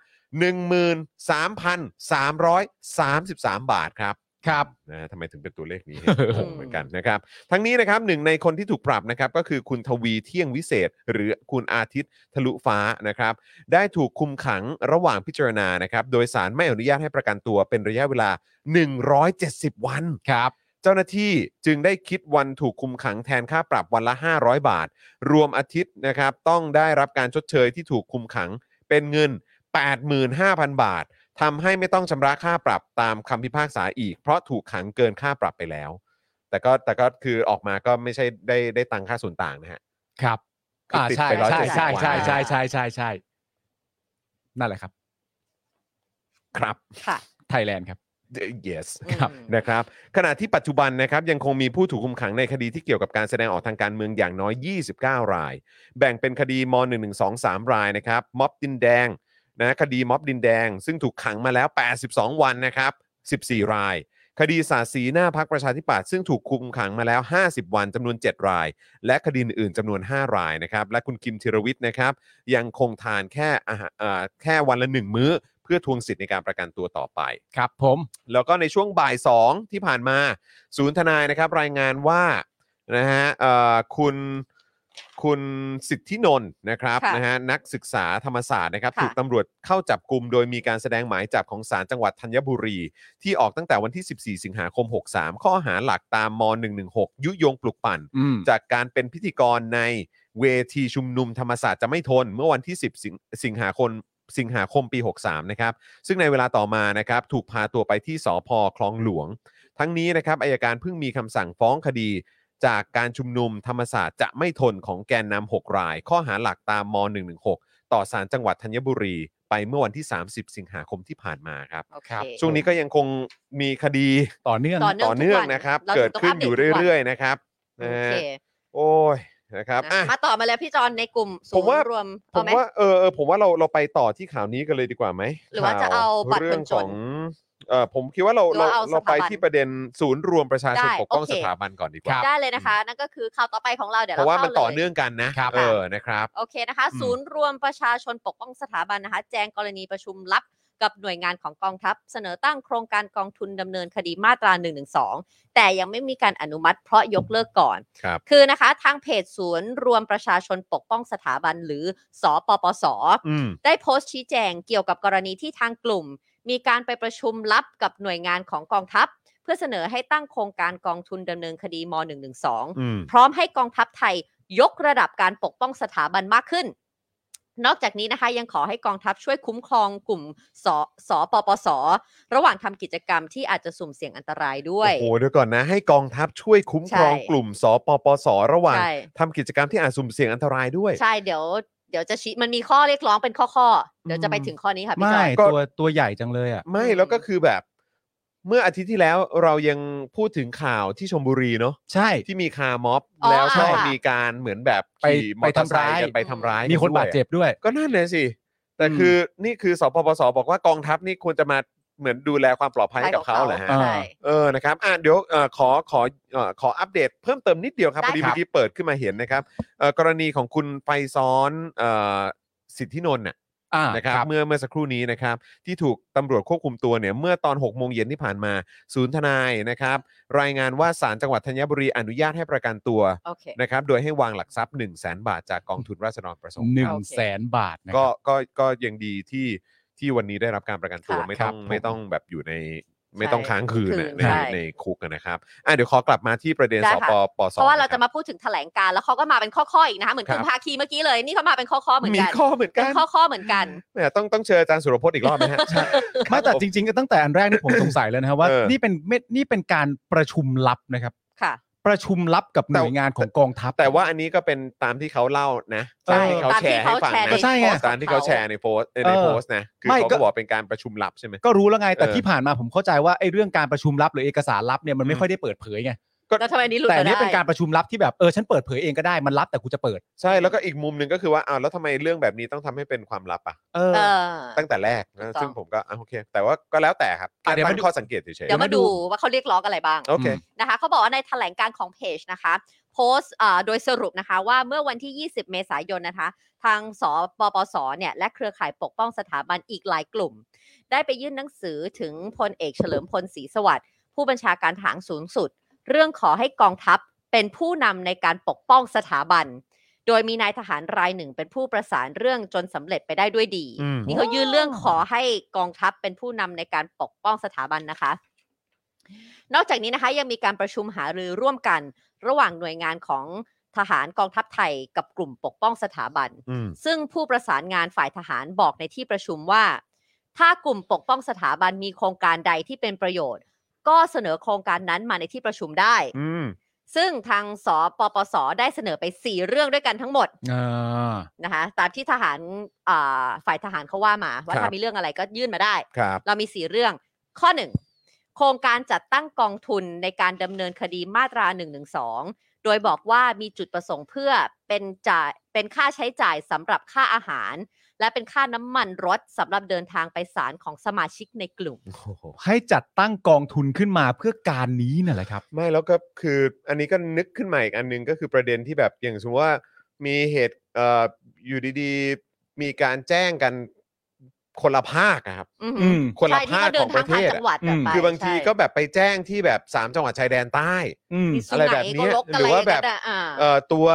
13,333 บาทครับ
ครับ
นะทำไมถึงเป็นตัวเลขนี้
เออ
งงเหมือนกันนะครับ ทั้งนี้นะครับหนึ่งในคนที่ถูกปรับนะครับ ก็คือคุณทวีเที่ยงวิเศษ หรือคุณอาทิตย์ทะลุฟ้านะครับ ได้ถูกคุมขังระหว่างพิจารณานะครับ โดยสารไม่อนุญาตให้ประกันตัวเป็นระยะเวลา 170 วัน
ครับ
เจ้าหน้าที่จึงได้คิดวันถูกคุมขังแทนค่าปรับวันละ 500 บาท รวมอาทิตย์นะครับ ต้องได้รับการชดเชยที่ถูกคุมขังเป็นเงิน 85,000 บาททำให้ไม่ต้องชำระค่าปรับตามคำพิพากษาอีก เพราะถูกขังเกินค่าปรับไปแล้ว แต่ก็แต่ก็คือออกมาก็ไม่ใช่ได้ได้ตังค่าส่วนต่างนะฮะ
ครับ
คืออ่
อ่า
ติด
ใช่
ไป
ใช่
170
ใช่
วัน
ใช่ใช่ใช่ใช่ใช่นั่นแหละครับ
ครับ
ค่ะ
ไทยแลนด์ครับ
yes
ครับ
นะครับขณะที่ปัจจุบันนะครับยังคงมีผู้ถูกคุมขังในคดีที่เกี่ยวกับการแสดงออกทางการเมืองอย่างน้อย 29 ราย แบ่งเป็นคดีม .1123 3รายนะครับม็อบดินแดงนะคดีม็อบดินแดง ซึ่งถูกขังมาแล้ว 82 วันนะครับ 14 ราย คดีสาดสีหน้าพักประชาธิปัตย์ซึ่งถูกคุมขังมาแล้ว 50 วันจำนวน 7 ราย และคดีอื่นๆจำนวน 5 รายนะครับและคุณคิมธีรวิทย์นะครับยังคงทานแค่อาหารเอ่อแค่วันละหนึ่งมื้อ เพื่อทวงสิทธิ์ในการประกันตัวต่อไป
ครับผม
แล้วก็ในช่วงบ่าย 2 ที่ผ่านมา ศูนย์ทนายนะครับ รายงานว่านะฮะเอ่อคุณคุณสิทธินนท์นะครับ
ค่ะ
นะฮะนักศึกษาธรรมศาสตร์นะครับ
ค่ะ
ถูกตำรวจเข้าจับกลุ่มโดยมีการแสดงหมายจับของศาลจังหวัดธัญบุรี ที่ออกตั้งแต่วันที่ 14 สิงหาคม 63 ข้อหาหลักตามม .116 ยุยงปลุกปั่น
อืม
จากการเป็นพิธีกรในเวทีชุมนุมธรรมศาสตร์จะไม่ทน เมื่อวันที่ 10 สิงสิงหาคมสิงหาคมปี 63 นะครับ ซึ่งในเวลาต่อมานะครับ ถูกพาตัวไปที่สอพคลองหลวง ทั้งนี้นะครับอายการเพิ่งมีคำสั่งฟ้องคดี จากการชุมนุมธรรมศาสตร์จะไม่ทนของแกนนำ6ราย ข้อหาหลักตามม .116 ต่อศาลจังหวัดธัญบุรี ไปเมื่อวันที่ 30 สิงหาคมที่ผ่านมาครับ
โอเค
ช่วงนี้ก็ยังคงมีคดี
ต่อเนื่อง
ต่อเนื่อง
ต่อเนื่องนะครับ
เรา
เกิ
จะ
ด
ต้อง
ขึ้
อั
น
ปเด
อ
ตทุกวัน
ยู่เรื่อยๆนะครับ
โอ
นะฮะ
เค
โอ้ยนะครับ
นะ
อ่ะ
มาต่อมาเลยพี่จอนในกลุ่มศู
ผ
น
ม
ย์
ว่า
รวม
ผม
เอาไหม
ว่าเออเออผมว่าเราเราไปต่อที่ข่าวนี้กันเลยดีกว่าไหม
หรือว่าจะเอาบัตร
ข่ว
คนจ
เขอ
น
งเออผมคิดว่าเรา
หรือ
เรา
ว่าเอา
เราไป
สถาบัน
ที่ประเด็นศูนย์รวมประชาชน
ได้
ปกป้อง
โอเค
สถาบันก่อนดีกว่า
ครับ
ได้เลยนะคะ นั่นก็คือข่าวต่อไปของเราเดี๋ยว
เพ
เรา
ราะว่า
เข้า
มันต่อ
เล
เนื่อย งกันนะครับ เออนะครับ
โอเคนะคะ
อืม
ศูนย์รวมประชาชนปกป้องสถาบันนะคะ แจ้งกรณีประชุมลับกับหน่วยงานของกองทัพ เสนอตั้งโครงการกองทุนดำเนินคดีมาตรา1นึแต่ยังไม่มีการอนุมัติเพราะยกเลิกก่อน
ครับ
คือนะคะ ทางเพจศูนย์รวมประชาชนปกป้องสถาบันหรือสอปปส
อืม
ได้โพสต์ชี้แจงเกี่ยวกับกรณีที่ทางกลุ่ม มีการไปประชุมลับกับหน่วยงานของกองทัพ เพื่อเสนอให้ตั้งโครงการกองทุนดำเนินคดีม .112
อืม
พร้อมให้กองทัพไทยยกระดับการปกป้องสถาบันมากขึ้น นอกจากนี้นะคะยังขอให้กองทัพช่วยคุ้มครองกลุ่มสสปปส ระหว่างทำกิจกรรมที่อาจจะสุ่มเสี่ยงอันตรายด้วย
โอ้โหเดี๋ยวก่อนนะ ให้กองทัพช่วยคุ้มครอง
ใช่
กลุ่มสปปส ระหว่าง
ใช่
ทำกิจกรรมที่อาจสุ่มเสี่ยงอันตรายด้วย
ใช่เดี๋ยว เดี๋ยวจะชี้มันมีข้อเรียกร้องเป็นข้อๆเดี๋ยวจะไปถึงข้อนี้ค่ะพี่จ
ไม่
อย
ก็
ตัวตัวใหญ่จังเลยอ่ะ
ไม่
อืม
แล้วก็คือแบบ เมื่ออาทิตย์ที่แล้วเรายังพูดถึงข่าวที่ชลบุรีเนาะ
ใช่
ที่มีคาร์ม็อบ
อ๋อ
แล้วก็
ค่ะ
มีการเหมือนแบบ
ไป
ขี่มอเตอร์
ไปทำ
ซค์
ร้าย
กันไปทำร้ายกั
มีคน
ด้วย
บาดเจ็บด้วย
ก็นั่นเลยสิ แต่
อืม
คือนี่คือสปปสบอกว่ากองทัพนี่ควรจะมาเหมือนดูแลความปลอดภัยให้กับเขาเหรอฮะ
อ่า
ใช่
เออนะครับอ่ะเดี๋ยวเอ่อขอขอเอ่อขออัปเดตเพิ่มเติมนิดเดียวครับพ
ได้
อดี
ครับ
เมื่อกี้เปิดขึ้นมาเห็นนะครับเอ่อกรณีของคุณไฟซ้อนเอ่อสิทธินนท์น่ะ
อ่า
นะครับเมื่อเมื่อสักครู่นี้นะครับ ที่ถูกตำรวจควบคุมตัวเนี่ยเมื่อตอน6โมงเย็นที่ผ่านมา ศูนย์ทนายนะครับ รายงานว่าศาลจังหวัดธัญบุรีอนุญาตให้ประกันตัว
โอเค
นะครับ โดยให้วางหลักทรัพย์ 1 0 0 0 0แบาทจากกองทุนราษฎรประสงค์
หนึ่ง
โอเค
แสนบาทนะค
ก็
รับ
ก็ก็ยังดีที่ที่วันนี้ได้รับการประกันตัว
ค่ะ
ไม่
ค
ต้อง
รับผม
ไม่ต้องแบบอยู่ในไม่ต้องค้างคืนน่ะใน
ใช่
ในคุกอะนะครับอ่ะเดี๋ยวขอกลับมาที่ประเด็น
ได้
ส
ค่ะ
ปปส
เพราะว่าเรา
คบ
จะมาพูดถึงแถลงการณ์แล้วเขาก็มาเป็นข้อๆอีกนะคะเหมือน
ครั
คุ
บ
ณภาคีเมื่อกี้เลยนี่เขามาเป็นข้อๆเหมือน
มี
กัน
ข้อเหมือน
เป็
กัน
นข้อๆเหมือนกัน
แหมต้องต้องเชิญอาจารย์สุรพจน์อีกรอบไหมฮะ
ไม่แต่จริงๆก็ตั้งแต่อันแรกนี่ผมสงสัยแล้วนะครับว่า
เออ
นี่เป็นไม่นี่เป็นการประชุมลับนะครับ
ค่ะ
ประชุมลับกับหน่วยงานของกองทัพ
แต่ว่าอันนี้ก็เป็นตามที่เขาเล่านะ
ใช่
ตามที่เขาแชร์ให้ฟัง
ตามที่
นะ
เขาแชร์ในโพสต์ของเขา
ตามที่เขาแชร์ในโพสต์ในโพสต์นะคือ
ไม่
เขา
ก็
ก็บอกเป็นการประชุมลับใช่ไหม
ก็รู้แล้วไงแต่
เออ
ที่ผ่านมาผมเข้าใจว่าไอ้เรื่องการประชุมลับหรือเอกสารลับเนี่ยมันไม่ค่อยได้เปิดเผยไง
แล้วทำไมอันนี้หลุด
แต่อั
มานได้
นี้เป็นการประชุมลับที่แบบเออฉันเปิดเผยเองก็ได้มันลับแต่กูจะเปิด
ใช่แล้วก็อีกมุมหนึ่งก็คือว่าอ้าวแล้วทำไมเรื่องแบบนี้ต้องทำให้เป็นความลับอ่ะ
เออ
เออ
ตั้งแต่แรกนะซึ่งผมก็อ่ะโอเค แต่ว่าก็แล้วแต่ครับ
อ่ะเดี๋ยวมา
ตั้ง
ดู
ข้อสังเกตเฉย
เดี๋ยวมาดูว่าเขาเรียกร้องอะไรบ้าง
ๆโอเค
นะคะเขาบอกว่าในแถลงการของเพจนะคะ โพสต์อ่าโดยสรุปนะคะว่าเมื่อวันที่ 20 เมษายนนะคะ ทางสปปสเนี่ยและเครือข่ายปกป้องสถาบันอีกหลายกลุ่ม ได้ไปยื่นหนังสือถึงพลเอกเฉลิมพลศรีสวัสดิ์ผู้บัญชาการทหารสูงสุด เรื่องขอให้กองทัพเป็นผู้นำในการปกป้องสถาบัน โดยมีนายทหารรายหนึ่งเป็นผู้ประสานเรื่องจนสำเร็จไปได้ด้วยดี นี่เขายื่นเรื่องขอให้กองทัพเป็นผู้นำในการปกป้องสถาบันนะคะ นอกจากนี้นะคะยังมีการประชุมหารือร่วมกัน ระหว่างหน่วยงานของทหารกองทัพไทยกับกลุ่มปกป้องสถาบัน
อืม
ซึ่งผู้ประสานงานฝ่ายทหารบอกในที่ประชุมว่า ถ้ากลุ่มปกป้องสถาบันมีโครงการใดที่เป็นประโยชน์ ก็เสนอโครงการนั้นมาในที่ประชุมได้
อืม
ซึ่งทางสปปสได้เสนอไป 4 เรื่องด้วยกันทั้งหมด
อ่า
นะคะตามที่ทหารอ่าฝ่ายทหารเขาว่ามา ว่าถ้ามีเรื่องอะไรก็ยื่นมาได้
ครับ
เรามี 4 เรื่อง ข้อ 1 โครงการจัดตั้งกองทุนในการดำเนินคดีมาตรา1นึโดยบอกว่ามีจุดประสงค์เพื่อเป็นจ่ายเป็นค่าใช้จ่ายสำหรับค่าอาหาร และเป็นค่าน้ำมันรถสำหรับเดินทางไปศาลของสมาชิกในกลุ่ม
โอ้โห
ให้จัดตั้งกองทุนขึ้นมาเพื่อการนี้นั่นแหละครับ
ไม่แล้วก็คืออันนี้ก็นึกขึ้นมาอีกอันหนึงก็คือประเด็นที่แบบอย่างสมมติว่ามีเหตุเอ่ออยู่ดีๆ มีการแจ้งกันคนละภาคอะครับ
อื
อืม
คนละ
ใช่ที่
ภาค
เขาเดิ
ขอ
น
งป
ทาง
ระเท
ผ่าน
ศ
จั
อะ
งหวัดะ
อืม
ไป
คือบางที
ใช่
ก็แบบไปแจ้งที่แบบสามจังหวัดชายแดนใต้
อืม
มีสุ
อะไร
ไหง
แบบเนี้
โ
ย
กลกะ
หรือว่าแบบ
ะไย่งนั้นน่ะอ่า
เอ่อตัว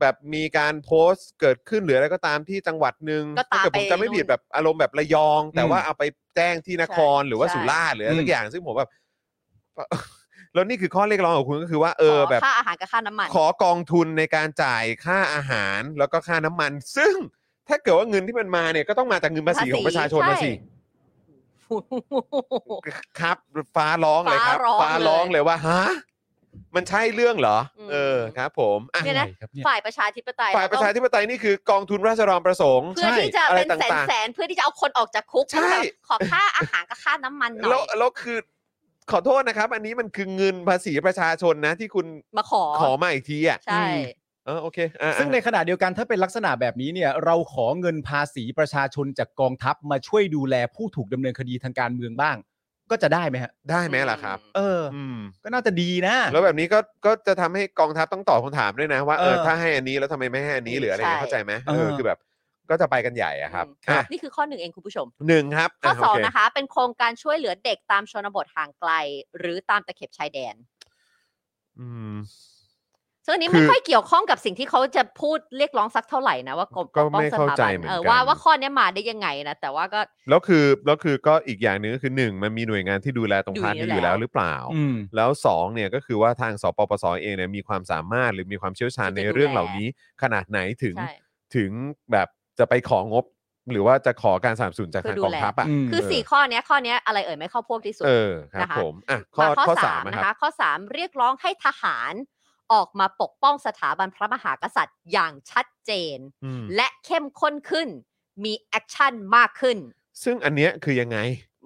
แบบมีการโพสต์เกิดขึ้นหรืออะไรก็ตามที่จังหวัดหนึ่ง
ก็ตาม
ถ้เกิดผมจะไม่
ไปนู่น
ผิดแบบอารมณ์แบบระยอง แต่
อืม
ว่าเอาไปแจ้งที่นครหรือว่า
ใช่
สุราษฎร์หรืออะไรสักอย่างซึ่งผมแบบ แล้วนี่คือข้อเรียกร้องของคุณก็คือว่าเอ
ข
อ
อ
แบบ
ค่าอาหารกับค่าน้ำมัน
ขอกองทุนในการจ่ายค่าอาหารแล้วก็ค่าน้ำมัน ซึ่งถ้าเกิดว่าเงินที่มันมาเนี่ยก็ต้องมาจากเงินภาษีของประชาชนนะสิ
ใช่
ครับฟ้าร้องเลยครับ
ฟ้าร้อง
ฟ้าร้องเลยว่าฮะมันใช่เรื่องเหรออ
ม
เออครับ ผมอ่ะ
เนี่ยนะ
อะไรครับเนี่ย
ฝ่ายประชาธิปไตย
ฝ่ายประชาธิปไตยนี่คือกองทุนราษฎรประสงค์
เพื่อที่จะ
อะไร
เป็นแสน
ต่าง
แสนเพื่อที่จะเอาคนออกจากคุก
ใช่
แล้วแบบขอค่าอาหารกับค่าน้ำมันห
ๆ
น่
แล้ว
อย
แล้วคือ ขอโทษนะครับ อันนี้มันคือเงินภาษีประชาชนนะ ที่คุณ
มาขอ
ขอมาอีกทีอ่ะ
ใช่
เออโอเคอ่ะ
ซึ่งในขณะเดียวกันถ้าเป็นลักษณะแบบนี้เนี่ย เราขอเงินภาษีประชาชนจากกองทัพมาช่วยดูแลผู้ถูกดำเนินคดีทางการเมืองบ้าง ก็จะได้ไหมฮะ
ได้ไหมล่ะครับ
เออ
อืม
ก็น่าจะดีนะ
แล้วแบบนี้ก็ก็จะทำให้กองทัพต้องตอบคำถามด้วยนะว่าเออ
เออ
ถ้าให้อันนี้แล้วทำไมไม่ให้อันนี้หรืออะไรเงี้ยเข้าใจไหมเอ
เอ
อ
อ
คือแบบ ก็จะไปกันใหญ่อะครับ
อืม
อ่ะ
นี่คือข้อหนึ่งเองคุณผู้ชม
หนึ่งครับ
ข้อสอง
โเ
นะคะ เป็นโครงการช่วยเหลือเด็กตามชนบทห่างไกล หรือตามตะเข็บชายแดน
อืม
ซึ่งอันนี้
คื
ไม่
อ
ค่อยเกี่ยวข้องกับสิ่งที่เขาจะพูดเรียกร้องสักเท่าไหร่นะว่ากรม
ก็ไม่เข้าใจเหมือนกัน
เออว่าว่าข้อเนี้ยมาได้ยังไงนะแต่ว่าก็
แล้วคือแล้วคือก็อีกอย่างหนึ่งก็คือหนึ่งมันมีหน่วยงานที่ดูแลตรงพาร์ทนี้
อ
อยู่ ยู่
แล้
แล้ว วหรือเปล่า
อืม
แล้วสองเนี่ยก็คือว่าทางสปปสเองเนี่ยมีความสามารถหรือมีความเชี่ยวชาญในเรื่องเหล่านี้ขนาดไหนถึง
ใช่
ถึงแบบจะไปของบ หรือว่าจะขอการสนับสนุนจากทางกองทัพอ่ะ
เพื่อดูแล
คือสี่ข้อเนี้ยข้อเนี้ยอะไรเอ่ยไม่เข้าพวกที่สุด
เออครับ
นะคะ
ผมอ่ะข้อ
มา
ข้
ข้
อ
อ
สา
สาม ม
นะ
นะ
ครั
คะ
บ
ข้อสามเรียกร้องให้ทหารออกมาปกป้องสถาบันพระมหากษัตริย์อย่างชัดเจน
อืม
และเข้มข้นขึ้น มีแอคชั่นมากขึ้น
ซึ่งอันเนี้ยคือยังไง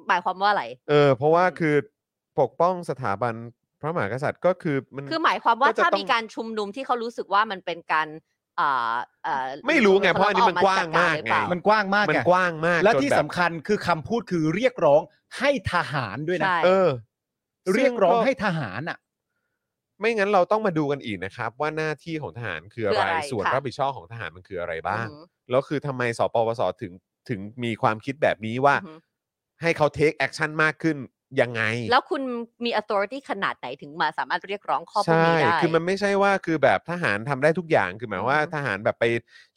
หมายความว่าอะไร
เออเพราะว่า
อืม
คือปกป้องสถาบันพระมหากษัตริย์ก็คือมัน
คือหมายความว่า
ก็จะ
ถ้า
ต้อง
มีการชุมนุมที่เขารู้สึกว่ามันเป็นการเอ่อเอ่อ
ไม่รู้ไง
ค
เพราะอันนี้มัน
อก อ
ว้าง
จ
มาก
หรือ
ไง
เปล่
มันกว้างมาก
มัน
ไง
กว้างมาก
และ
จน
ที่
แบบ
สำคัญคือคำพูดคือเรียกร้องให้ทหารด้วยนะ
ใช่
เออ
เรียกร้อง
ซึ่
ให้ทหารอ่ะ
ไม่งั้นเราต้องมาดูกันอีกนะครับ ว่าหน้าที่ของทหารคืออะไร
คืออะไร
ส่วน
ค่ะ
รับผิดชอบของทหารมันคืออะไรบ้าง
อือหือ
แล้วคือทำไมสปปสถึงถึงมีความคิดแบบนี้ว่า
อือหือ
ให้เขาเทคแอคชั่นมากขึ้นยังไง
แล้วคุณมี authority ขนาดไหนถึงมาสามารถเรียกร้องข้อพวก
ใช่
นี้ได้
คือมันไม่ใช่ว่าคือแบบทหารทำได้ทุกอย่างคือหมายว่า
อือหือ
ทหารแบบไป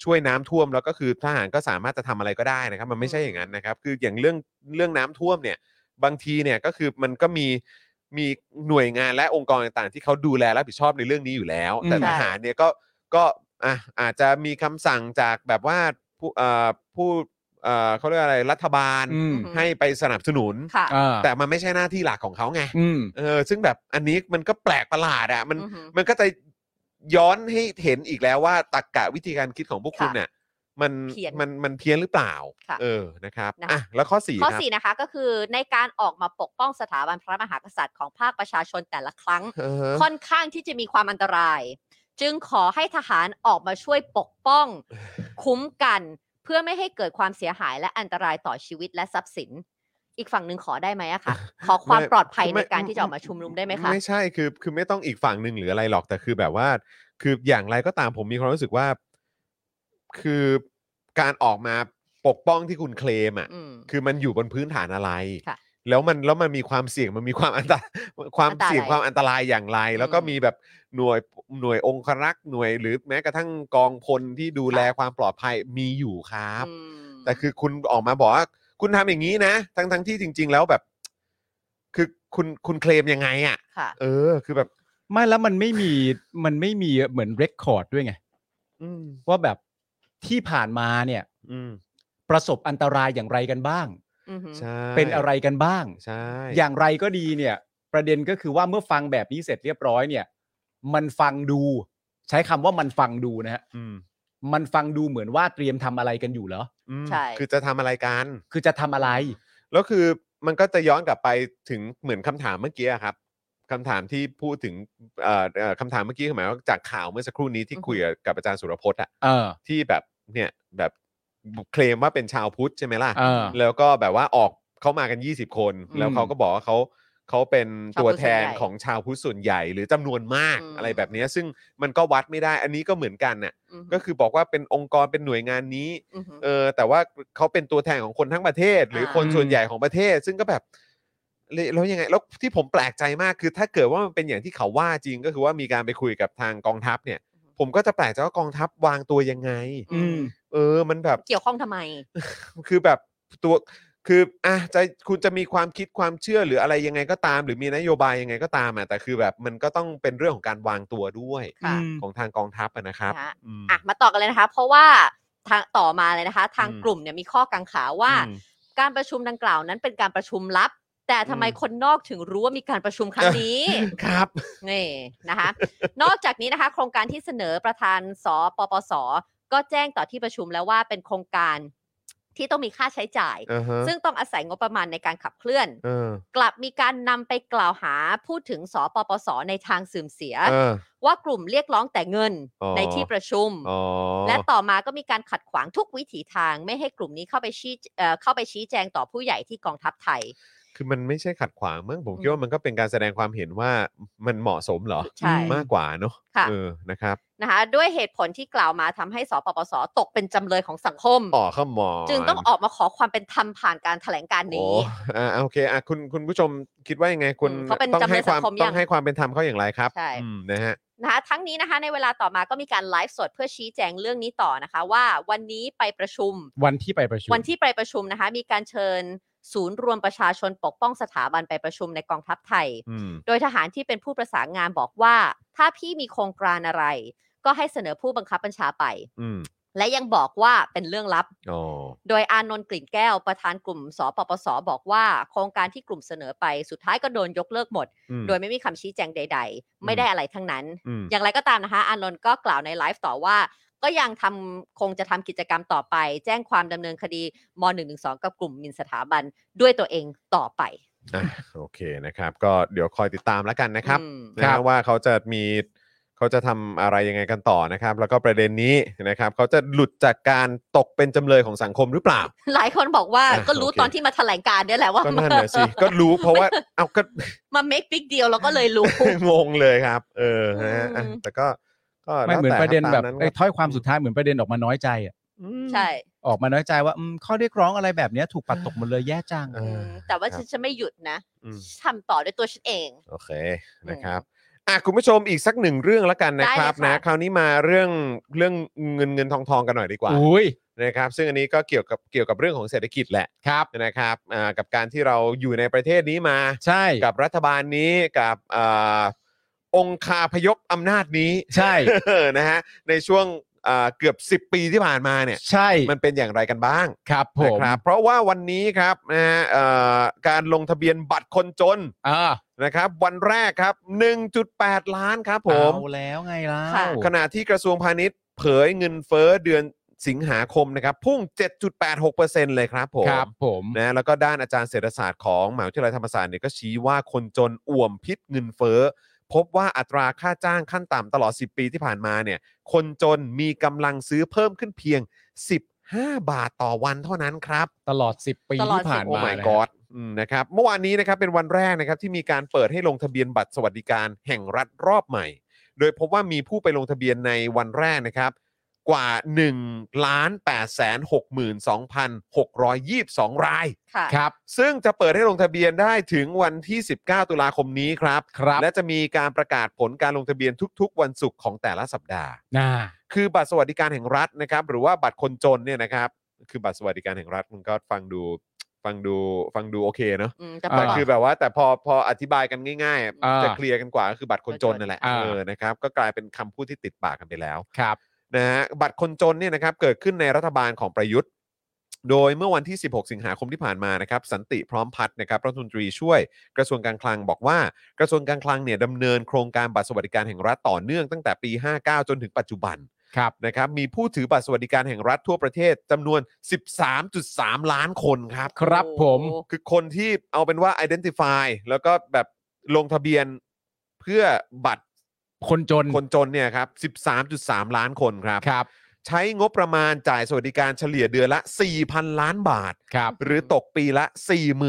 ช่วยน้ำท่วม แล้วก็คือทหารก็สามารถจะทำอะไรก็ได้นะครับ มันไม่ใช่อย่างนั้นนะครับ คืออย่างเรื่องเรื่องน้ำท่วมเนี่ย บางทีเนี่ยก็คือมันก็มีมีหน่วยงานและองค์กรต่างๆ ที่เขาดูแลรับผิดชอบในเรื่องนี้อยู่แล้ว
อืม
แต่ทหารเนี่ยก็ก็อ่ะอาจจะมีคำสั่งจากแบบว่าผู้เอ่อผู้ เอ่อเขาเรียกอะไรรัฐบาล
อืม
ให้ไปสนับสนุน
ค่ะ
อ่า
แต่มันไม่ใช่หน้าที่หลักของเขาไง
อืม
เออซึ่งแบบอันนี้มันก็แปลกประหลาดอะมัน
อือฮึ
มันก็จะย้อนให้เห็นอีกแล้วว่าตรรกกะวิธีการคิดของพวกคุณเนี่ยมัน
เพี้ยน
มันมันเพี้ยนหรือเปล่า
ค่ะ
เออนะครับ
นะคะ
อ่ะแล้วข้อสี่
ข้อ
ครับ
สี่นะคะก็คือในการออกมาปกป้องสถาบันพระมหากษัตริย์ของภาคประชาชนแต่ละครั้ง
เออฮะ
ค่อนข้างที่จะมีความอันตราย จึงขอให้ทหารออกมาช่วยปก ป้อง คุ้มกัน เพื่อไม่ให้เกิดความเสียหายและอันตรายต่อชีวิตและทรัพย์สิน อีกฝั่งหนึ่งขอได้ไหมอะ คะขอความ
ไม่
ปลอดภัย
ไม่
ในการที่จะออกมาชุมนุมได้ไหมคะ
ไม่ใช่คือคือไม่ต้องอีกฝั่งหนึ่งหรืออะไรหรอกแต่คือแบบว่า คืออย่างไรก็ตามผมมีความรู้สึกว่า คือการออกมาปกป้องที่คุณเคลมอ่ะ
อืม
คือมันอยู่บนพื้นฐานอะไร
ค่ะ
แล้วมันแล้วมันมีความเสี่ยงมันมีความอันตราย ความเสี่ยงค
อันตราย
วามอันตรายอย่างไร แล้วก็
อืม
มีแบบหน่วยหน่วยองครักษ์หน่วยหรือแม้กระทั่งกองพลที่ดูแลความปลอดภัยมีอยู่ครับ
อืม
แต่คือคุณออกมาบอกว่าคุณทำอย่างนี้นะ ทั้งทั้งที่จริง ๆ แล้วแบบ คือคุณคุณเคลมยังไงอ่ะ
ค่ะ
เออ คือแบบ
ไม่แล้วมันไม่มีมันไม่มีเหมือนเรคคอร์ดด้วยไง
อืม
ว่าแบบที่ผ่านมาเนี่ย
อืม
ประสบอันตรายอย่างไรกันบ้าง
อือหือ
ใช่
เป็นอะไรกันบ้าง
ใช่
อย่างไรก็ดีเนี่ย ประเด็นก็คือว่าเมื่อฟังแบบนี้เสร็จเรียบร้อยเนี่ย มันฟังดู ใช้คำว่ามันฟังดูนะฮะ
อืม
มันฟังดูเหมือนว่าเตรียมทำอะไรกันอยู่เหรอ
อืม
ใช่
คือจะทำอะไรกัน
คือจะทำอะไร
แล้วคือมันก็จะย้อนกลับไปถึงเหมือนคำถามเมื่อกี้อะครับคำถามที่พูดถึงเอ่อเอ่อคำถามเมื่อกี้คือหมายว่าจากข่าวเมื่อสักครู่นี้ที่
อือฮึ
คุยกับอาจารย์สุรพจน์อะ
เออ
ที่แบบเนี่ยแบบเคลมว่าเป็นชาวพุทธใช่ไหมล่ะ
เออ
แล้วก็แบบว่าออกเขามากัน 20 คน
อืม
แล้วเขาก็บอกว่าเขาเขาเป็นตัวแทน
ชาวพุทธส่วนใหญ่
ของชาวพุทธส่วนใหญ่หรือจำนวนมาก
อืม
อะไรแบบเนี้ยซึ่งมันก็วัดไม่ได้ อันนี้ก็เหมือนกันน่ะ
อือหือ
ก็คือบอกว่าเป็นองค์กรเป็นหน่วยงานนี้
อือหือ
เออแต่ว่าเขาเป็นตัวแทนของคนทั้งประเทศ หรือคน
อ่า
ส่วนใหญ่ของประเทศ ซึ่งก็แบบแล้วแล้วยังไงแล้วที่ผมแปลกใจมากคือ ถ้าเกิดว่ามันเป็นอย่างที่เขาว่าจริงก็คือว่ามีการไปคุยกับทางกองทัพเนี่ย ผมก็จะแปลกใจว่ากองทัพวางตัวยังไง
อืม
เออมันแบบ
เกี่ยวข้องทำไม
คือแบบตัวคืออ่ะจะคุณจะมีความคิดความเชื่อหรืออะไรยังไงก็ตาม หรือมีนโยบายยังไงก็ตามอ่ะแต่คือแบบมันก็ต้องเป็นเรื่องของการวางตัวด้วย
ค่ะ
ของทางกองทัพอะนะครับ
นะฮะ
อืม
อ่ะมาต่อกันเลยนะคะ เพราะว่าทางต่อมาเลยนะคะ ทาง
อืม
กลุ่มเนี่ยมีข้อกังขาว่า
อืม
การประชุมดังกล่าวนั้นเป็นการประชุมลับ แต่ทำไม
อืม
คนนอกถึงรู้ว่ามีการประชุมครั้งนี้
ครับ
นี่นะคะ นอกจากนี้นะคะ โครงการที่เสนอประธานสปปส ก็แจ้งต่อที่ประชุมแล้วว่าเป็นโครงการที่ต้องมีค่าใช้จ่าย
อ่าฮะ
ซึ่งต้องอาศัยงบประมาณในการขับเคลื่อน
เออก
ลับมีการนำไปกล่าวหาพูดถึงสปปส ในทางเสื่อมเสีย
เออ
ว่ากลุ่มเรียกร้องแต่เงิน
อ๋อ
ในที่ประชุม
อ๋อ
และต่อมาก็มีการขัดขวางทุกวิถีทาง ไม่ให้กลุ่มนี้เข้าไปชี้เอ่อเข้าไปชี้แจงต่อผู้ใหญ่ที่กองทัพไทย
คือมันไม่ใช่ขัดขวางมั้งผม
อืม
คิดว่ามันก็เป็นการแสดงความเห็นว่ามันเหมาะสมเหรอ
ใช่
มากกว่าเนอะ
ค่ะ
เออนะครับ
นะคะด้วยเหตุผลที่กล่าวมาทำให้สปปสตกเป็นจำเลยของสังคม
อ๋อข้ามอ
จึงต้องออกมาขอความเป็นธรรมผ่านการแถลงการณ์นี้
โอ้อ่าโอเคอ่ะคุณคุณผู้ชมคิดว่ายังไงคุณ
อืมเขาเป็น
ต้อง
จำเลย
ให้ความ
สังคมยัง
ต้องให้ความเป็นธรรมเขาอย่างไรครับ
ใช่
อืมนะฮะ
นะคะทั้งนี้นะคะในเวลาต่อมาก็มีการไลฟ์สดเพื่อชี้แจงเรื่องนี้ต่อนะคะ ว่าวันนี้ไปประชุม
วันที่ไปประชุม
วันที่ไปประชุมนะคะ มีการเชิญศูนย์รวมประชาชนปกป้องสถาบันไปประชุมในกองทัพไทย
อืม
โดยทหารที่เป็นผู้ประสานงานบอกว่า ถ้าพี่มีโครงการอะไร ก็ให้เสนอผู้บังคับบัญชาไป
อืม
และยังบอกว่าเป็นเรื่องลับ
อ๋อ
โดยอานนท์กลิ่นแก้วประธานกลุ่มสปปสบอกว่า โครงการที่กลุ่มเสนอไปสุดท้ายก็โดนยกเลิกหมด
อืม
โดยไม่มีคำชี้แจงใด ๆ ไม่ได้อะไรทั้งนั้น
อืม
อย่างไรก็ตามนะคะ อานนท์ก็กล่าวในไลฟ์ต่อว่า ก็ยังทำคงจะทำกิจกรรมต่อไป แจ้งความดำเนินคดีม .112 กับกลุ่มหมินสถาบันด้วยตัวเองต่อไป
อ่ะโอเคนะครับ ก็เดี๋ยวคอยติดตามแล้วกันนะครับ
อืม
นะ
ครั
ฮะ
บ
ว่าเขาจะมีเขาจะทำอะไรยังไงกันต่อนะครับ แล้วก็ประเด็นนี้นะครับเขาจะหลุดจากการตกเป็นจำเลยของสังคมหรือเปล่า
หลายคนบอกว่า
อ่ะ
ก็รู้
โอเค
ตอนที่มาแถลงการณ์เนี่ยแหละว่า
ก็นั่นแหละสิ ก็รู้เพราะว่า เอาก็
มา make big deal แล้วก็เลยรู้
งงเลยครับ เออนะฮะอ่ะ
อืม
แต่ก็ก็
ไม่เหมือนประเด็นแบบ
ไอ้
ไอ้ถ้อยความสุดท้ายเหมือนประเด็นออกมาน้อยใจอะ
ใช่
ออกมาน้อยใจว่าอืมข้อเรียกร้องอะไรแบบเนี้ยถูกปัดตกหมดเลยแย่จัง
เออ
มแต่ว่า
ครับ
ฉันจะไม่หยุดนะ
อืม
ทำต่อด้วยตัวฉันเอง
โอเคนะครับอ่ะคุณผู้ชมอีกสักหนึ่งเรื่องแล้วกันนะครับ
ได้เลย
นะ
ค่ะ
คราวนี้มาเรื่องเรื่องเงินเงินทองทองกันหน่อยดีกว่า
อุ้ย
นะครับซึ่งอันนี้ก็เกี่ยวกับเกี่ยวกับเรื่องของเศรษฐกิจแหละ
ครับ
นะครับอ่ากับการที่เราอยู่ในประเทศนี้มา
ใช่
กับรัฐบาลนี้กับอาองคาพยพอำนาจนี้
ใช่
นะฮะในช่วง อ่าเกือบ 10 ปีที่ผ่านมาเนี่ย
ใช่
มันเป็นอย่างไรกันบ้าง
ครับผ
นะ
ม
ครับ เพราะว่าวันนี้ครับนะฮะเอ่อการลงทะเบียนบัตรคนจน
อ่า
นะครับ วันแรกครับ 1.8 ล้านครับผม
เอาแล้วไงล่ะ
ค่ะ
ขณะที่กระทรวงพาณิชย์เผยเงินเฟ้อเดือนสิงหาคมนะครับ พุ่ง 7.86%เลยครับผม
ครับผม
นะแล้วก็ด้านอาจารย์เศรษฐศาสตร์ของมหาวิทยาลัยธรรมศาสตร์เนี่ยก็ชี้ว่าคนจนอ่วมพิษเงินเฟ้อ พบว่าอัตราค่าจ้างขั้นต่ำตลอด 10 ปีที่ผ่านมาเนี่ย คนจนมีกำลังซื้อเพิ่มขึ้นเพียง 15 บาทต่อวันเท่านั้นครับ
ตลอด 10 ปี
ตลอด
ที่ผ่าน
สิบ
โอ้
มา
my
นะ
god อืมนะครับเมื่อวานนี้นะครับเป็นวันแรกนะครับที่มีการเปิดให้ลงทะเบียนบัตรสวัสดิการแห่งรัฐรอบใหม่ โดยพบว่ามีผู้ไปลงทะเบียนในวันแรกนะครับกว่า1ล้าน8แสน62,622 ราย
ค่ะ
ครับ
ซึ่งจะเปิดให้ลงทะเบียนได้ถึงวันที่ 19 ตุลาคมนี้ครับ
ครับ
และจะมีการประกาศผลการลงทะเบียนทุกๆ วันศุกร์ของแต่ละสัปดาห์
น่า
คือบัตรสวัสดิการแห่งรัฐนะครับ หรือว่าบัตรคนจนเนี่ยนะครับ คือบัตรสวัสดิการแห่งรัฐมันก็ฟังดูฟังดูฟังดูโอเคเนอะ
อืมแต่
อ่า
ป
แต่
ลด
คือแบบว่าแต่พอพออธิบายกันง่าย
อ่า
ๆ จะเคลียร์กันกว่าก็คือบัตรคนจนนั่นแหละ
อ่า
เออนะครับก็กลายเป็นคำพูดที่ติดปากกันไปแล้ว
ครับ
นะฮะบัตรคนจนเนี่ยนะครับเกิดขึ้นในรัฐบาลของประยุทธ์ โดยเมื่อวันที่ 16 สิงหาคมที่ผ่านมานะครับสันติพร้อมพัฒน์นะครับรัฐมนตรีช่วยกระทรวงการคลังบอกว่า กระทรวงการคลังเนี่ยดำเนินโครงการบัตรสวัสดิการแห่งรัฐต่อเนื่องตั้งแต่ปี 59 จนถึงปัจจุบัน
ครับ
นะครับมีผู้ถือบัตรสวัสดิการแห่งรัฐทั่วประเทศจำนวน 13.3 ล้านคนครับ
ครับผม
คือคนที่เอาเป็นว่า identify แล้วก็แบบลงทะเบียนเพื่อบัตร
คนจน
คนจนเนี่ยครับ13.3 ล้านคนครับ
ครับ
ใช้งบประมาณจ่ายสวัสดิการเฉลี่ยเดือนละ 4,000 ล้านบาท
ครับ
หรือตกปีละ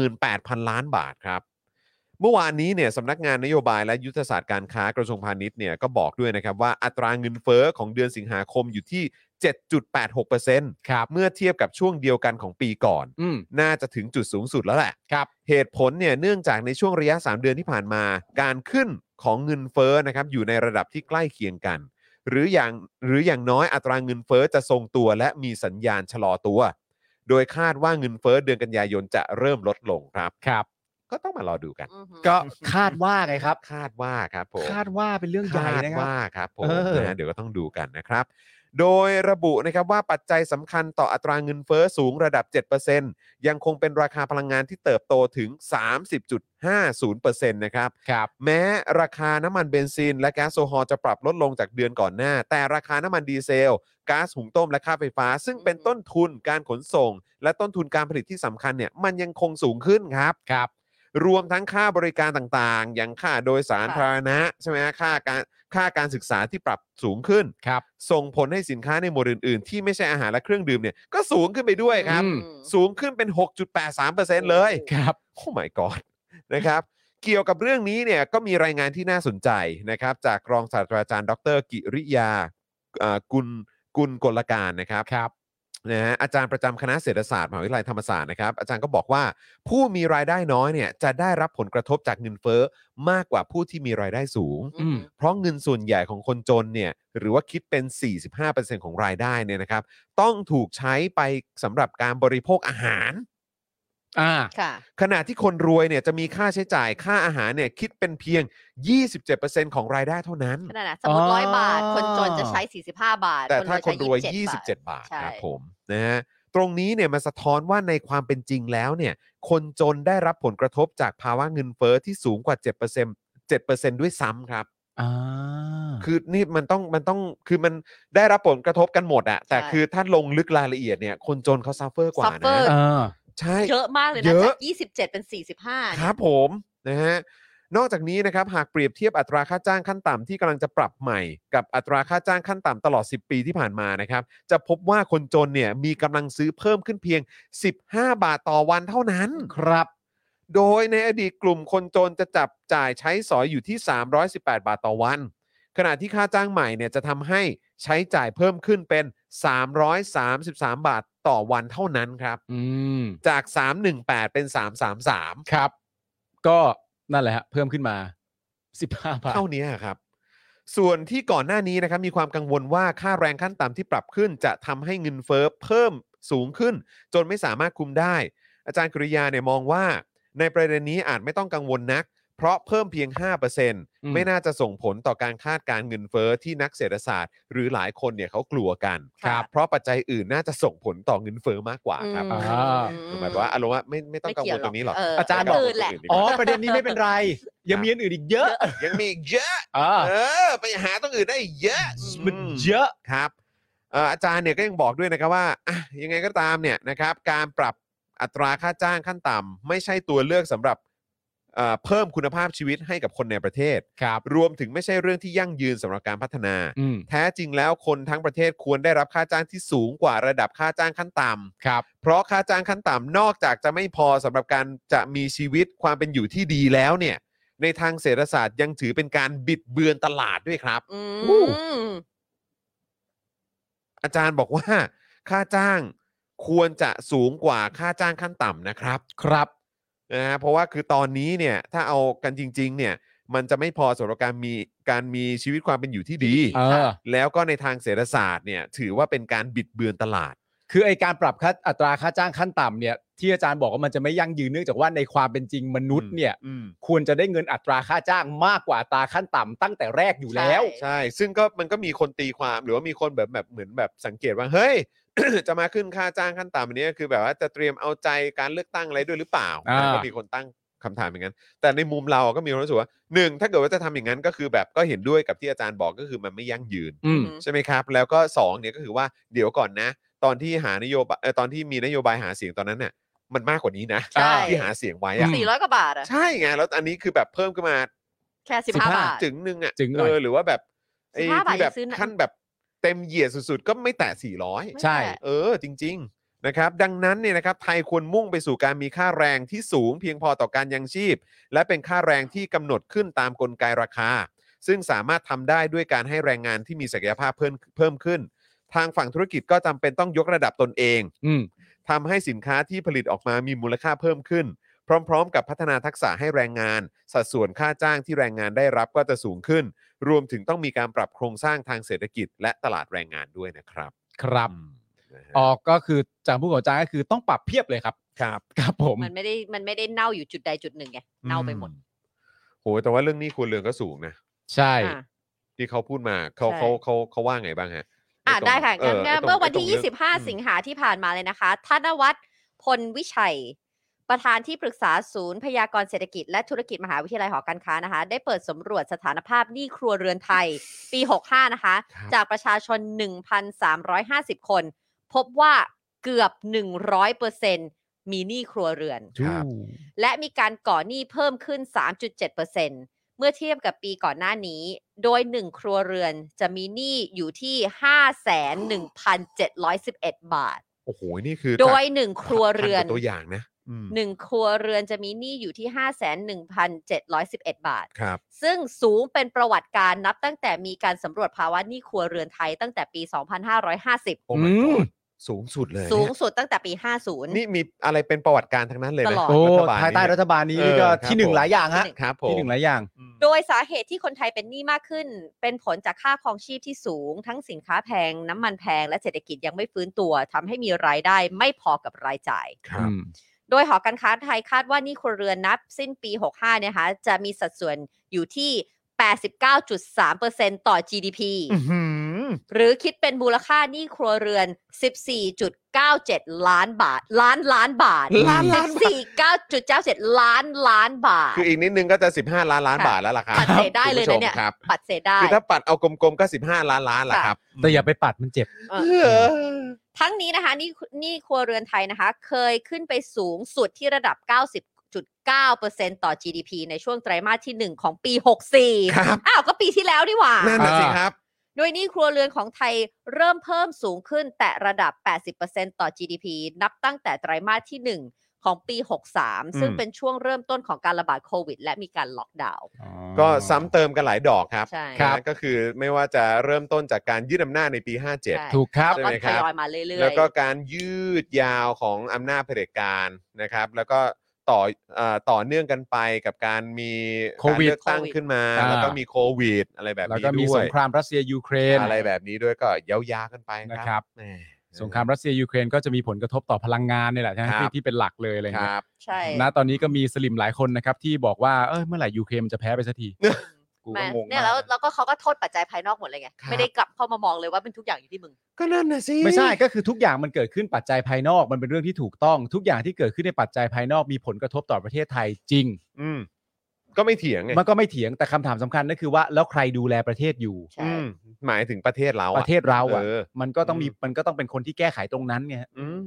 48,000 ล้านบาทครับ เมื่อวานนี้เนี่ยสำนักงานนโยบายและยุทธศาสตร์การค้ากระทรวงพาณิชย์เนี่ยก็บอกด้วยนะครับว่าอัตราเงินเฟ้อของเดือนสิงหาคมอยู่ที่ 7.86%
ครับ
เมื่อเทียบกับช่วงเดียวกันของปีก่อน
อืม
น่าจะถึงจุดสูงสุดแล้วแหละ
ครับ
เหตุผลเนี่ยเนื่องจากในช่วงระยะ 3 เดือนที่ผ่านมา การขึ้นของเงินเฟ้อนะครับอยู่ในระดับที่ใกล้เคียงกัน หรืออย่างหรืออย่างน้อยอัตราเงินเฟ้อจะทรงตัวและมีสัญญาณชะลอตัว โดยคาดว่าเงินเฟ้อเดือนกันยายนจะเริ่มลดลงครับ
ครับ
ก็ต้องมารอดูกัน
อือหือ
ก็คาดว่าไงครับ
คาดว่าครับผม
คาดว่าเป็นเรื่องใหญ่นะครั
ว่า
บ
ครับผม
เออ
นะฮะเดี๋ยวก็ต้องดูกันนะครับ โดยระบุนะครับว่าปัจจัยสำคัญต่ออัตราเงินเฟ้อสูงระดับ 7%ยังคงเป็นราคาพลังงานที่เติบโตถึง 30.50%นะครับ
ครับ
แม้ราคาน้ำมันเบนซิน และแก๊สโซฮอล์จะปรับลดลงจากเดือนก่อนหน้า แต่ราคาน้ำมันดีเซลก๊าซหุงต้มและค่าไฟฟ้า ซึ่งเป็น
อืม
ต้นทุนการขนส่ง และต้นทุนการผลิตที่สำคัญเนี่ยมันยังคงสูงขึ้นครับ
ครับ
รวมทั้งค่าบริการต่างๆ อย่างค่าโดยสาร
ค่ะ
พาหนะใช่ไหมฮะค่าการค่าการศึกษาที่ปรับสูงขึ้น
ครับ
ส่งผลให้สินค้าในหมวดอื่นๆ ที่ไม่ใช่อาหารและเครื่องดื่มเนี่ยก็สูงขึ้นไปด้วยครับ
อืม
สูงขึ้นเป็น 6.83%เลย
ครับ
โอ้ my god นะครับ เกี่ยวกับเรื่องนี้เนี่ยก็มีรายงานที่น่าสนใจนะครับ จากรองศาสตราจารย์ ดร กิริยาเอ่อกุลกุลกลการนะครับ
ครับ
นะฮะอาจารย์ประจำคณะเศรษฐศาสตร์มหาวิทยาลัยธรรมศาสตร์นะครับอาจารย์ก็บอกว่าผู้มีรายได้น้อยเนี่ยจะได้รับผลกระทบจากเงินเฟ้อมากกว่าผู้ที่มีรายได้สูง
อืม
เพราะเงินส่วนใหญ่ของคนจนเนี่ยหรือว่าคิดเป็น 45%ของรายได้เนี่ยนะครับ ต้องถูกใช้ไปสำหรับการบริโภคอาหาร
อ่า
ค่ะ
ขณะที่คนรวยเนี่ยจะมีค่าใช้จ่ายค่าอาหารเนี่ยคิดเป็นเพียง 27%ของรายได้เท่านั้น
ขนาดน่ะสมมติ
อ๋อ
ร้อยบาท คนจนจะใช้ 45 บาท
แต่ถ้าคนรวย
ใช้
27
าท
บาท
ใช่
ครับผมนะฮะตรงนี้เนี่ยมันสะท้อนว่าในความเป็นจริงแล้วเนี่ย คนจนได้รับผลกระทบจากภาวะเงินเฟ้อที่สูงกว่า 7% 7%ด้วยซ้ำครับ
อ่า
คือนี่มันต้องมันต้องคือมันได้รับผลกระทบกันหมดอะแต่
ใช่
คือถ้าลงลึกรายละเอียดเนี่ย คนจนเขาซัฟเฟอร์กว่า
ซัฟเฟ
นะ
อร์
อ่า
ใช่
เยอะมากเลย
เย
นะ
อะ
จาก 27 เป็น
ค
45เนี่ย
รับผมนะฮะนอกจากนี้นะครับหากเปรียบเทียบอัตราค่าจ้างขั้นต่ำที่กำลังจะปรับใหม่ กับอัตราค่าจ้างขั้นต่ำตลอด 10 ปีที่ผ่านมานะครับจะพบว่าคนจนเนี่ยมีกำลังซื้อเพิ่มขึ้นเพียง 15 บาทต่อวันเท่านั้น
ครับ
โดยในอดีตกลุ่มคนจนจะจับจ่ายใช้สอยอยู่ที่ 318 บาทต่อวัน ขณะที่ค่าจ้างใหม่เนี่ยจะทำให้ใช้จ่ายเพิ่มขึ้นเป็น 333 บาทต่อวันเท่านั้นครับ
อืม
จาก 318 เป็น 333
ครับ ก็นั่นแหละฮะ เพิ่มขึ้นมา 15 บาท
เท่านี้ครับ ส่วนที่ก่อนหน้านี้นะครับมีความกังวลว่าค่าแรงขั้นต่ำที่ปรับขึ้น จะทำให้เงินเฟ้อเพิ่มสูงขึ้น จนไม่สามารถคุมได้ อาจารย์กริยาเนี่ยมองว่า ในประเด็นนี้อาจไม่ต้องกังวลนัก เพ เพราะเพิ่มเพียง 5%ไม่น่าจะส่งผลต่อการคาดการณ์เงินเฟ้อที่นักเศรษฐศาสตร์ หรือหลายคนเนี่ยเขากลัวกัน
ครับ
เพราะปัจจัยอื่นน่าจะส่งผลต่อเงินเฟ้อมากกว่าครับ
อืม
อ่า
หมายความว่าอารมณ์ว่าไม่ไม่ต้องกังวลตรงนี้หรอก
เ
อาจารย์
ก็
บอก
คืแหละ
อ๋อประเด็นนี้ไม่เป็นไร ยังมีอันอื่นอีกเยอะ
ยังมีอีกเยอะ
อ่า
เออ ไปหาตรงอื่นได้อีกเยอะ
มัน
อืม
เยอะ
ครับเอ่ออาจารย์เนี่ยก็ยังบอกด้วยนะครับว่าอ่ะยังไงก็ตามเนี่ยนะครับการปรับอัตราค่าจ้างขั้นต่ำไม่ใช่ตัวเลือกสำหรับเอ่อเพิ่มคุณภาพชีวิตให้กับคนในประเทศ
ครับ
รวมถึงไม่ใช่เรื่องที่ยั่งยืนสำหรับการพัฒนา
อืม
แท้จริงแล้วคนทั้งประเทศควรได้รับค่าจ้างที่สูงกว่าระดับค่าจ้างขั้นต่ำ
ครับ
เพราะค่าจ้างขั้นต่ำนอกจากจะไม่พอสำหรับการจะมีชีวิตความเป็นอยู่ที่ดีแล้วเนี่ยในทางเศรษฐศาสตร์ยังถือเป็นการบิดเบือนตลาดด้วยครับ
อืม
อาจารย์บอกว่า ค่าจ้างควรจะสูงกว่าค่าจ้างขั้นต่ำนะครับ
ครับ
นะฮะเพราะว่าคือตอนนี้เนี่ยถ้าเอากันจริง ๆ เนี่ย มันจะไม่พอสำหรับการมีการมีชีวิตความเป็นอยู่ที่ดี
เออ
แล้วก็ในทางเศรษฐศาสตร์เนี่ย ถือว่าเป็นการบิดเบือนตลาด
คือไอการปรับค่าอัตราค่าจ้างขั้นต่ำเนี่ย ที่อาจารย์บอกว่ามันจะไม่ยั่งยืนเนื่องจากว่าในความเป็นจริงมนุษย์เนี่ย
อืม
ควรจะได้เงินอัตราค่าจ้างมากกว่าอัตราขั้นต่ำตั้งแต่แรกอยู่แล้ว
ใช่
ใช่ ซึ่งก็มันก็มีคนตีความหรือว่ามีคนแบบแบบเหมือนแบบสังเกตว่าเฮ้ย จะมาขึ้นค่าจ้างขั้นต่ำอันนี้คือแบบว่าจะเตรียมเอาใจการเลือกตั้งอะไรด้วยหรือเปล่า
อ่า
ก็มีคนตั้งคำถามอย่างนั้น แต่ในมุมเราก็มีความรู้สึกว่าหนึ่งถ้าเกิดว่าจะทำอย่างนั้นก็คือแบบก็เห็นด้วยกับที่อาจารย์บอกก็คือมันไม่ยั่งยืน
อืม
ใช่ไหมครับ แล้วก็สองเนี่ยก็คือว่าเดี๋ยวก่อนนะ ตอนที่หานโยบายเอ่อตอนที่มีนโยบายหาเสียงตอนนั้นเนี่ยมันมากกว่านี้นะ
ใช่
ที่หาเสียงไว้อะ
สี่ร้อยกว่าบาทอะ
ใช่ไงแล้วอันนี้คือแบบเพิ่มขึ้นมา
แค่สิบห้า
15
บาท
จึงหนึ่งอ่ะ
จึ๋งหน่
เอ
อย
อหรือว่าแบบไอ้
15บาท
ที่แบบ
ยังซื้อนะ
ขั้นแบบเต็มเหยียดสุดๆ ก็ไม่แตะ
ไม่
ใช่
แพง
400 เออ จริง ๆ นะครับ ดังนั้นเนี่ยนะครับไทยควรมุ่งไปสู่การมีค่าแรงที่สูงเพียงพอต่อการยังชีพ และเป็นค่าแรงที่กำหนดขึ้นตามกลไกราคา ซึ่งสามารถทำได้ด้วยการให้แรงงานที่มีศักยภาพเพิ่มเพิ่มขึ้น ทางฝั่งธุรกิจก็จำเป็นต้องยกระดับตนเอง
อืม
ทำให้สินค้าที่ผลิตออกมามีมูลค่าเพิ่มขึ้น พร้อม ๆ กับพัฒนาทักษะให้แรงงาน สัดส่วนค่าจ้างที่แรงงานได้รับก็จะสูงขึ้น รวมถึงต้องมีการปรับโครงสร้างทางเศรษฐกิจ และตลาดแรงงานด้วยนะครับ
ครับ
อืมนะฮะ
ออกก็คือจากผู้ก่อจ้างก็คือต้องปรับเพียบเลยครับ
ครับ
ครับผม
มันไม่ได้มันไม่ได้เน่าอยู่จุดใดจุดหนึ่งไงเน่าไปหมด
อืโหแต่ว่าเรื่องหนี้ครัวเรือนก็สูงนะ
ใช่
อ่ะ
ที่เขาพูดมาเขา
ใช่
เขาเขาเขาว่าไงบ้างฮะ
อ่ะ
ตรง
ได้ค่ะงั้น
ไตรง
เมื่อวัน
ไตรง
ที่
รื่ง
25 สิงหาที่ผ่านมาเลยนะคะ ธนวัฒน์พลวิชัย ประธานที่ปรึกษาศูนย์พยากรณ์เศรษฐกิจและธุรกิจมหาวิทยาลัยหอการค้านะคะ ได้เปิดสำรวจสถานภาพหนี้ครัวเรือนไทย ปี 65 นะคะ
ครับ
จากประชาชน 1,350 คน พบว่าเกือบ 100%มีหนี้ครัวเรือน
ครับ
และมีการก่อหนี้เพิ่มขึ้น 3.7%เมื่อเทียบกับปีก่อนหน้านี้ โดย 1 ครัวเรือนจะมีหนี้อยู่ที่ 51,711 บาท
โอ้โหนี่คือ
โดย 1 ครัวเรือน
พักว่าตัวอย่างนะอืม
1 ครัวเรือนจะมีหนี้อยู่ที่ 51,711 บาท
ครับ
ซึ่งสูงเป็นประวัติการนับตั้งแต่มีการสำรวจภาวะหนี้ครัวเรือนไทยตั้งแต่ปี 2550
โอ้ my
อืม
god สูงสุดเลย
สูง
เนี่ย
สุดตั้งแต่ปี
นี่มีอะไรเป็นประวัติการณ์ทั้งนั้นเลยนะ
ตลอด
โอ้
ฐบล
ภายใต้รัฐบาลนี้นี่ก็ที่หนึ่งหลายอย่างฮะ
ครับผม
ที่หนึ่งหลายอย่าง
อืม
โดยสาเหตุที่คนไทยเป็นหนี้มากขึ้น เป็นผลจากค่าครองชีพที่สูง ทั้งสินค้าแพง น้ำมันแพง และเศรษฐกิจยังไม่ฟื้นตัวทำให้มีรายได้ไม่พอกับรายจ่าย
ครับ
อืม
โดยหอการค้าไทยคาดว่าหนี้ครัวเรือนนับ สิ้นปี 65เนี่ยนะคะจะมีสัดส่วนอยู่ที่ 89.3%ต่อ GDP
อื้อหือ
หรือคิดเป็นมูลค่าหนี้ครัวเรือน 14.97 ล้านบาท ล้านล้านบาท
ล้านล้าน
14.97 ล้านล้านบาท
คืออีกนิดนึงก็จะ 15 ล้านล้าน
ค่ะ
บาทแล้วล่ะครับ
ปัดเศษได้เลย
คุณ
นะ
ผู้ชม
เนี่ย
ครับ
ปัดเศษได้
คือถ้าปัดเอากลมๆก็ 15 ล้านล้านล่ะครับ
แต่อย่าไปปัดมันเจ็บ
เออ
เออ
ทั้งนี้นะคะหนี่หนี่ครัวเรือนไทยนะคะ เคยขึ้นไปสูงสุดที่ระดับ 90.9%ต่อ GDP ในช่วงไตรมาสที่ 1 ของปี 64
ครับ
อ้าว ก็ปีที่แล้วนี่หว่า
นั่นน่ะสิครับ
โดยหนี่ครัวเรือนของไทยเริ่มเพิ่มสูงขึ้นแต่ระดับ 80%ต่อ GDP นับตั้งแต่ไตรมาสที่ 1 ของปี 63 ซึ่งเป็นช่วงเริ่มต้นของการระบาดโควิด และมีการล็อกดาวน์
ก็ซ้ำเติมกันหลายดอกครับ
ใช่
ครับ
นะก็คือไม่ว่าจะเริ่มต้นจากการยึดอำนาจในปี
ใช่
57
ถูกครับ
แล้ว
ใช่ไหมค
ก็ท
รับ
ยอยมาเรื่อยๆ
แล้วก็การยืดยาวของอำนาจเผด็จการนะครับ แล้วก็ต่อเอ่อต่อเนื่องกันไปกับการมี
โค
การ
วิด
เลือกตั้ง
โควิด
ขึ้นมา
อ่า
แล้วก็มีโควิด อะไรแบบ
แล้ว
นี้
ก็มี
ด้ว
ส
ย
งครามรัสเซียยูเครน
อะไรแบบนี้ด้วยก็ยาวๆกันไป
นะครับ
แหม
สงครามรัสเซียยูเครนก็จะมีผลกระทบต่อพลังงานเนี่ยแหละใช่ไหม
ครับ
ที่ที่เป็นหลักเลยอะไร
ค
เงี้ย
รับ
ใช่
นะตอนนี้ก็มีสลิมหลายคนนะครับที่บอกว่าเอ้ยเมื่อไหร่ยูเครนมันจะแพ้ไปสักที กู
แห
ก็
ม่
งง
เนี่ย
มาก
แล้วแล้วก็เขาก็โทษปัจจัยภายนอกหมดเลยไง
ครับ
ไม่ได้กลับเข้ามามองเลยว่าเป็นทุกอย่างอยู่ที่มึง
ก็นั่นน่ะสิ
ไม่ใช่ก็คือทุกอย่างมันเกิดขึ้นปัจจัยภายนอกมันเป็นเรื่องที่ถูกต้อง ทุกอย่างที่เกิดขึ้นในปัจจัยภายนอกมีผลกระทบต่อประเทศไทยจริง
อืมก็ไม่เถียงไง
มันก็ไม่เถียงแต่คำถามสำคัญก็คือว่าแล้วใครดูแลประเทศอยู่
ใช่
อืมหมายถึงประเทศเราอ
ประเทศเราอ่ะ
เออ
มันก็ต้องมี
อืม
มันก็ต้องเป็นคนที่แก้ไขตรงนั้นไงฮะ
อืม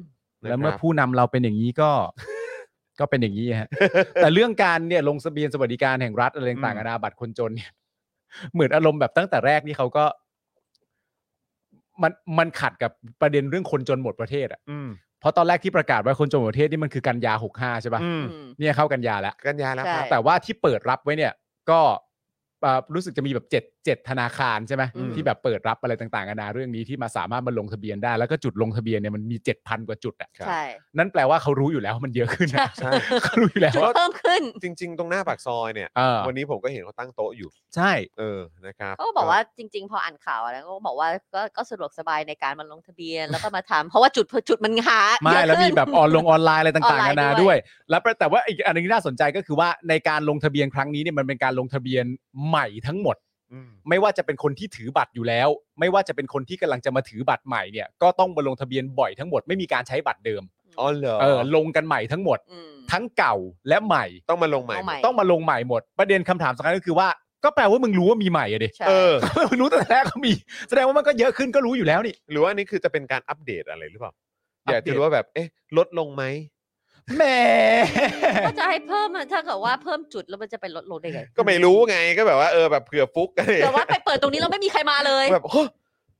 แล้วเมื่อ
นะครับ
ผู้นำเราเป็นอย่างนี้ก็ ก็เป็นอย่างนี้ฮะ แต่เรื่องการเนี่ยลงทะเบียนสวัสดิการแห่งรัฐอะไรต่าง
อื
ๆ
ม
นานาบัตรคนจนเนี่ย เหมือนอารมณ์แบบตั้งแต่แรกนี่เขาก็ มันมันขัดกับประเด็นเรื่องคนจนหมดประเทศอ่ะ
อืม
เพราะตอนแรกที่ประกาศไว้คนจนหมดประเทศนี่มันคือกันยาหกห้าใช่ปะ
อืม
อืม
เนี่ยเข้ากันยาแล้ว
กันยาแล้วครับ
ใช่
แต่ว่าที่เปิดรับไว้เนี่ย ก็เอ่อรู้สึกจะมีแบบเจ็ดเจ็ดธนาคารใช่ไหม
อืม
ที่แบบเปิดรับอะไรต่างๆกันานาเรื่องนี้ที่มาสามารถมาลงทะเบียนได้ แล้วก็จุดลงทะเบียนเนี่ยมันมีเจ็ดพันกว่าจุดอ่ะ
ใช่
นั่นแปลว่าเขารู้อยู่แล้วมันเยอะขึ้นนะ
ใช่
เขารู้อยู่แล้ว
จุด
ว่า
เพิ่มขึ้น
จริง ๆ ตรงหน้าปากซอยเนี่ย
เออ
วันนี้ผมก็เห็นเขาตั้งโต๊ะอยู่
ใช่
เออนะครับ
เขาก็บอกว่าจริง ๆ พออ่านข่าวอะไรก็บอกว่าก็ก็สะดวกสบายในการมาลงทะเบียน แล้วก็มาทำเพราะว่าจุดจุดมันหา
ไม่
เยอะ
แล้วมี
ขึ้น
แบบออนลงออนไลน์อะไร
ออ
ต่าง
น
ๆ
ไลน์
นานา
ด้
ด้ว
วย ย
แล้วประแต่ว่าอีกอันหนึงที่น่าสนใจก็คือว่าในการลงทะเบียนครั้งนี้เนี่ยมันเป็นการลงทะเบียนใหม่ทั้งหมด
อืม
ไม่ว่าจะเป็นคนที่ถือบัตรอยู่แล้ว ไม่ว่าจะเป็นคนที่กำลังจะมาถือบัตรใหม่เนี่ยก็ต้องมาลงทะเบียนบ่อยทั้งหมดไม่มีการใช้บัตรเดิม
อ๋อเหรอ
เออลงกันใหม่ทั้งหมด
อืม
ทั้งเก่าและใหม่
ต้องมาลงใหม่
เอาใหม่
ต้องมาลงใหม่หมด ประเด็นคำถามสำคัญก็คือว่า ก็แปลว่ามึงรู้ว่ามีใหม่อะดิ
ใช่
เออ
มึงรู้ตั้งแต่แรกก็มี แสดงว่ามันก็เยอะขึ้นก็รู้อยู่แล้วนี่
หรือว่าอันนี่คือจะเป็นการอัปเดตอะไรหรือเปล่า
อัปเดต
อยากจะรู้ว่าแบบ เอ๊ะ ลดลงไหม
แหม
ก็จะให้เพิ่มอะถ้าเกิดว่าเพิ่มจุดแล้วมันจะไปลดลงได้ไง
ก็ไม่รู้ไง ก็แบบว่าเออแบบเผื่อฟุกอะไร
แต่ว่าไปเปิดตรงนี้แล้ว ไม่มีใครมาเลย
แบบเฮ้อ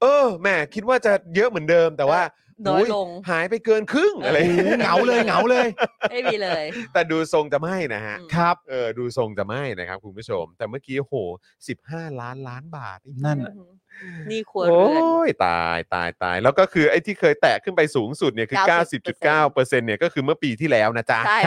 เออแหมคิดว่าจะเยอะเหมือนเดิม แต่ว่า
น้อยลง
อุ๊หายไปเกินครึ่งอะไร
โอ้โหเหงาเลยเหงาเลย
ไม่มีเลย
แต่ดูทรงจะไม่นะฮะ
อืม
ครับ
เออ ดูทรงจะไม่นะครับคุณผู้ชม แต่เมื่อกี้โห15 ล้านล้านบาท
นั่นน่ะ
นี่ครัว
โอ
เรือน
้ยตายตายตาย แล้วก็คือไอ้ที่เคยแตะขึ้นไปสูงสุดเนี่ยคือ 90.9%เนี่ยก็คือเมื่อปีที่แล้วนะจ๊ะ
ใช่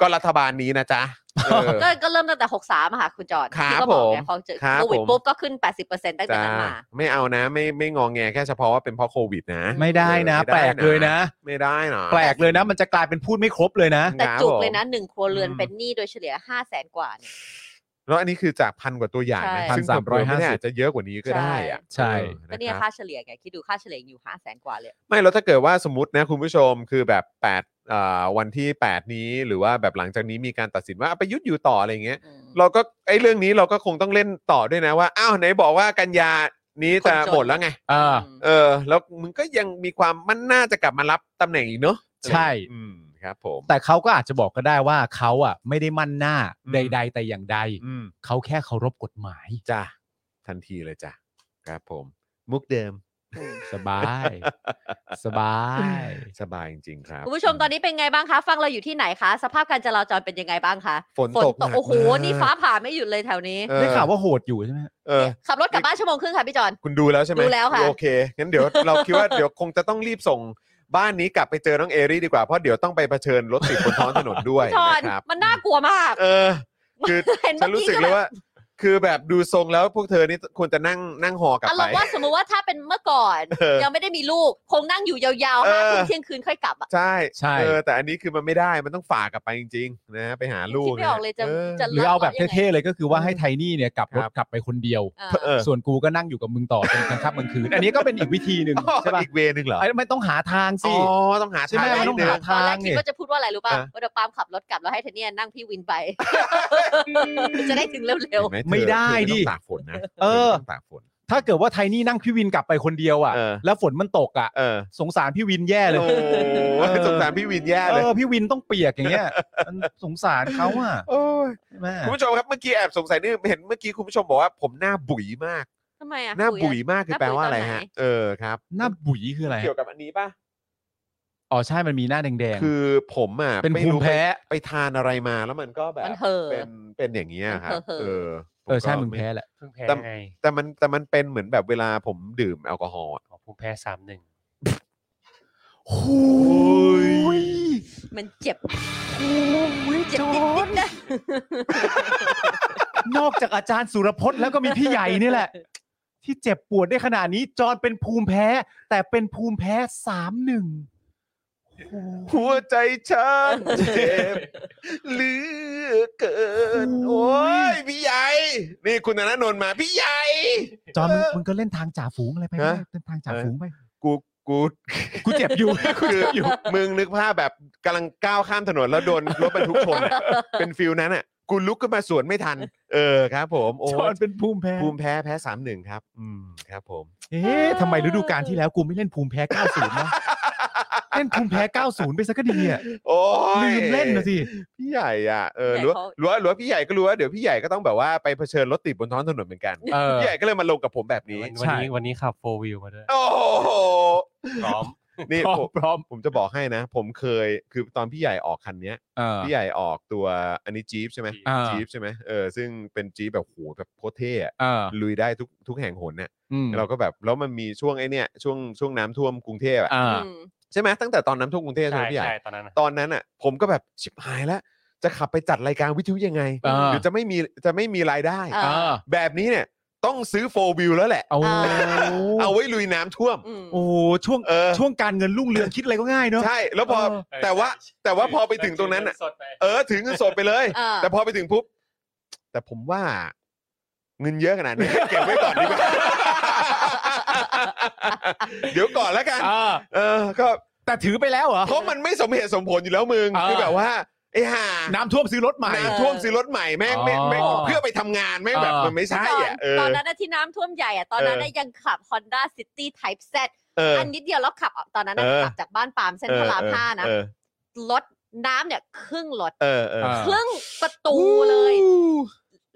ก็รัฐบาลนี้นะจ๊ะเออ
ก็ก็เริ่มตั้งแต่ 63อะค่ะคุณจอด
ครับ
ที่ก็บอก
ผ
ไง
ม
พอเจอ
ครับ
โควิด
ผม
ปุ๊บก็ขึ้น 80%ตั้งแต่
จ้า
นั้นมา
ไม่เอานะ ไม่ไม่งองแงแค่เฉพาะว่าเป็นเพราะโควิดนะ
ไม่ได้นะ
ออ
แปลกเลยนะ
ไม่ได้นะ
แปลกเลยนะ มันจะกลายเป็นพูดไม่ครบเลยนะ
แต่
ครับ
จุก
ผม
เลยนะหนึ่งครัวเรือน
อืม
เป็นหนี้โดยเฉลี่ย 5 0 0แสนกว่าเนี่ย
แล้วอันนี้คือจากพันกว่าตัวอย่างนะ
ใช่
ซึ่งผมว่ไม่แน่อาจจะเยอะกว่านี้ก็ได้อะ
ใช่
เอ
ก็
อ
เนี่ย
นะครับ
ค่าเฉลี่ยไงคิดดูค่าเฉลี่ยอยู่ 5 0 0แสนกว่าเลย
ไม่แล้วถ้าเกิดว่าสมมตินะคุณผู้ชมคือแบบ8อ่าวันที่ 8 นี้หรือว่าแบบหลังจากนี้มีการตัดสินว่าไปยุทธอยู่ต่ออะไรอย่างเงี้ย
อืม
เราก็ไอ้เรื่องนี้เราก็คงต้องเล่นต่อด้วยนะว่าอ้าวไหนบอกว่ากันยานี้จะ
คนจน
หมดแล้วไง
เออ
ม
เออ แล้วมึงก็ยังมีความมันน่าจะกลับมารับตำแหน่งอีกเนอะ
ใช่
อืมครับผม
แต่เขาก็อาจจะบอกก็ได้ว่าเขาอ่ะ ไม่ได้มั่นหน้า
อืม
ใด ๆ แต่อย่างใด
อืม
เขาแค่เคารพกฎหมาย
จ้ะทันทีเลยจ้ะครับผม มุกเดิม
สบาย สบาย
สบายจริงๆครับ
คุณผู้ชมตอนนี้เป็นไงบ้างคะ ฟังเราอยู่ที่ไหนคะ สภาพการจราจรเป็นยังไงบ้างคะ
ฝนตกหนัก
โอ้โห
มาก
นี่ฟ้าผ่าไม่หยุดเลยแถวนี้
เออ
ได้ข่าวว่าโหดอยู่ใช่ไหมฮะ
เออ
ขับรถกลับบ้านชั่วโมงครึ่งค่ะพี่จอน
คุณดูแล้วใช่ไหม
ดูแล้วค่ะ
โอเค งั้นเดี๋ยว เราคิดว่าเดี๋ยวคงจะต้องรีบส่งบ้านนี้กลับไปเจอน้องเอรี่ดีกว่า เพราะเดี๋ยวต้องไปเผชิญรถติดบนท้องถนนด้วย
พี่จอน
นะครับ
มันน่ากลัวมาก
เออ คือ
เห็น
ฉั
เมื่อกี้
นรู้สึกเลย
ก็แบบ
ว่า คือแบบดูทรงแล้วพวกเธอนี่ควรจะนั่งนั่งหอกลับ
อาร
ไป
มณ์ว่าสมมติว่าถ้าเป็นเมื่อก่อน
เออ
ยังไม่ได้มีลูก คงนั่งอยู่ยาวๆห้าทุ่ม
เออ
เที่ยงคืนค่อยกลับอ่ะ
ใช่
ใช่
เออ แต่อันนี้คือมันไม่ได้ มันต้องฝากกลับไปจริงๆ นะ ไปหาลูก
คิดไม่ออกเลยจะ
เออ
จะ
หรือเอาแบบ
ยังไง
เท่ๆเลยก็คือว่าให้ไทนี่เนี่ยกลับรถ
ครับ
กลับไปคนเดียว
เออ
เออ
ส่วนกูก็นั่งอยู่กับมึงต่อเป็นกลางค่ำกลางคืน อันนี้ก็เป็นอีกวิธีหนึ่งใช่ป่ะ
อีกเวนึงเหรอ
ไอ้ไม่ต้องหาทาง
อ๋
สิ
อต้องหา
ใช่ไหม
ทาง
มันต้อง
นิดนึ
หา
ตอนแรก
ทาง
คิด
นี่
ว่าจะพูดว่าอะไรรู้ป่ะ
อ่ะ
ว่าเดี๋ยวปาล์มขับรถกลับแล้วให้เทเนียนั่งพี่วินไป จะได้ถึงเร็ว
เห็นหเธอ
ไม่ได้ดิ
เธอไม่ต้องตากฝนนะ
เออ
ธไม่ต้องตากฝน
ถ้าเกิดว่าไทนี่นั่งพี่วินกลับไปคนเดียวอ่ะ
เออ
แล้วฝนมันตกอ่ะ
เออ
สงสารพี่วินแย่เลย
โอ้ยสงสารพี่วินแย่
เอ
เลย
อพี่วินต้องเปียกอย่างเงี้ยมันสงสารเขาอ่ะ
โอ้ย
ใช่ไหม
คุณผู้ชมครับเมื่อกี้แอบสงสัยนี่เห็นเมื่อกี้คุณผู้ชมบอกว่าผมหน้าบุ๋ยมาก
ๆทำไมอ่ะ
หน้าบุ๋ย
ย
มากคือแปลว่าอะไรฮะ
หน้าบุ๋ยตอนไหน
เออครับ
หน้าบุ๋ยคืออะไร
เกี่ยวกับอันนี้ป่ะ
อ๋อใช่มันมีหน้าแดง
คือผมอ่ะ
ๆเป็น
ไม่
ภูมิ
รู้ไป
แพ้
ไปทานอะไรมาแล้วมันก็แบบ
มันเห่อ
เป็นเป็นอย่างนี้ยครับ
มันเห่อ
เออผ
เออใช่
ก็
มึงแพ้แหละ
เพิ่งแพ้
แต่
ไง
แต่มันแต่มันเป็นเหมือนแบบเวลาผมดื่มแอลกอฮอล์อะ
ของผมแพ้สามหนึ่ง
หูย
มันเจ็บมันเจ็บนิดๆนะ
นอกจากอาจารย์สุรพจน์แล้วก็มีพี่ใหญ่นี่แหละ ที่เจ็บปวดได้ขนาดนี้จอนเป็นภูมิแพ้ แต่เป็นภูมิแพ้สามหนึ่ง
หัวใจฉันเจ็บเหลือเกิน โอ้ยพี่ใหญ่ นี่คุณธนาโนนท์มาพี่ใหญ่
จอนมึงมึงก็เล่นทางจ่าฝูงอะไรไป
ฮะ
เล่นทางจ่าฝูงไป
กูกู
กูเจ็บอยู่ กู
คือ
เจ็บอยู่
มึงนึกภาพแบบกำลังก้าวข้ามถนนแล้วโดนรถบรรทุกชนอะ เป็นฟิลนั้นอ่ะ กูลุกขึ้นมาสวนไม่ทัน เออครับผม โอ้
จ
ย
อนเป็นภูมิแพ้
ภูมิแพ้แพ้สามหนึ่งครับ อืมครับผม
เอ๊ะทำไมฤดูกาลที่แล้วกูไม่เล่นภูมิแพ้90นะเล่นภูมิแพ้90ไปซะก็ดีอ่ะ
โอ้ย
ลืมเล่นนะสิ
พี่ใหญ่อ่ะ เออ
พี่
หรื
ใหญ่
อว่า
เขา
หรือว่าหรือว่าพี่ใหญ่ก็รู้ว่าเดี๋ยวพี่ใหญ่ก็ต้องแบบว่าไปเผชิญรถติดบนท้องถนนเหมือนกัน
เออ
พี่ใหญ่ก็เลยมาลงกับผมแบบนี้
วันวันนี้วันนี้ขับโฟวิวมาด้วย
โอ้โห
พร้อม
นี่
พร้อ
ผม ม
พร้อม
ผมจะบอกให้นะ ผมเคยคือตอนพี่ใหญ่ออกคันเนี้ย
เออ
พี่ใหญ่ออกตัวอันนี้จี๊ปใช่ไหม
อ่า
จี๊ปใช่ไหมเออซึ่งเป็นจี๊ปแบบโหแบบโคตรเท่อะ
เออ
ลุยได้ทุกทุกแห่งหนเนี่ย
อืม
เราก็แบบแล้วมันมีช่วงไอ้เนี่ยช่วงช่วงน้ำท่วมกรุงเทพอะ
อ่า
อืม
ใช่ไหมตั้งแต่ตอนน้ำท่วมกรุงเทพใช่ไหมพี่ใหญ่
ใช่ตอนนั้นนะ
ตอนนั้นอ่ะผมก็แบบชิบหายแล้ว จะขับไปจัดรายการวิทยุยังไง
อ่า
หรือจะไม่มีจะไม่มีรายได้
อ่า
เออ
แบบนี้เนี่ยต้องซื้อโฟวิวแล้วแหละ
โอ้
อ่า
เอาไว้ลุยน้ำท่วม
อืม
โอ้ช่วง
เออ
ช่วงการเงินรุ่งเรืองคิดอะไรก็ง่ายเนอะ
ใช่แล้วพอ
เออ
แต่ว่าแต่ว่าพอไปถึงตรงนั้นอ่ะ
สดไป
เออถึงเงินสดไปเลย
เออ
แต่พอไปถึงปุ๊บ แต่ผมว่า เงินเยอะขนาดนี้ เก็บไว้ก่อนดีกว่า เดี๋ยวก่อนแล้วกัน
เออ
เออ ก็
แต่ถือไปแล้วเหรอ
เพราะมันไม่สมเหตุสมผลอยู่แล้วมึง
เออ
คือแบบว่าไอ้ห่า
น้ำท่วมซื้อรถใหม่
น้ำท่วมซื้อรถใหม่แม่งไม่ไม่
อ๋อ
เพื่อไปทำงานแม่งแบบ
เออ
มันไม่ใช่
ตอน
อ่ะเออ
ตอนนั้นน่ะที่น้ำท่วมใหญ่อะตอนนั้นน่ะยังขับ Honda City Type Z
เออ
อันนิดเดียวแล้วขับออกตอนนั้นน่ะ
เออ
ขับจากบ้านปาล์มเส้นพระรามห้านะ
เออ
รถน้ำเนี่ยครึ่งรถ
เออเออเออ
ครึ่งประตูเลย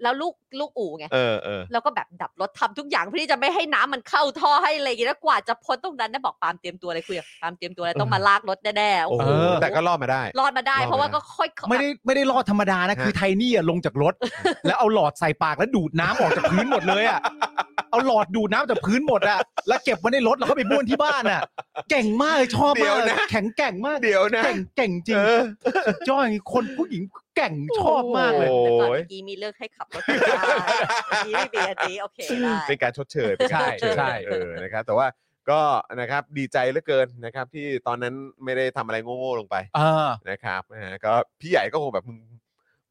แล้วลูกลูกอู่ไง
เออเออ
แล้วก็แบบดับรถทำทุกอย่างเพื่อที่จะไม่ให้น้ำมันเข้าท่อให้อะไรอย่างเงี้ยแล้วกว่าจะพ้นตรงนั้นนะบอกปาล์มเตรียมตัวเลยคุยกับปาล์มเตรียมตัวเลยต้องมาลากรถแน่ๆโอ้
โอ้
โห
โห
เออ
แต่ก็รอดมาได้
รอดมาได้
รอดมา
เพราะว่าก็ค่อย
ไม่ได้ไม่ได้รอดธรรมดานะ
ฮะ
คือไทนี่อะลงจาก รถ แล้วเอาหลอดใส่ปากแล้วดูดน้ำออกจากพื้นหมดเลยอ่ะเอาหลอดดูดน้ำจากพื้นหมดอ่ะแล้วเก็บไว้ในรถแล้วก็ไปบ้วนที่บ้านอ่ะ เก่งมากเลยชอบ
เดี๋
มาย ก
วนะ
แข็งแกร่งมาก
เดี๋ยวนะ
เก่งเก่งจริง
เออ
สุดยอดอย่างงี้คนผู้หญิงแก่งชอบมากเลย
โอ้
โอ้
โห
วก่อนเมื่อกี้มีเรื่องให้ขับรถไม่ได้อันนี้ไม่เบียร์นี้โอเคได้
เป็นการชดเชยเป็นการชดเชย
ใช่ใช่
เออนะครับแต่ว่าก็นะครับดีใจเหลือเกินนะครับ ที่ตอนนั้นไม่ได้ทำอะไรโง่ๆลงไป
เออ
นะครับนะฮะก็พี่ใหญ่ก็คงแบบมึง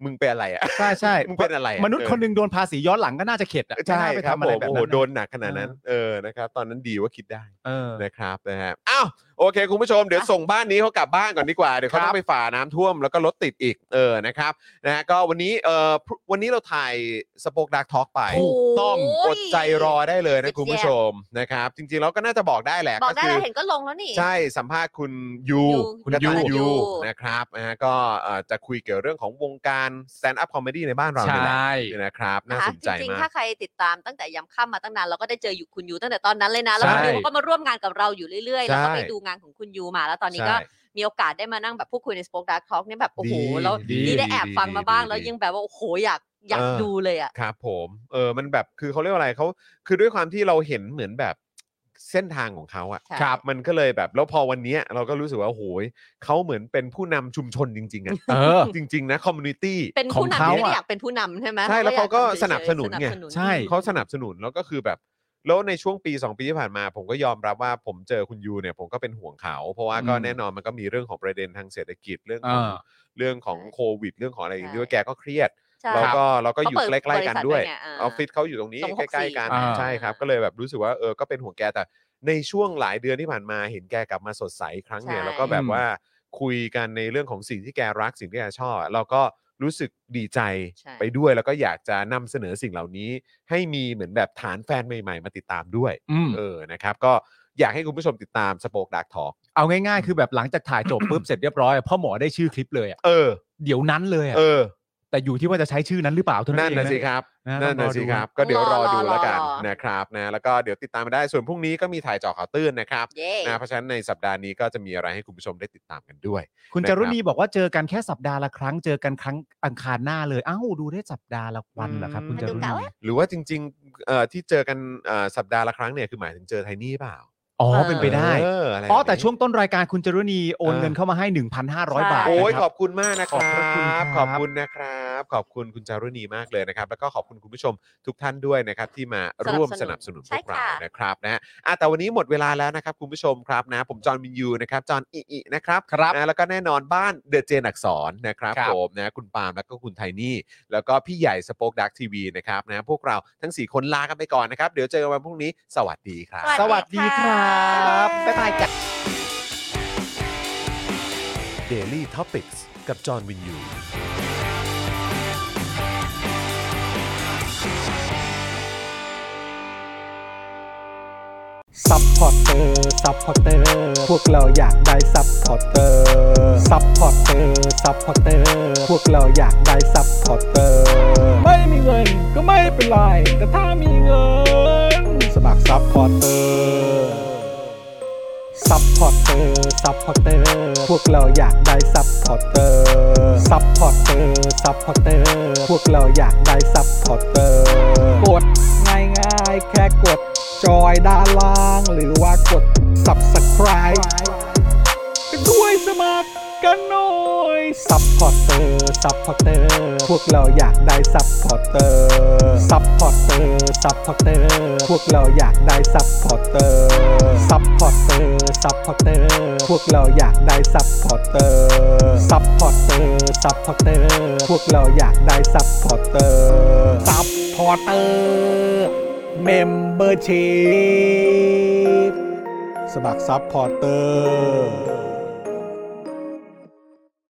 มึงเป็นอะไรอ่ะ
ใช่ใช่
มึงเป็นอะไรอะ
มนุษย์คนหนึงโดนภาษีย้อนหลังก็น่าจะเข็ดอ่ะ
เออใช่
ไม่น่าไป
ครับ
ทำอะ
ผ
ไร
ม
แบบ
โอ้โห
นั้น
โด
นะ
นหนักขนาดนั้นเออนะครับ ตอนนั้นดีว่าคิดได้
เออ
นะครับนะฮะอ้าวโอเค คุณผู้ชมเดี๋ยว
อ่ะ
ส่งบ้านนี้เขากลับบ้านก่อนดีกว่าเดี๋ยวเขา
ครั
ต้
บ
องไปฝ่าน้ำท่วมแล้วก็รถติดอีกเออนะครับนะฮะก็วันนี้เออพรุ่งวันนี้เราถ่ายสปอคดักทอล์กไป
โย
ต้องอดใจรอได้เลย
สุ
นะ
ด
คุณผู้ชมนะครับ จริงๆแล้วก็น่าจะบอกได้แหละ
บอกได้
คื
เราเห็นก็ลงแล้วนี่
ใช่สัมภาษณ์คุณยู
ยู
กระต่า
คุณยู
ยู
ยู
นะครับนะฮะก็เอ่อจะคุยเกี่ยวเรื่องของวงการ stand up comedy ในบ้านเรา
ใช
นี่แหละ
่
นะครับ น่า
นะคะ
สนใจ
จริง
มา
ๆ ถ้าก ใครติดตามตั้งแต่ยำค่ำมาตั้งนานเราก็ได้เจออยู่คุณยูตั้งแต่ตอนนั้นเลยนะ แล้ว
ใช่
คุณยูเขาก็มาร่วมงานกับเราอยู่เรื่อยๆ แล้วก็
ใช่
ไปดูงานของคุณยูมา แล้วตอนนี้ก็
ใช่
มีโอกาสได้มานั่งแบบพูดคุยในสปอคดักทอล์กเนี่ยแบบโอ้โห
ดี
แล้ว
ดี
นี่ได้แอบ
ดี
ฟังมาบ้าง
ดี
แล้ว
ดี
ยังแบบว่าโอ้โหอยากอยาก
เออ
ดูเลยอ่ะ
ครับผมเออมันแบบคือเขาเรียกว่าอะไรเขาคือด้วยความที่เราเห็นเหมือนแบบเส้นทางของเขาอะ
ใช่ครับ
มันก็เลยแบบแล้วพอวันเนี้ยเราก็รู้สึกว่าโอ้โหยเขาเหมือนเป็นผู้นำชุมชนจริงๆอะ
เออ
จริง ๆ นะคอมมูนิตี้
เป็น
ของ
ผู้นำ
เขา
ที่ไม่ได้
อะ
อยากเป็นผู้นำใช่ไหม
ใช่แล้วเขาก็สนับสนุนไง
สบส
ใช่
เขาสนับสนุนแล้วก็คือแบบแล้วในช่วงปี 2 ปีที่ผ่านมา ผมก็ยอมรับว่าผมเจอคุณยูเนี่ยผมก็เป็นห่วงเขา เพราะว่าก็
อืม
แน่นอนมันก็มีเรื่องของประเด็นทางเศรษฐกิจเรื่อง
เอ
ของ
อ
เรื่องของโควิด เรื่องของอะไรอย่างนี้ด้วยแกก็เครียด
ใช่
แล้วก็เราก็
เขา
อยู่
เปิด
ใกล้ๆกันด้วย
บริษัทด้วยไงอ่า
ออฟฟิศเขาอยู่ตรงนี้
ตรง
ใกล้ๆกัน
อ่า
ใช่ครับ ก็เลยแบบรู้สึกว่าเออก็เป็นห่วงแกแต่ในช่วงหลายเดือนที่ผ่านมาเห็นแกกลับมาสดใสอีกครั้งเนี่ย
ใช่
แล้วก็แบบว่าคุยกันในเรื่องของสิ่งที่แกรักสิ่งที่แกชอบเราก็รู้สึกดีใจ
ใช่
ไปด้วยแล้วก็อยากจะนำเสนอสิ่งเหล่านี้ ให้มีเหมือนแบบฐานแฟนใหม่ ๆ มาติดตามด้วย
อืม
เออนะครับ ก็อยากให้คุณผู้ชมติดตามสป o อ e ดักทอ l k
เอาง่ายๆ คือแบบหลังจากถ่ายจบปุ๊บ เสร็จเรียบร้อยอะพ่อหมอได้ชื่อคลิปเลยอะ
เออ
เดี๋ยวนั้นเลยอะ
เออ
แต่อยู่ที่ว่าจะใช้ชื่อนั้นหรือเปล่าเท่านั้
นั่
นเอง
นนะ
นะ
สิครับ
นะ
นั่น
ต้องรอ
นะ
ดู
สิครับ ก็เดี๋ยวรอดู
รอรอ
แล้วกัน
รอ
นะครับนะแล้วก็เดี๋ยวติดตามมาได้ส่วนพรุ่งนี้ก็มีถ่ายเจอข่าวตื้นนะครับ
เย้
นะเพราะฉะนั้นในสัปดาห์นี้ก็จะมีอะไรให้คุณผู้ชมได้ติดตามกันด้วย
คุณ
นะค
จา
รับ
รุณีบอกว่าเจอกันแค่สัปดาห์ละครั้ง เจอกันครั้งอังคารหน้าเลย เอ้าดูได้สัปดาห์ละวันเหรอครับ คุณจารุ
าดู
ณี
เก่าอะ
หรือว่าจริงๆเอ่อที่เจอกันเอ่อสัปดาห์ละครั้งเนี่ยคือหมายถึงเจอไทนี่เปล่า
อ๋อเป็นไปได้
เอออะไร
อ๋อแต่ช่วงต้นรายการคุณจรุณีโอนเงินเข้ามาให้ 1,500 บาท
โอ้ย
นะค
ขอ
รั
บคุณมากนะค
ข
ร
อบพระคุณ
ั
ครับ บ
ขอบคุณนะครับ ขอบคุณคุณจารุณีมากเลยนะครับ แล้วก็ขอบคุณคุณผู้ชมทุกท่านด้วยนะครับที่มาร่วมส
สนั
นับบ ส
ส
นุ
นุ
น
น
พวกเรา
ใช่ค่ะ
นะครับนะอ่ะแต่วันนี้หมดเวลาแล้วนะครับคุณผู้ชมครับนะผมจอห์นวินยูนะครับจอห์นอิอินะครับ
ครับ
นะแล้วก็แน่นอนบ้านเดอะเจนอักสอนนะครับ
ครับ
ผมนะคุณปาล์มแล้วก็คุณไทนี่ แล้วก็พี่ใหญ่สป็อคดักทีวีนะครับนะพวกเราทั้งสี่คนลากันไปก่อนนะครับเดี๋ยวเจอกันวันพรุ่งนี้สวัสดีครับ
สวัสดีครับ บ๊ายบายจ้ะ
Daily Topics กับจอห์นวินยู
ซัพพอร์เตอร์ ซัพพอร์เตอร์ พวกเราอยากได้ซัพพอร์เตอร์ ซัพพอร์เตอร์ ซัพพอร์เตอร์ พวกเราอยากได้ซัพพอร์เตอร์ ไม่มีเงินก็ไม่เป็นไร แต่ถ้ามีเงิน สมัครซัพพอร์เตอร์ ซัพพอร์เตอร์ ซัพพอร์เตอร์ พวกเราอยากได้ซัพพอร์เตอร์ ซัพพอร์เตอร์ ซัพพอร์เตอร์ พวกเราอยากได้ซัพพอร์เตอร์ กดง่ายง่ายๆแค่กด จอยด้านล่าง หรือว่ากด subscribe กันด้วยสมัครกันหน่อย ซัพพอร์เตอร์ ซัพพอร์เตอร์ พวกเราอยากได้ซัพพอร์เตอร์ ซัพพอร์เตอร์ ซัพพอร์เตอร์ พวกเราอยากได้ซัพพอร์เตอร์ ซัพพอร์เตอร์ ซัพพอร์เตอร์ พวกเราอยากได้ซัพพอร์เตอร์ ซัพพอร์เตอร์ ซัพพอร์เตอร์ พวกเราอยากได้ซัพพอร์เตอร์ ซัพพอร์เตอร์ เมมเบอร์ชีพสมัครซัพพอร์เตอร์